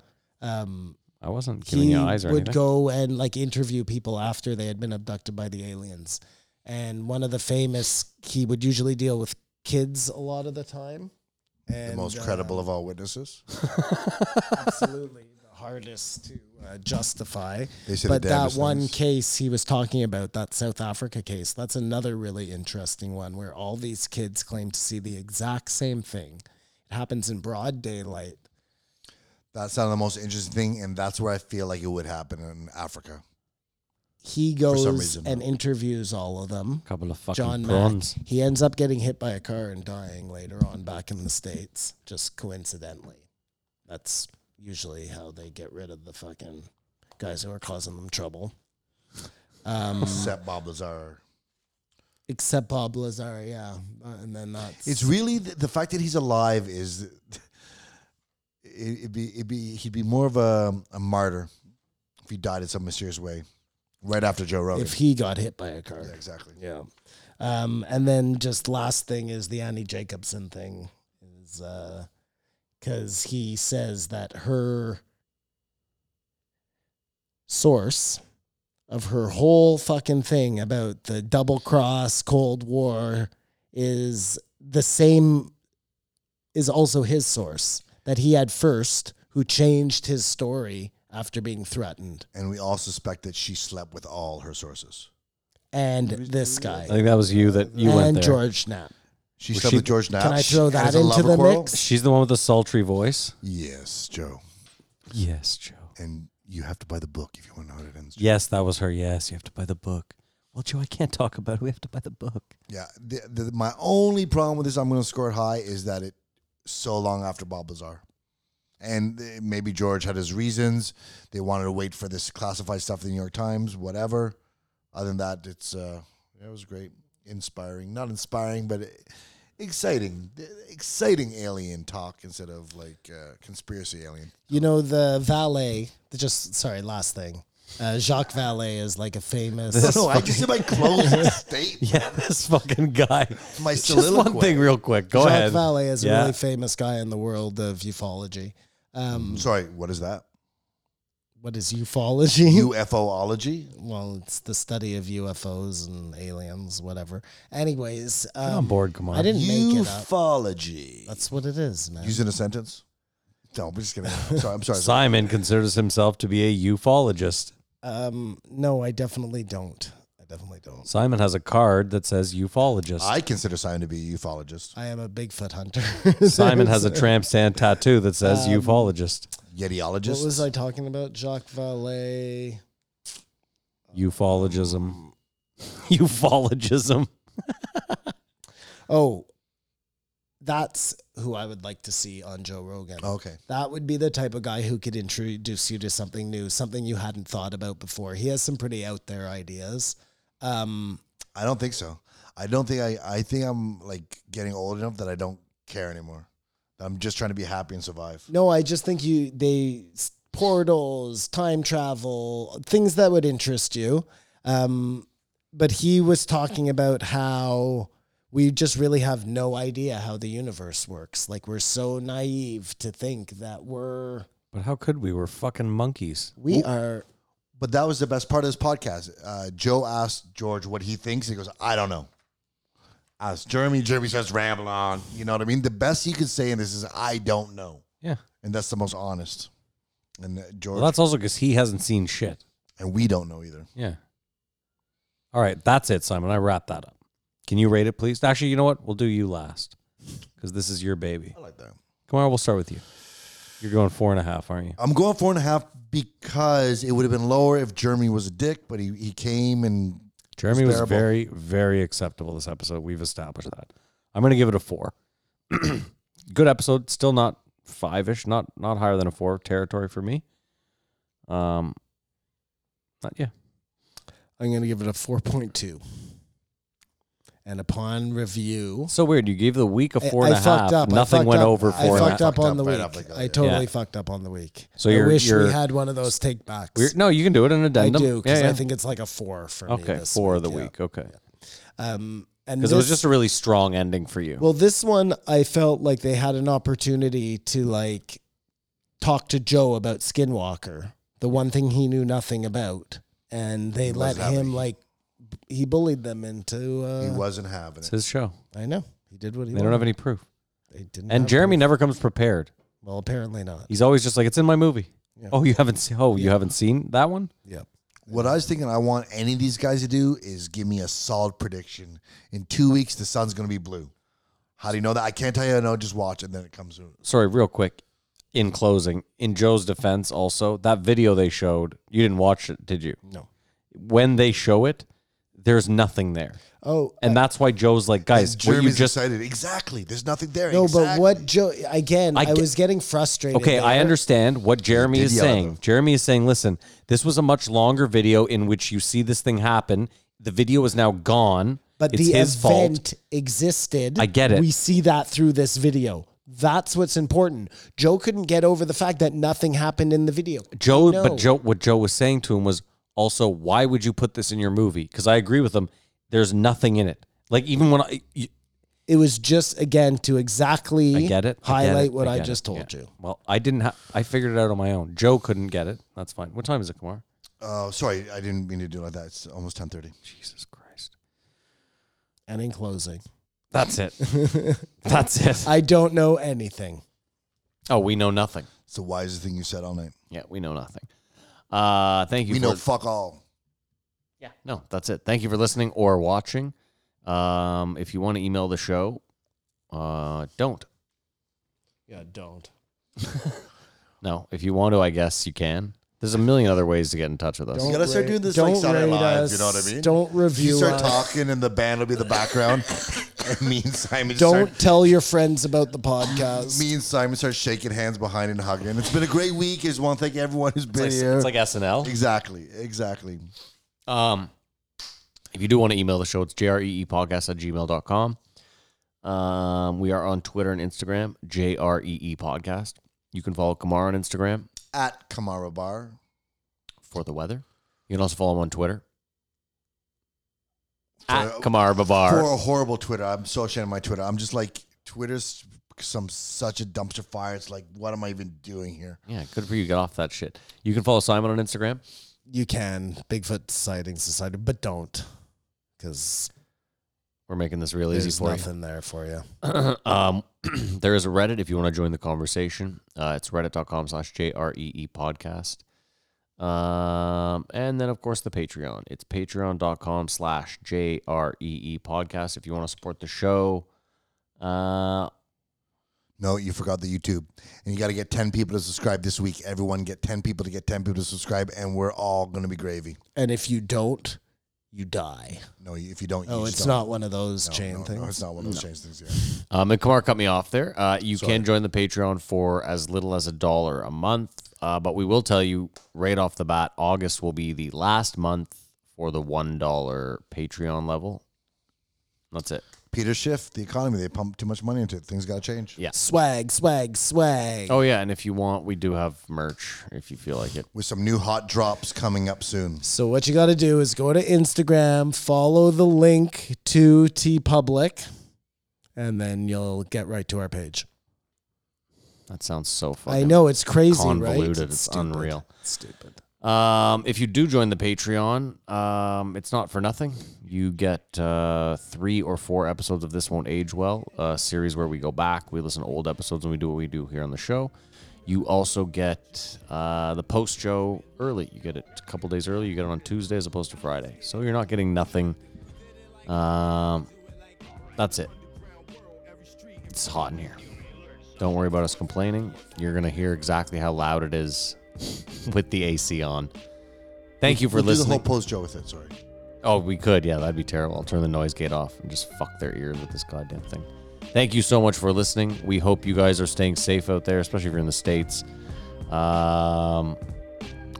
Um,
I wasn't giving
he
you eyes or
would
anything.
go and like interview people after they had been abducted by the aliens. And one of the famous, he would usually deal with kids a lot of the time. And, uh,
the most credible of all witnesses.
absolutely the hardest to uh, justify.
They say the
but that
damnedest
one
things.
case he was talking about, that South Africa case, that's another really interesting one where all these kids claim to see the exact same thing. It happens in broad daylight.
That's not the most interesting thing, and that's where I feel like it would happen in Africa.
He
some
goes
reason.
and interviews all of them.
couple of fucking
John Mack.
prawns.
He ends up getting hit by a car and dying later on back in the States, just coincidentally. That's usually how they get rid of the fucking guys who are causing them trouble. Um,
Except Bob Lazar.
except Bob Lazar, yeah. Uh, And then that's.
It's really the, the fact that he's alive is it, it'd be it'd be he'd be more of a, a martyr if he died in some mysterious way, right after Joe Rogan.
if he got hit by a car.
yeah, exactly.
Yeah. Um, and then just last thing is the Annie Jacobson thing is because he says that her source of her whole fucking thing about the double cross Cold War is the same is also his source that he had first who changed his story after being threatened
And we all suspect that she slept with all her sources.
and this guy
I think that was you that you went
and
there.
George Knapp
She
Was
slept
she-
with George Knapp.
Can I
She-
throw
and
that
it's a
into
love
the
quarrel?
mix?
She's the one with the sultry voice.
Yes, Joe.
Yes, Joe.
And you have to buy the book if you want to know how it ends. Joe.
Yes, that was her. Yes, you have to buy the book. Well, Joe, I can't talk about it. We have to buy the book.
Yeah. The, the, my only problem with this, I'm going to score it high, is that it so long after Bob Lazar. And uh, maybe George had his reasons. They wanted to wait for this classified stuff in the New York Times, whatever. Other than that, it's uh, it was great, inspiring. Not inspiring, but eh, exciting, Eh, exciting alien talk instead of like uh, conspiracy alien.
You know the valet. the Just sorry, last thing. Uh, Jacques Valet is like a famous.
No, I just did my closing statement.
Yeah, this fucking guy.
My
Just one
soliloquy.
thing, real quick. Go
Jacques
ahead.
Vallée is a
Yeah.
really famous guy in the world of ufology. Um,
Sorry, what is that?
what is ufology?
UFOlogy.
well, it's the study of UFOs and aliens, whatever. Anyways, um,
on board, come on.
I didn't make it up.
Ufology.
That's what it is, man.
Use it in a sentence? No, I'm just kidding. I'm sorry. I'm sorry.
Simon considers himself to be a ufologist.
Um, no, I definitely don't. I definitely don't.
Simon has a card that says ufologist.
I consider Simon to be a ufologist.
I am a Bigfoot hunter.
Simon has a tramp stamp tattoo that says
Um,
ufologist.
Yetiologist.
What was I talking about? Jacques Vallée.
Ufologism. Ufologism.
Oh, that's who I would like to see on Joe Rogan.
Okay.
That would be the type of guy who could introduce you to something new, something you hadn't thought about before. He has some pretty out there ideas. Um,
I don't think so. I don't think I, I think I'm like getting old enough that I don't care anymore. I'm just trying to be happy and survive.
no, I just think you they portals, time travel, things that would interest you. Um, but he was talking about how we just really have no idea how the universe works. Like we're so naive to think that we're
But how could we? We're fucking monkeys.
we are
But that was the best part of this podcast. Uh, Joe asked George what he thinks. He goes, I don't know. Asked Jeremy. Jeremy says, ramble on. You know what I mean? The best he could say in this is, I don't know.
Yeah.
And that's the most honest. And uh, George,
Well, that's also because he hasn't seen shit.
and we don't know either.
Yeah. All right, that's it, Simon. I wrap that up. Can you rate it, please? Actually, you know what? We'll do you last because this is your baby.
I like that.
Come on, we'll start with you. You're going four and a half, aren't you?
I'm going four and a half because it would have been lower if Jeremy was a dick, but he, he came and
Jeremy was
bearable.
very, very acceptable this episode. We've established that. I'm going to give it a four. Good episode. Still not five ish. Not not higher than a four territory for me. Um, not, yeah.
I'm going to give it a 4.2. And upon review,
It's so weird. You gave the week a
I-
four and a
I
half.
fucked up. I
Nothing
fucked
went
up.
over
I
four and a half.
fucked up
Fucked
on
up
the
right
week.
off the gut,
I totally
yeah.
fucked up on the week.
So
I
you're-
wish
you're-
we had one of those take backs.
Weird. No, you can do it in
I
addendum.
do because
Yeah, yeah.
I think it's like a four for me.
okay
this
four of the
yeah.
week. Okay.
Um, and
Because it was
this-
just a really strong ending for you.
Well, this one I felt like they had an opportunity to like talk to Joe about Skinwalker the one thing he knew nothing about, and they let
wasn't having
him
it.
like he bullied them into.
He
Uh,
wasn't having
It's
it.
his show.
I know he did what he.
They don't have any proof.
They didn't.
And
have
Jeremy
proof.
never comes prepared.
Well, apparently not.
He's always just like, "It's in my movie."
Yeah.
Oh, you haven't seen? Oh, you haven't seen that one?
Yep.
What I was thinking, I want any of these guys to do is give me a solid prediction. In two weeks, the sun's going to be blue. How do you know that? I can't tell you. No, just watch, and then it comes.
Sorry, real quick. In closing, in Joe's defense, also that video they showed, you didn't watch it, did you?
No.
When they show it, there's nothing there,
Oh,
and that's why Joe's like, "Guys, what you
Jeremy's
just
excited. Exactly. There's nothing there.
No, but
Exactly.
what Joe again?
I
I,
get-
was getting frustrated.
Okay, I
there.
understand what Jeremy
did
is
yell at
saying.
them.
Jeremy is saying, listen, this was a much longer video in which you see this thing happen. The video is now gone.
But
it's
the
his
event
fault.
existed.
I get it.
We see that through this video. That's what's important. Joe couldn't get over the fact that nothing happened in the video.
Joe,
No.
but Joe, what Joe was saying to him was also, why would you put this in your movie? Because I agree with him. There's nothing in it. Like even when I, you,
It was just again to exactly
I get it, I get
highlight
it,
what I,
get it,
just told
yeah.
you.
Well, I didn't. Ha- I figured it out on my own. Joe couldn't get it. That's fine. What time is it, Kumar?
Oh, sorry, I didn't mean to do it like that. It's almost ten thirty.
Jesus Christ.
And in closing,
That's it. That's it.
I don't know anything.
Oh, we know nothing.
It's the wisest thing you said all night.
Yeah, we know nothing. Uh, thank you.
we
for,
know fuck all.
Yeah, no, that's it. Thank you for listening or watching. Um, if you want to email the show, uh, don't.
Yeah, don't.
No, if you want to, I guess you can. There's a million other ways to get in touch with us.
gotta start doing this, like, Saturday Live, you know what I mean?
Don't
You
review
start
us.
talking, and the band will be in the background. and me and Simon
Don't
start.
tell your friends about the podcast.
Me and Simon start shaking hands behind and hugging. It's been a great week. I just want to thank everyone who's been
It's
here.
like, it's like SNL.
exactly, exactly.
Um, if you do want to email the show, it's jreepodcast E at gmail.com. Um, we are on Twitter and Instagram, jree E podcast. You can follow Kamar on Instagram
At Kamara Bar.
for the weather. You can also follow him on Twitter. At
For-
Kamar Babar.
For a horrible Twitter. I'm so ashamed of my Twitter. I'm just like, Twitter's some such a dumpster fire. It's like, what am I even doing here?
Yeah, good for you. Get off that shit. You can follow Simon on Instagram.
you can Bigfoot Sighting Society, but don't because
We're making this real easy
there's
for
nothing there for you.
you. um, there is a Reddit if you want to join the conversation. Uh, it's reddit.com slash J-R-E-E E podcast. Um, and then, of course, the Patreon. It's patreon.com slash J-R-E-E E podcast if you want to support the show. Uh,
No, you forgot the YouTube. And you got to get 10 people to subscribe this week. Everyone get 10 people to get 10 people to subscribe, and we're all going to be gravy.
And if you don't, you die.
No, you- if you don't,
Oh,
you
it's
just
not
don't.
one of those
No,
chain
no,
things.
No, it's not one of those chain things. Yeah.
Um, and Kamar cut me off there. Uh, you can join the Patreon for as little as a dollar a month, uh, but we will tell you right off the bat, August will be the last month for the one dollar Patreon level. That's it.
Peter Schiff, the economy, they pump too much money into it. Things got to change.
Yeah.
Swag, swag, swag.
Oh yeah, and if you want, we do have merch if you feel like it.
With some new hot drops coming up soon.
So what you got to do is go to Instagram, follow the link to T Public, and then you'll get right to our page.
That sounds so
I
fucking
know it's crazy, right?
convoluted. It's
stupid.
unreal.
It's stupid.
Um, if you do join the Patreon, um, it's not for nothing. You get uh, three or four episodes of This Won't Age Well, a series where we go back, we listen to old episodes, and we do what we do here on the show. You also get uh, the post show early. You get it a couple days early. You get it on Tuesday as opposed to Friday. So you're not getting nothing. Um, that's it. It's hot in here. Don't worry about us complaining. You're going to hear exactly how loud it is with the AC on. Thank you for
We'll do the
listening.
whole post show with it. Sorry.
Oh, we could. Yeah, that'd be terrible. I'll turn the noise gate off and just fuck their ears with this goddamn thing. Thank you so much for listening. We hope you guys are staying safe out there, especially if you're in the States. Um,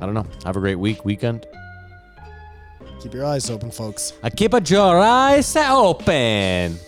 I don't know. Have a great week, weekend.
Keep your eyes open, folks.
I keep your eyes open.